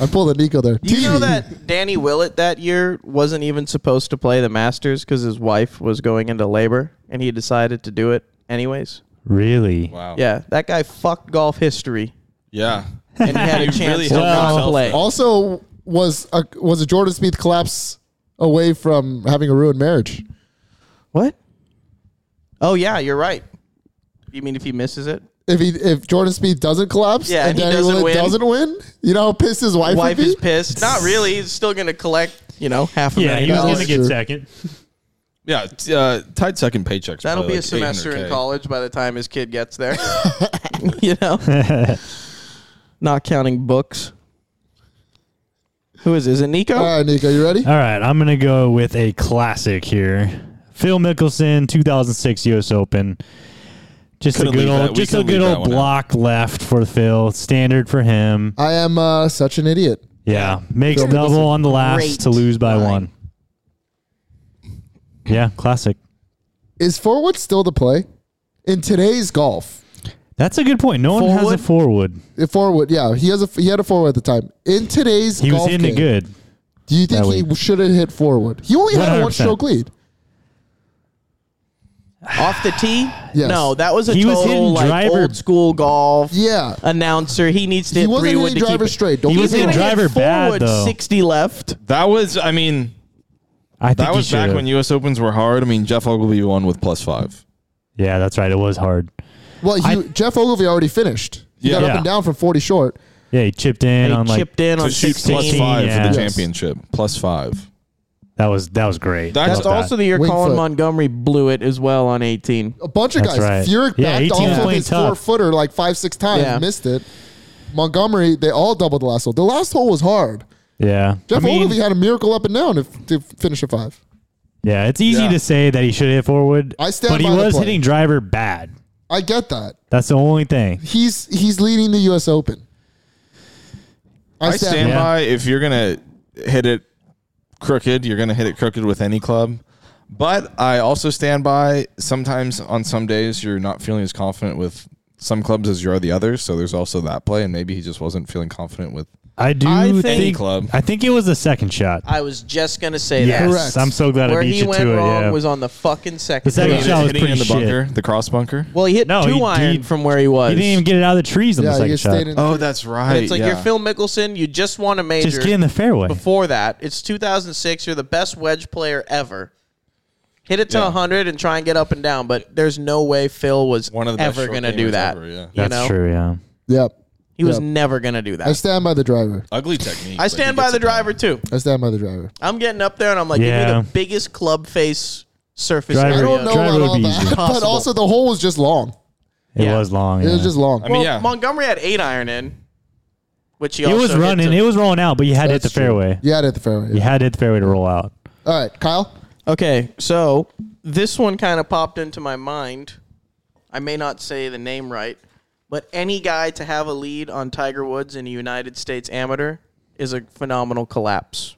[SPEAKER 1] I pulled a Nico there.
[SPEAKER 2] Do you know
[SPEAKER 1] TV.
[SPEAKER 2] that Danny Willett that year wasn't even supposed to play the Masters because his wife was going into labor and he decided to do it anyways?
[SPEAKER 3] Really?
[SPEAKER 4] Wow.
[SPEAKER 2] Yeah, that guy fucked golf history
[SPEAKER 4] Yeah.
[SPEAKER 2] and had a
[SPEAKER 4] He
[SPEAKER 2] chance
[SPEAKER 4] really
[SPEAKER 2] to
[SPEAKER 4] helped
[SPEAKER 2] not
[SPEAKER 4] himself,
[SPEAKER 2] play.
[SPEAKER 4] though.
[SPEAKER 1] Also, was a was a Jordan Spieth collapse away from having a ruined marriage?
[SPEAKER 2] What? Oh yeah, you're right. You mean if he misses it?
[SPEAKER 1] If he if Jordan Spieth doesn't collapse
[SPEAKER 2] Yeah,
[SPEAKER 1] and
[SPEAKER 2] and he
[SPEAKER 1] Danny
[SPEAKER 2] doesn't
[SPEAKER 1] Willett
[SPEAKER 2] win.
[SPEAKER 1] doesn't win, you know how pissed his wife,
[SPEAKER 2] Wife
[SPEAKER 1] would be?
[SPEAKER 2] is pissed. Not really. He's still gonna collect, you know, half a
[SPEAKER 3] Yeah,
[SPEAKER 2] million
[SPEAKER 3] he was
[SPEAKER 2] dollars.
[SPEAKER 3] going to get
[SPEAKER 1] True.
[SPEAKER 3] second.
[SPEAKER 4] Yeah. t- Uh, tied second paychecks.
[SPEAKER 2] That'll
[SPEAKER 4] probably
[SPEAKER 2] be a
[SPEAKER 4] like
[SPEAKER 2] semester in
[SPEAKER 4] 800K.
[SPEAKER 2] college by the time his kid gets there. you know? Not counting books. Who is it? Is it Nico?
[SPEAKER 1] All right, Nico, you ready?
[SPEAKER 3] All right, I'm going to go with a classic here. Phil Mickelson, 2006 U.S. Open. Just
[SPEAKER 4] Couldn't
[SPEAKER 3] a good
[SPEAKER 4] leave
[SPEAKER 3] old,
[SPEAKER 4] that- we
[SPEAKER 3] just a
[SPEAKER 4] couldn't
[SPEAKER 3] good
[SPEAKER 4] leave that
[SPEAKER 3] old
[SPEAKER 4] one out.
[SPEAKER 3] block left for Phil. Standard for him.
[SPEAKER 1] I am uh, such an idiot.
[SPEAKER 3] Yeah, makes
[SPEAKER 1] Phil Mickelson,
[SPEAKER 3] double on the last
[SPEAKER 2] great
[SPEAKER 3] to lose by
[SPEAKER 2] line.
[SPEAKER 3] one. Yeah, classic.
[SPEAKER 1] Is forward still the play in today's golf?
[SPEAKER 3] That's a good point. No one has a
[SPEAKER 2] Forward?
[SPEAKER 3] forward.
[SPEAKER 1] If forward, yeah, he has a he had a forward at the time. In today's
[SPEAKER 3] He was
[SPEAKER 1] golf
[SPEAKER 3] hitting it
[SPEAKER 1] game,
[SPEAKER 3] good.
[SPEAKER 1] Do you
[SPEAKER 3] that
[SPEAKER 1] think he
[SPEAKER 3] week.
[SPEAKER 1] should have hit forward? He only had a one
[SPEAKER 3] 100%.
[SPEAKER 1] stroke lead.
[SPEAKER 2] Off the tee?
[SPEAKER 1] Yes.
[SPEAKER 2] No, that was a
[SPEAKER 3] He was
[SPEAKER 2] total
[SPEAKER 3] hitting
[SPEAKER 2] like
[SPEAKER 3] driver-
[SPEAKER 2] old school golf
[SPEAKER 1] Yeah,
[SPEAKER 2] announcer. He needs to
[SPEAKER 1] he
[SPEAKER 2] hit
[SPEAKER 1] wasn't
[SPEAKER 2] three wood
[SPEAKER 1] hitting
[SPEAKER 2] to keep
[SPEAKER 1] driver
[SPEAKER 2] it.
[SPEAKER 1] straight. Don't
[SPEAKER 3] He
[SPEAKER 1] be
[SPEAKER 3] was hitting
[SPEAKER 1] wrong.
[SPEAKER 2] Gonna hit
[SPEAKER 3] driver bad,
[SPEAKER 2] forward
[SPEAKER 3] though.
[SPEAKER 2] sixty left.
[SPEAKER 4] That was. I mean,
[SPEAKER 3] I think
[SPEAKER 4] that
[SPEAKER 3] he
[SPEAKER 4] was back
[SPEAKER 3] should've.
[SPEAKER 4] when U.S. Opens were hard. I mean, Jeff Ogilvy won with plus five.
[SPEAKER 3] Yeah, that's right. It was hard.
[SPEAKER 1] Well, he,
[SPEAKER 3] I-
[SPEAKER 1] Jeff Ogilvy already finished. He
[SPEAKER 4] Yeah.
[SPEAKER 1] got up
[SPEAKER 3] Yeah.
[SPEAKER 1] and down from 40 short.
[SPEAKER 3] Yeah, he chipped in
[SPEAKER 2] He
[SPEAKER 3] on like
[SPEAKER 2] chipped in on
[SPEAKER 4] to shoot
[SPEAKER 2] sixteen.
[SPEAKER 4] plus five for
[SPEAKER 3] yeah.
[SPEAKER 4] the
[SPEAKER 1] Yes.
[SPEAKER 4] championship. Plus five.
[SPEAKER 3] that was that was great. Love
[SPEAKER 4] That's
[SPEAKER 2] That's
[SPEAKER 3] that.
[SPEAKER 2] also the year
[SPEAKER 1] Wingfoot.
[SPEAKER 2] Colin Montgomery blew it as well on eighteen.
[SPEAKER 1] A bunch of
[SPEAKER 3] That's
[SPEAKER 1] guys.
[SPEAKER 3] right.
[SPEAKER 1] Furyk
[SPEAKER 3] Yeah,
[SPEAKER 1] backed
[SPEAKER 3] 18
[SPEAKER 1] off
[SPEAKER 3] was
[SPEAKER 1] of
[SPEAKER 3] playing
[SPEAKER 1] his
[SPEAKER 3] tough.
[SPEAKER 1] four footer like five, six times,
[SPEAKER 2] Yeah.
[SPEAKER 1] missed it. Montgomery, they all doubled the last hole. The last hole was hard.
[SPEAKER 3] Yeah.
[SPEAKER 1] Jeff
[SPEAKER 3] I mean,
[SPEAKER 1] Ogilvy had a miracle up and down to, to finish a five.
[SPEAKER 3] Yeah, it's easy
[SPEAKER 4] Yeah.
[SPEAKER 3] to say that he should hit forward.
[SPEAKER 1] I stand
[SPEAKER 3] but he
[SPEAKER 1] by the
[SPEAKER 3] was
[SPEAKER 1] play.
[SPEAKER 3] hitting driver bad.
[SPEAKER 1] I get that.
[SPEAKER 3] That's the only thing.
[SPEAKER 1] He's he's leading the U.S. Open.
[SPEAKER 4] I stand
[SPEAKER 3] Yeah.
[SPEAKER 4] by if you're gonna hit it crooked, you're gonna hit it crooked with any club. But I also stand by sometimes on some days you're not feeling as confident with some clubs as you are the others. So there's also that play, and maybe he just wasn't feeling confident with.
[SPEAKER 3] I do
[SPEAKER 2] I
[SPEAKER 3] think,
[SPEAKER 2] think- Any
[SPEAKER 4] club.
[SPEAKER 3] I think it was the second shot.
[SPEAKER 2] I was just gonna say
[SPEAKER 3] yes,
[SPEAKER 2] that.
[SPEAKER 1] Correct.
[SPEAKER 3] I'm so glad
[SPEAKER 2] Where
[SPEAKER 3] I beat
[SPEAKER 2] he
[SPEAKER 3] you
[SPEAKER 2] went
[SPEAKER 3] to it.
[SPEAKER 2] wrong
[SPEAKER 3] Yeah.
[SPEAKER 2] was on the fucking second.
[SPEAKER 3] The second
[SPEAKER 2] shot.
[SPEAKER 3] shot was
[SPEAKER 4] hitting in the
[SPEAKER 3] pretty
[SPEAKER 4] bunker, the cross bunker.
[SPEAKER 2] Well, he hit
[SPEAKER 3] No,
[SPEAKER 2] two
[SPEAKER 3] he-
[SPEAKER 2] iron
[SPEAKER 3] he-
[SPEAKER 2] from where he was.
[SPEAKER 3] he didn't even get it out of the trees on
[SPEAKER 1] Yeah,
[SPEAKER 3] the
[SPEAKER 1] he
[SPEAKER 3] second shot.
[SPEAKER 1] stayed in.
[SPEAKER 4] Oh, that's right.
[SPEAKER 2] it's like
[SPEAKER 4] yeah.
[SPEAKER 2] you're Phil Mickelson. You just won a major.
[SPEAKER 3] Just get in the fairway.
[SPEAKER 2] Before that, it's 2006. You're the best wedge player ever. Hit it to
[SPEAKER 4] Yeah.
[SPEAKER 2] 100 and try and get up and down, but there's no way Phil was
[SPEAKER 4] One of the best
[SPEAKER 2] ever
[SPEAKER 4] short
[SPEAKER 2] going to do
[SPEAKER 4] gamers
[SPEAKER 2] that.
[SPEAKER 4] ever, yeah.
[SPEAKER 2] You
[SPEAKER 3] That's
[SPEAKER 2] know?
[SPEAKER 3] true. Yeah.
[SPEAKER 1] Yep.
[SPEAKER 2] He was
[SPEAKER 1] Yeah.
[SPEAKER 2] never going to do
[SPEAKER 1] I
[SPEAKER 2] that.
[SPEAKER 1] stand by the driver.
[SPEAKER 4] Ugly technique.
[SPEAKER 2] I,
[SPEAKER 4] but he
[SPEAKER 2] stand by
[SPEAKER 4] gets
[SPEAKER 2] the
[SPEAKER 4] it done.
[SPEAKER 2] driver, too.
[SPEAKER 1] I stand by the driver.
[SPEAKER 2] I'm getting up there and I'm like, give
[SPEAKER 3] Yeah.
[SPEAKER 2] me the biggest club face surface.
[SPEAKER 3] Driver-
[SPEAKER 1] I
[SPEAKER 2] area.
[SPEAKER 1] don't know
[SPEAKER 3] Driver
[SPEAKER 1] about
[SPEAKER 3] would
[SPEAKER 1] all
[SPEAKER 3] be
[SPEAKER 1] that,
[SPEAKER 3] easy.
[SPEAKER 1] but
[SPEAKER 2] Possible.
[SPEAKER 1] also the hole was just long.
[SPEAKER 3] It
[SPEAKER 2] Yeah.
[SPEAKER 3] was long.
[SPEAKER 1] It was
[SPEAKER 3] yeah.
[SPEAKER 1] just long.
[SPEAKER 4] I mean,
[SPEAKER 2] Well,
[SPEAKER 4] yeah.
[SPEAKER 2] Montgomery had eight iron in, which he
[SPEAKER 3] It
[SPEAKER 2] also
[SPEAKER 3] was
[SPEAKER 2] hit
[SPEAKER 3] running.
[SPEAKER 2] to-
[SPEAKER 3] It was rolling out, but you had to hit the
[SPEAKER 1] That's true.
[SPEAKER 3] fairway.
[SPEAKER 1] You had it at the fairway.
[SPEAKER 3] You had to hit the fairway to roll out.
[SPEAKER 1] All right, Kyle.
[SPEAKER 2] Okay, so this one kind of popped into my mind. I may not say the name right, but any guy to have a lead on Tiger Woods in a United States amateur is a phenomenal collapse.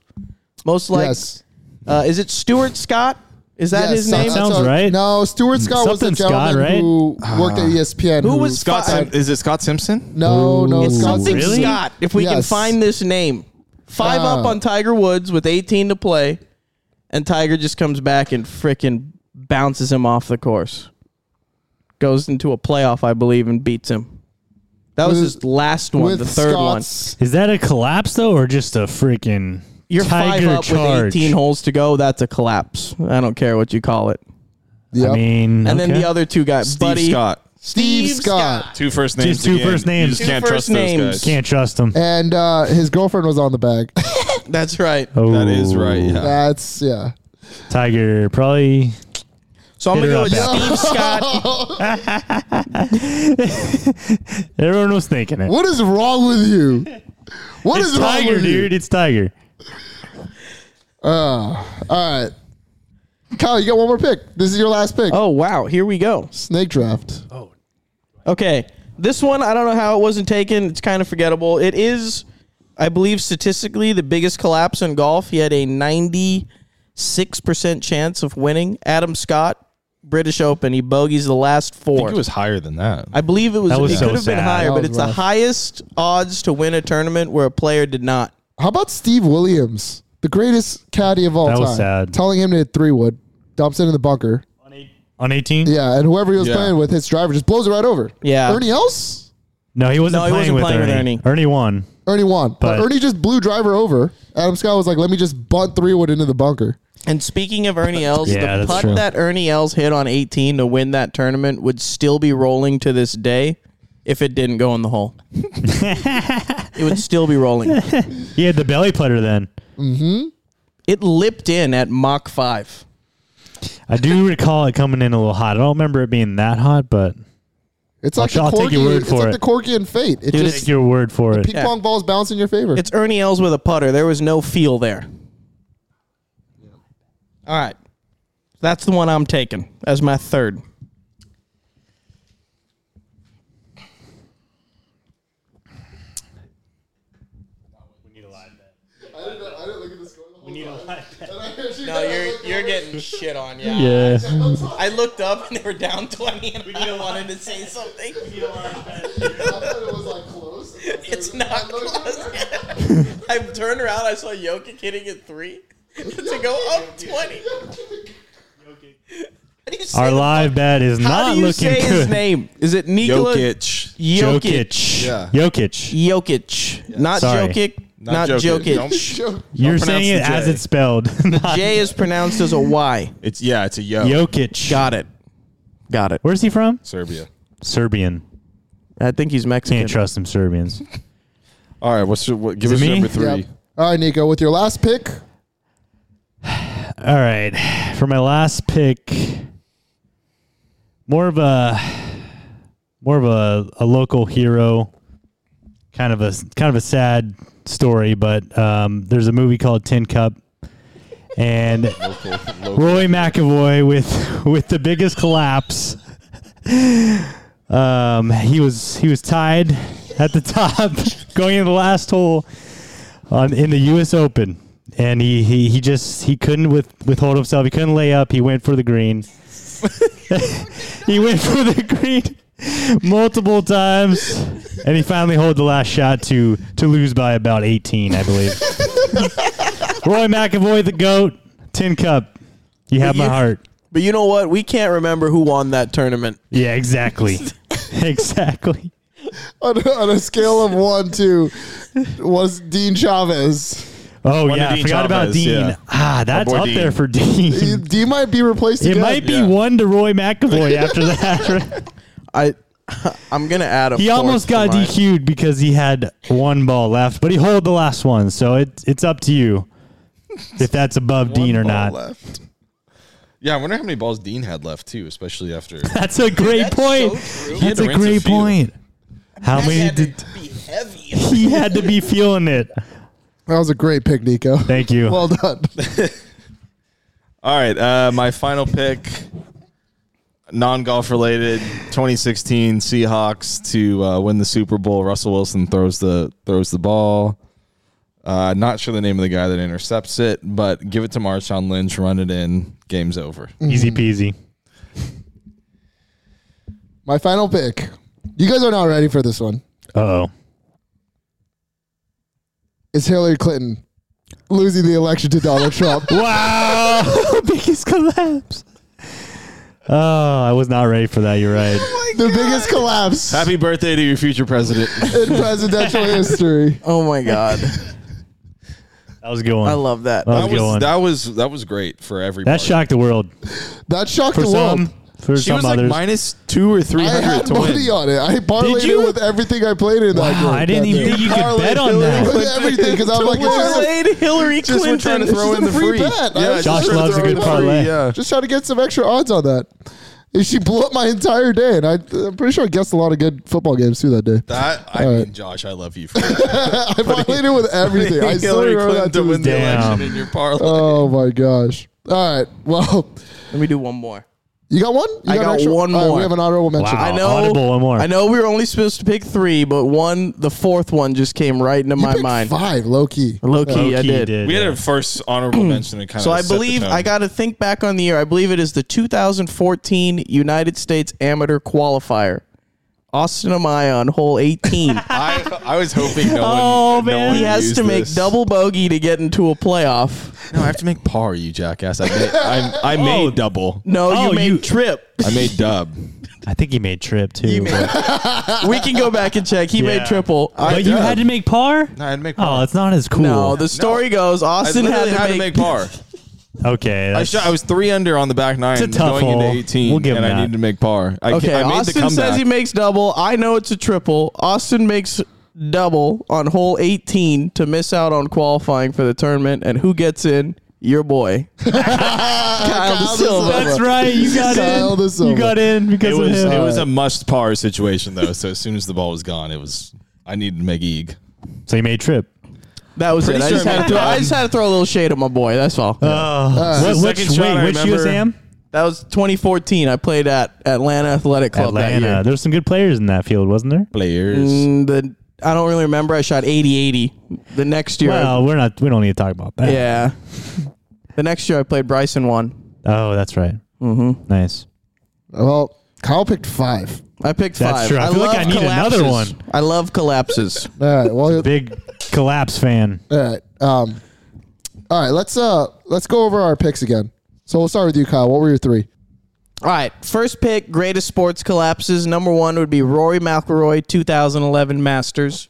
[SPEAKER 2] Most like,
[SPEAKER 1] yes.
[SPEAKER 2] uh, is it Stuart Scott? Is
[SPEAKER 1] Yes,
[SPEAKER 2] that his name?
[SPEAKER 1] Scott-
[SPEAKER 3] Sounds right.
[SPEAKER 1] No, Stuart Scott was
[SPEAKER 3] Something
[SPEAKER 1] the
[SPEAKER 3] Scott,
[SPEAKER 1] gentleman
[SPEAKER 3] right?
[SPEAKER 1] who worked at E ESPN.
[SPEAKER 2] Who was
[SPEAKER 4] Scott,
[SPEAKER 2] Fi-
[SPEAKER 4] Sim- is it Scott Simpson?
[SPEAKER 1] No, no,
[SPEAKER 2] It's
[SPEAKER 1] Scott
[SPEAKER 2] something
[SPEAKER 3] Really?
[SPEAKER 2] Scott. If we can
[SPEAKER 1] Yes.
[SPEAKER 2] find this name, five up
[SPEAKER 1] Uh.
[SPEAKER 2] on Tiger Woods with 18 to play, and Tiger just comes back and frickin' bounces him off the course. Goes into a playoff, I believe, and beats him. That was
[SPEAKER 1] With-
[SPEAKER 2] his last one,
[SPEAKER 1] with
[SPEAKER 2] the third one.
[SPEAKER 1] Scott's,
[SPEAKER 3] Is that a collapse though, or just a freaking
[SPEAKER 2] You're
[SPEAKER 3] tiger
[SPEAKER 2] five up
[SPEAKER 3] charge?
[SPEAKER 2] with 18 holes to go. That's a collapse. I don't care what you call it.
[SPEAKER 1] Yep.
[SPEAKER 3] I mean,
[SPEAKER 2] And then
[SPEAKER 3] okay.
[SPEAKER 2] the other two guys,
[SPEAKER 4] Steve
[SPEAKER 2] buddy.
[SPEAKER 4] Scott.
[SPEAKER 1] Steve,
[SPEAKER 2] Steve
[SPEAKER 1] Scott.
[SPEAKER 4] Two first names.
[SPEAKER 3] Just two
[SPEAKER 4] again.
[SPEAKER 3] first names.
[SPEAKER 4] You just
[SPEAKER 2] Two
[SPEAKER 4] can't
[SPEAKER 2] first
[SPEAKER 4] trust those
[SPEAKER 2] names.
[SPEAKER 4] guys.
[SPEAKER 3] can't trust them.
[SPEAKER 1] And uh, his girlfriend was on the bag.
[SPEAKER 2] That's right.
[SPEAKER 3] Oh,
[SPEAKER 4] That is right. Yeah.
[SPEAKER 1] That's yeah.
[SPEAKER 3] Tiger probably
[SPEAKER 2] So I'm
[SPEAKER 3] Hit
[SPEAKER 2] going to
[SPEAKER 3] her
[SPEAKER 2] go
[SPEAKER 3] up,
[SPEAKER 2] with
[SPEAKER 3] Al.
[SPEAKER 2] Steve Scott.
[SPEAKER 3] everyone was thinking it.
[SPEAKER 1] What is wrong with you? What is
[SPEAKER 3] It's
[SPEAKER 1] wrong
[SPEAKER 3] Tiger,
[SPEAKER 1] with
[SPEAKER 3] dude.
[SPEAKER 1] you?
[SPEAKER 3] It's Tiger.
[SPEAKER 1] All right, Kyle, you got one more pick. This is your last pick.
[SPEAKER 2] Oh, wow. Here we go.
[SPEAKER 1] Snake draft.
[SPEAKER 2] Okay. This one, I don't know how it wasn't taken. It's kind of forgettable. It is, I believe, statistically the biggest collapse in golf. He had a 96% chance of winning. Adam Scott, British Open. He bogeys the last
[SPEAKER 4] I
[SPEAKER 2] four.
[SPEAKER 4] think it was higher than that.
[SPEAKER 2] I believe it was,
[SPEAKER 3] That was
[SPEAKER 2] it
[SPEAKER 3] so
[SPEAKER 2] could have
[SPEAKER 3] sad.
[SPEAKER 2] been higher,
[SPEAKER 1] That
[SPEAKER 2] but
[SPEAKER 1] was
[SPEAKER 2] it's the
[SPEAKER 1] rough.
[SPEAKER 2] highest odds to win a tournament where a player did not.
[SPEAKER 1] How about Steve Williams, the greatest caddy of all
[SPEAKER 3] That
[SPEAKER 1] time?
[SPEAKER 3] was sad.
[SPEAKER 1] Telling him to hit three wood, dumps it in the bunker.
[SPEAKER 3] On 18?
[SPEAKER 1] Yeah, and whoever he was
[SPEAKER 4] Yeah.
[SPEAKER 1] playing with, his driver just blows it right over.
[SPEAKER 2] Yeah.
[SPEAKER 1] Ernie else?
[SPEAKER 3] No, he wasn't
[SPEAKER 2] No, he wasn't
[SPEAKER 3] playing, with,
[SPEAKER 2] playing with
[SPEAKER 3] Ernie. Ernie won.
[SPEAKER 1] Ernie won, but,
[SPEAKER 3] But-
[SPEAKER 1] Ernie just blew driver over. Adam Scott was like, "Let me just bunt three wood into the bunker."
[SPEAKER 2] And speaking of Ernie Els,
[SPEAKER 3] Yeah,
[SPEAKER 2] the
[SPEAKER 3] that's
[SPEAKER 2] putt
[SPEAKER 3] true.
[SPEAKER 2] that Ernie Els hit on 18 to win that tournament would still be rolling to this day if it didn't go in the hole. it would still be rolling.
[SPEAKER 3] He had the belly putter then.
[SPEAKER 2] It lipped in at Mach 5.
[SPEAKER 3] I do recall it coming in a little hot. I don't remember it being that hot, but
[SPEAKER 1] It's like
[SPEAKER 3] I'll
[SPEAKER 1] the
[SPEAKER 3] take
[SPEAKER 1] corgi.
[SPEAKER 3] your word
[SPEAKER 1] it's
[SPEAKER 3] for
[SPEAKER 1] like
[SPEAKER 3] it.
[SPEAKER 1] the corgi in fate. It
[SPEAKER 2] Dude,
[SPEAKER 1] just
[SPEAKER 3] take your word for it.
[SPEAKER 1] ping pong balls bounce in your favor.
[SPEAKER 2] It's Ernie Els with a putter. There was no feel there. All right. That's the one I'm taking as my third.
[SPEAKER 1] I didn't, I didn't look at the score. The whole we need
[SPEAKER 2] getting shit on.
[SPEAKER 3] Yeah.
[SPEAKER 2] I looked up and they were down 20 and I wanted to say something.
[SPEAKER 1] it was like close.
[SPEAKER 2] It's not close. I turned around. I saw Jokic hitting at three to go up twenty. How do you say,
[SPEAKER 3] Our
[SPEAKER 2] the-
[SPEAKER 3] live bet is
[SPEAKER 2] how
[SPEAKER 3] not
[SPEAKER 2] do you
[SPEAKER 3] looking
[SPEAKER 2] say
[SPEAKER 3] good.
[SPEAKER 2] his name? Is it Nikola
[SPEAKER 4] Jokic.
[SPEAKER 2] Jokic?
[SPEAKER 3] Jokic.
[SPEAKER 4] Yeah.
[SPEAKER 3] Jokic.
[SPEAKER 2] Jokic. Not
[SPEAKER 3] Sorry.
[SPEAKER 2] Jokic. Not
[SPEAKER 4] Not Jokic.
[SPEAKER 2] Jokic.
[SPEAKER 4] Don't-
[SPEAKER 3] You're
[SPEAKER 4] pronounce
[SPEAKER 3] saying it
[SPEAKER 4] the J.
[SPEAKER 3] as it's spelled. not
[SPEAKER 2] J is pronounced as a Y.
[SPEAKER 4] It's yeah. It's a yo.
[SPEAKER 3] Jokic.
[SPEAKER 2] Got it. Got it.
[SPEAKER 3] Where's he from?
[SPEAKER 4] Serbia.
[SPEAKER 3] Serbian.
[SPEAKER 2] I think he's Mexican.
[SPEAKER 3] Can't trust them Serbians.
[SPEAKER 4] All right. What's your, what, give
[SPEAKER 3] Is it
[SPEAKER 4] us
[SPEAKER 3] me?
[SPEAKER 4] number three?
[SPEAKER 1] All right, Nico, with your last pick,
[SPEAKER 3] All right. For my last pick, more of a more of a, a local hero. Kind of a kind of a sad story, but um, there's a movie called Tin Cup, and Roy McAvoy with with the biggest collapse. Um, he was he was tied at the top going into the last hole on in the U.S. Open, and he he, he just he couldn't with, withhold himself. He couldn't lay up. He went for the green. he went for the green multiple times, and he finally hold the last shot to to lose by about 18, I believe. Roy McAvoy, the goat, Tin Cup. You have my
[SPEAKER 2] you-
[SPEAKER 3] heart.
[SPEAKER 2] But you know what? We can't remember who won that tournament.
[SPEAKER 3] Yeah, exactly, exactly.
[SPEAKER 1] on, a- on a scale of one to was Dean Chavez.
[SPEAKER 3] Oh
[SPEAKER 4] One to
[SPEAKER 3] yeah, I
[SPEAKER 4] Dean
[SPEAKER 3] forgot about
[SPEAKER 4] Chavez,
[SPEAKER 3] Dean.
[SPEAKER 4] yeah.
[SPEAKER 3] Ah, that's
[SPEAKER 4] boy
[SPEAKER 3] up
[SPEAKER 4] Dean.
[SPEAKER 3] there for Dean.
[SPEAKER 1] Dean might be replaced
[SPEAKER 3] It
[SPEAKER 1] again.
[SPEAKER 3] might be
[SPEAKER 4] Yeah.
[SPEAKER 3] one to Roy McAvoy after that.
[SPEAKER 2] I I'm gonna add a.
[SPEAKER 3] he
[SPEAKER 2] fourth
[SPEAKER 3] almost
[SPEAKER 2] to
[SPEAKER 3] got
[SPEAKER 2] mine.
[SPEAKER 3] DQ'd because he had one ball left, but he holed the last one. So it, it's up to you if that's above Dean
[SPEAKER 4] One
[SPEAKER 3] or
[SPEAKER 4] ball
[SPEAKER 3] not.
[SPEAKER 4] Left. Yeah, I wonder how many balls Dean had left too, especially after.
[SPEAKER 3] That's a great
[SPEAKER 2] That's
[SPEAKER 3] point.
[SPEAKER 2] so true. He
[SPEAKER 4] had
[SPEAKER 3] that's
[SPEAKER 4] to
[SPEAKER 3] a
[SPEAKER 4] rinse a
[SPEAKER 3] great
[SPEAKER 4] few.
[SPEAKER 3] point. How many did
[SPEAKER 2] be heavy.
[SPEAKER 3] he had to be feeling it?
[SPEAKER 1] That was a great pick, Nico.
[SPEAKER 3] Thank you.
[SPEAKER 1] Well done.
[SPEAKER 4] All right, uh, my final pick, non-golf related, 2016 Seahawks to uh, win the Super Bowl. Russell Wilson throws the throws the ball. Uh, not sure the name of the guy that intercepts it, but give it to Marshawn Lynch, run it in, game's over.
[SPEAKER 3] Easy peasy.
[SPEAKER 1] My final pick. You guys are not ready for this one.
[SPEAKER 3] Uh oh.
[SPEAKER 1] Is Hillary Clinton losing the election to Donald Trump?
[SPEAKER 3] Wow. Biggest collapse. Oh, I was not ready for that. You're right.
[SPEAKER 1] the biggest collapse
[SPEAKER 4] Happy birthday to your future president.
[SPEAKER 1] in presidential history.
[SPEAKER 2] Oh my god,
[SPEAKER 3] That was a good one.
[SPEAKER 2] I love that.
[SPEAKER 3] Oh.
[SPEAKER 4] That
[SPEAKER 3] Good
[SPEAKER 4] was
[SPEAKER 3] one.
[SPEAKER 4] that was that was great for everybody.
[SPEAKER 3] that shocked the world.
[SPEAKER 1] That shocked
[SPEAKER 3] For
[SPEAKER 1] the
[SPEAKER 3] some,
[SPEAKER 1] world.
[SPEAKER 3] for
[SPEAKER 4] She
[SPEAKER 3] some
[SPEAKER 4] was like
[SPEAKER 3] others.
[SPEAKER 4] minus two or three
[SPEAKER 1] I
[SPEAKER 4] hundred
[SPEAKER 1] had
[SPEAKER 4] to
[SPEAKER 1] money
[SPEAKER 4] win.
[SPEAKER 1] on it. I parlayed it
[SPEAKER 3] you?
[SPEAKER 1] with everything I played in that game.
[SPEAKER 3] wow, Ah, I didn't even think you could bet on that.
[SPEAKER 1] With everything, because I'm like, it's just, a,
[SPEAKER 2] Parlayed Hillary
[SPEAKER 4] Just we're trying
[SPEAKER 2] Clinton.
[SPEAKER 4] to
[SPEAKER 1] this
[SPEAKER 4] throw
[SPEAKER 1] is
[SPEAKER 4] in
[SPEAKER 1] a
[SPEAKER 4] the
[SPEAKER 1] free
[SPEAKER 4] free.
[SPEAKER 1] bet. I
[SPEAKER 4] Yeah,
[SPEAKER 1] was just
[SPEAKER 4] just trying to
[SPEAKER 3] loves a
[SPEAKER 4] throw in
[SPEAKER 3] good
[SPEAKER 4] the free,
[SPEAKER 3] parlay.
[SPEAKER 4] Yeah.
[SPEAKER 1] just trying to get some extra odds on that. And she blew up my entire day, and I, I'm pretty sure I guessed a lot of good football games too that day.
[SPEAKER 4] That I
[SPEAKER 1] All right.
[SPEAKER 4] mean, Josh, I love you for that.
[SPEAKER 1] I violated with everything. I still
[SPEAKER 4] Hillary
[SPEAKER 1] remember that
[SPEAKER 4] Clinton to Uh,
[SPEAKER 1] to this
[SPEAKER 4] win
[SPEAKER 1] day.
[SPEAKER 4] the
[SPEAKER 3] Damn.
[SPEAKER 4] election in your parlay.
[SPEAKER 1] Oh my gosh! All right, well,
[SPEAKER 2] Let me do one more.
[SPEAKER 1] you got one. You
[SPEAKER 2] I
[SPEAKER 1] an
[SPEAKER 2] got one
[SPEAKER 1] All right,
[SPEAKER 2] more.
[SPEAKER 1] we have an honorable mention.
[SPEAKER 3] Wow.
[SPEAKER 2] I know.
[SPEAKER 3] Audible, one more.
[SPEAKER 2] I know we were only supposed to pick three, but one, the fourth one, just came right into
[SPEAKER 1] You
[SPEAKER 2] my
[SPEAKER 1] picked
[SPEAKER 2] mind.
[SPEAKER 1] five, low key.
[SPEAKER 2] Low key, I
[SPEAKER 3] Low-key
[SPEAKER 2] did.
[SPEAKER 4] we had
[SPEAKER 3] yeah.
[SPEAKER 4] our first honorable mention and kind of
[SPEAKER 2] So I
[SPEAKER 4] set the
[SPEAKER 2] believe
[SPEAKER 4] tone.
[SPEAKER 2] I got to think back on the year. I believe it is the 2014 United States Amateur Qualifier. Austin Amaya on hole 18.
[SPEAKER 4] I, I was hoping no one.
[SPEAKER 3] Oh,
[SPEAKER 4] no
[SPEAKER 3] man.
[SPEAKER 4] one
[SPEAKER 2] he has
[SPEAKER 4] used
[SPEAKER 2] to make
[SPEAKER 4] this.
[SPEAKER 2] double bogey to get into a playoff.
[SPEAKER 4] No, I have to make par, you jackass. I made, I, I made double.
[SPEAKER 2] No,
[SPEAKER 3] Oh,
[SPEAKER 2] you made
[SPEAKER 3] you-
[SPEAKER 2] trip.
[SPEAKER 4] I made dub.
[SPEAKER 3] I think he made trip too.
[SPEAKER 2] You made- we can go back and check. He
[SPEAKER 3] Yeah.
[SPEAKER 2] made triple.
[SPEAKER 3] but you had to make par.
[SPEAKER 4] No, I had to make
[SPEAKER 3] Oh,
[SPEAKER 4] par.
[SPEAKER 3] it's not as cool.
[SPEAKER 2] no, the story goes
[SPEAKER 4] I
[SPEAKER 2] Austin had
[SPEAKER 4] literally
[SPEAKER 2] to,
[SPEAKER 4] had
[SPEAKER 2] make,
[SPEAKER 4] to make par.
[SPEAKER 3] okay.
[SPEAKER 4] I,
[SPEAKER 3] that's-
[SPEAKER 4] shot, I was three under on the back nine
[SPEAKER 3] It's a tough
[SPEAKER 4] going
[SPEAKER 3] hole.
[SPEAKER 4] into 18,
[SPEAKER 3] We'll give him
[SPEAKER 4] and
[SPEAKER 3] that.
[SPEAKER 4] I needed to make par. I,
[SPEAKER 2] Okay,
[SPEAKER 4] I made the
[SPEAKER 2] Austin
[SPEAKER 4] comeback.
[SPEAKER 2] says he makes double. I know it's a triple. Austin makes double on hole 18 to miss out on qualifying for the tournament. And who gets in? Your boy, Kyle
[SPEAKER 1] Kyle
[SPEAKER 2] De
[SPEAKER 1] De
[SPEAKER 2] Silva.
[SPEAKER 1] Silva.
[SPEAKER 3] That's right. You got
[SPEAKER 1] Kyle De
[SPEAKER 3] in.
[SPEAKER 1] Silva.
[SPEAKER 3] You got in because
[SPEAKER 4] it was uh,
[SPEAKER 3] of
[SPEAKER 4] it
[SPEAKER 3] him.
[SPEAKER 4] was a must par situation though. So as soon as the ball was gone, it was I needed to make eeg.
[SPEAKER 3] so you made trip.
[SPEAKER 2] That was
[SPEAKER 4] Pretty
[SPEAKER 2] it. I,
[SPEAKER 4] sure
[SPEAKER 2] just
[SPEAKER 4] I
[SPEAKER 2] had to
[SPEAKER 4] made
[SPEAKER 2] throw,
[SPEAKER 4] that.
[SPEAKER 2] I just had to throw a little shade at my boy. That's all.
[SPEAKER 3] Uh,
[SPEAKER 1] the
[SPEAKER 3] which
[SPEAKER 4] second shot I
[SPEAKER 3] wait, which USAM?
[SPEAKER 4] remember.
[SPEAKER 2] that was 2014. I played at Atlanta Athletic Club that
[SPEAKER 3] Atlanta.
[SPEAKER 2] year.
[SPEAKER 3] There were some good players in that field, wasn't there?
[SPEAKER 4] Players.
[SPEAKER 3] Mm,
[SPEAKER 2] And the, I don't really remember. I shot 80-80 the next year. I-
[SPEAKER 3] Well, we're not. We don't need to talk about that.
[SPEAKER 2] yeah. the next year I played Bryson one.
[SPEAKER 3] Oh, that's right. Mm-hmm. Nice.
[SPEAKER 1] Well, Kyle picked five.
[SPEAKER 2] I picked
[SPEAKER 3] That's
[SPEAKER 2] five.
[SPEAKER 3] true. I feel like
[SPEAKER 2] love
[SPEAKER 3] I need another
[SPEAKER 2] collapses. I love collapses.
[SPEAKER 1] All right. Well,
[SPEAKER 3] Big collapse fan.
[SPEAKER 1] all right. Um, all right. Let's uh, let's go over our picks again. So we'll start with you, Kyle. What were your three?
[SPEAKER 2] All right, first pick, greatest sports collapses. Number one would be Rory McIlroy, 2011 Masters.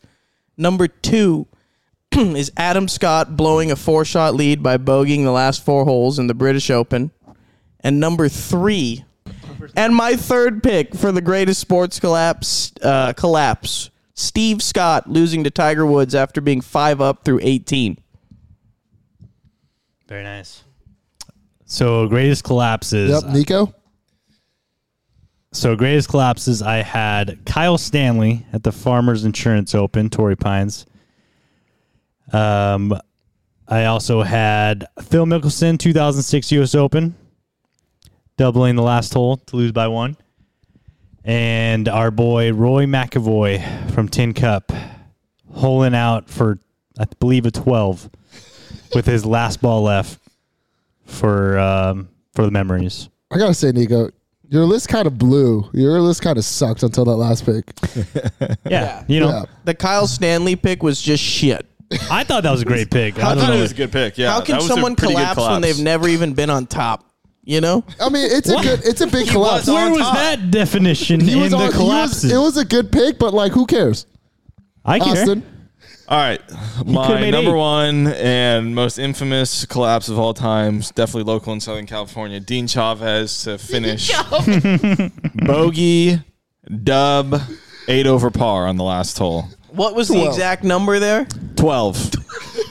[SPEAKER 2] Number two is Adam Scott blowing a four-shot lead by bogeying the last four holes in the British Open. And number three, and my third pick for the greatest sports collapse, uh, collapse, Steve Scott losing to Tiger Woods after being five up through 18.
[SPEAKER 3] Very nice. So greatest collapses.
[SPEAKER 1] Yep, Nico.
[SPEAKER 3] So greatest collapses I had Kyle Stanley at the Farmers Insurance Open, Torrey Pines. Um, I also had Phil Mickelson, 2006 U.S. Open, doubling the last hole to lose by one, and our boy Roy McAvoy from Tin Cup, holing out for I believe a 12 with his last ball left for um, for the memories.
[SPEAKER 1] I gotta say, Nico, your list kind of blew. Your list kind of sucked until that last pick.
[SPEAKER 3] Yeah, you know.
[SPEAKER 1] Yeah.
[SPEAKER 2] The Kyle Stanley pick was just shit.
[SPEAKER 3] I thought that was a great pick. I,
[SPEAKER 4] I
[SPEAKER 3] don't
[SPEAKER 4] thought
[SPEAKER 3] know.
[SPEAKER 4] it was a good pick. Yeah.
[SPEAKER 2] How
[SPEAKER 4] that
[SPEAKER 2] can
[SPEAKER 4] was a
[SPEAKER 2] someone
[SPEAKER 4] pretty good
[SPEAKER 2] collapse, when
[SPEAKER 4] collapse.
[SPEAKER 2] they've never even been on top? You know,
[SPEAKER 1] I mean, it's a good, it's a big collapse.
[SPEAKER 3] Where was
[SPEAKER 4] top.
[SPEAKER 3] that definition in the
[SPEAKER 1] on- he
[SPEAKER 3] collapses?
[SPEAKER 1] it was a good pick, but like, who cares?
[SPEAKER 3] I care.
[SPEAKER 1] Austin.
[SPEAKER 4] All right.
[SPEAKER 3] could've
[SPEAKER 4] My
[SPEAKER 3] made
[SPEAKER 4] number
[SPEAKER 3] eight.
[SPEAKER 4] one and most infamous collapse of all time, definitely local in Southern California, Dean Chavez to finish bogey, dub, eight over par on the last hole.
[SPEAKER 2] what was the
[SPEAKER 1] Well.
[SPEAKER 2] exact number there?
[SPEAKER 4] 12.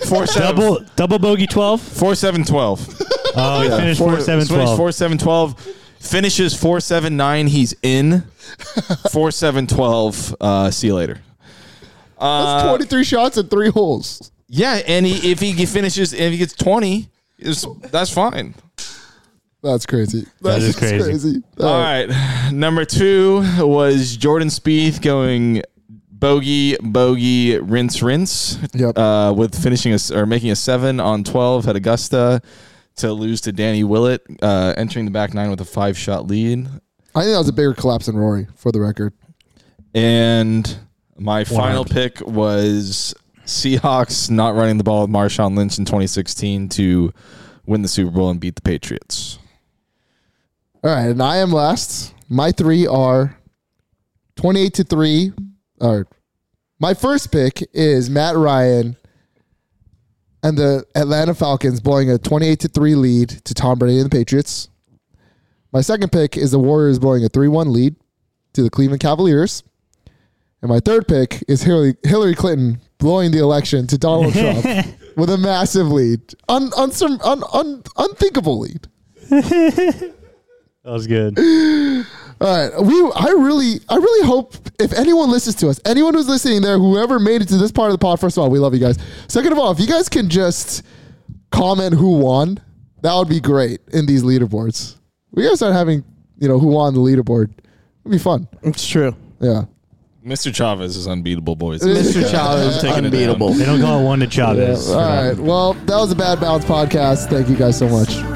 [SPEAKER 4] Four, seven,
[SPEAKER 3] Double double bogey twelve.
[SPEAKER 4] four, seven, 12.
[SPEAKER 3] Oh, he finished four, seven,
[SPEAKER 4] Finished
[SPEAKER 3] twelve.
[SPEAKER 4] Four, seven, 12. Finishes four, seven, nine. He's in. Four, seven, 12. Uh, see you later.
[SPEAKER 3] Uh,
[SPEAKER 1] That's 23 shots and three holes.
[SPEAKER 4] Yeah. And he, if he g- finishes, if he gets 20, it's, that's fine.
[SPEAKER 1] That's crazy.
[SPEAKER 3] is
[SPEAKER 1] just
[SPEAKER 3] crazy.
[SPEAKER 1] All
[SPEAKER 4] All
[SPEAKER 1] right.
[SPEAKER 4] right. Number two was Jordan Spieth going bogey, bogey, rinse, rinse.
[SPEAKER 1] Yep.
[SPEAKER 4] Uh, with finishing a, s- or making a seven on 12 at Augusta to lose to Danny Willett, uh, entering the back nine with a five shot lead.
[SPEAKER 1] I think that was a bigger collapse than Rory, for the record.
[SPEAKER 4] And my final pick was Seahawks not running the ball with Marshawn Lynch in 2016 to win the Super Bowl and beat the Patriots.
[SPEAKER 1] All right, and I am last. My three are 28 to 3. Or my first pick is Matt Ryan and the Atlanta Falcons blowing a 28 to 3 lead to Tom Brady and the Patriots. My second pick is the Warriors blowing a 3 1 lead to the Cleveland Cavaliers. And my third pick is Hillary, Hillary Clinton blowing the election to Donald Trump with a massive lead, un, unsur- un, un, unthinkable lead.
[SPEAKER 3] That was good.
[SPEAKER 1] All right, we. I really, I really hope if anyone listens to us, anyone who's listening there, whoever made it to this part of the pod, first of all, we love you guys. Second of all, if you guys can just comment who won, that would be great in these leaderboards. We gotta start having, you know, who won the leaderboard. It'd be fun.
[SPEAKER 2] It's true.
[SPEAKER 1] Yeah.
[SPEAKER 4] Mr. Chavez is unbeatable, boys.
[SPEAKER 2] Mr. Chavez,
[SPEAKER 4] Taking it
[SPEAKER 2] unbeatable.
[SPEAKER 3] They don't call it one to
[SPEAKER 1] yeah.
[SPEAKER 3] Chavez.
[SPEAKER 1] All right. Well, that was a bad balance podcast. Thank you guys so much.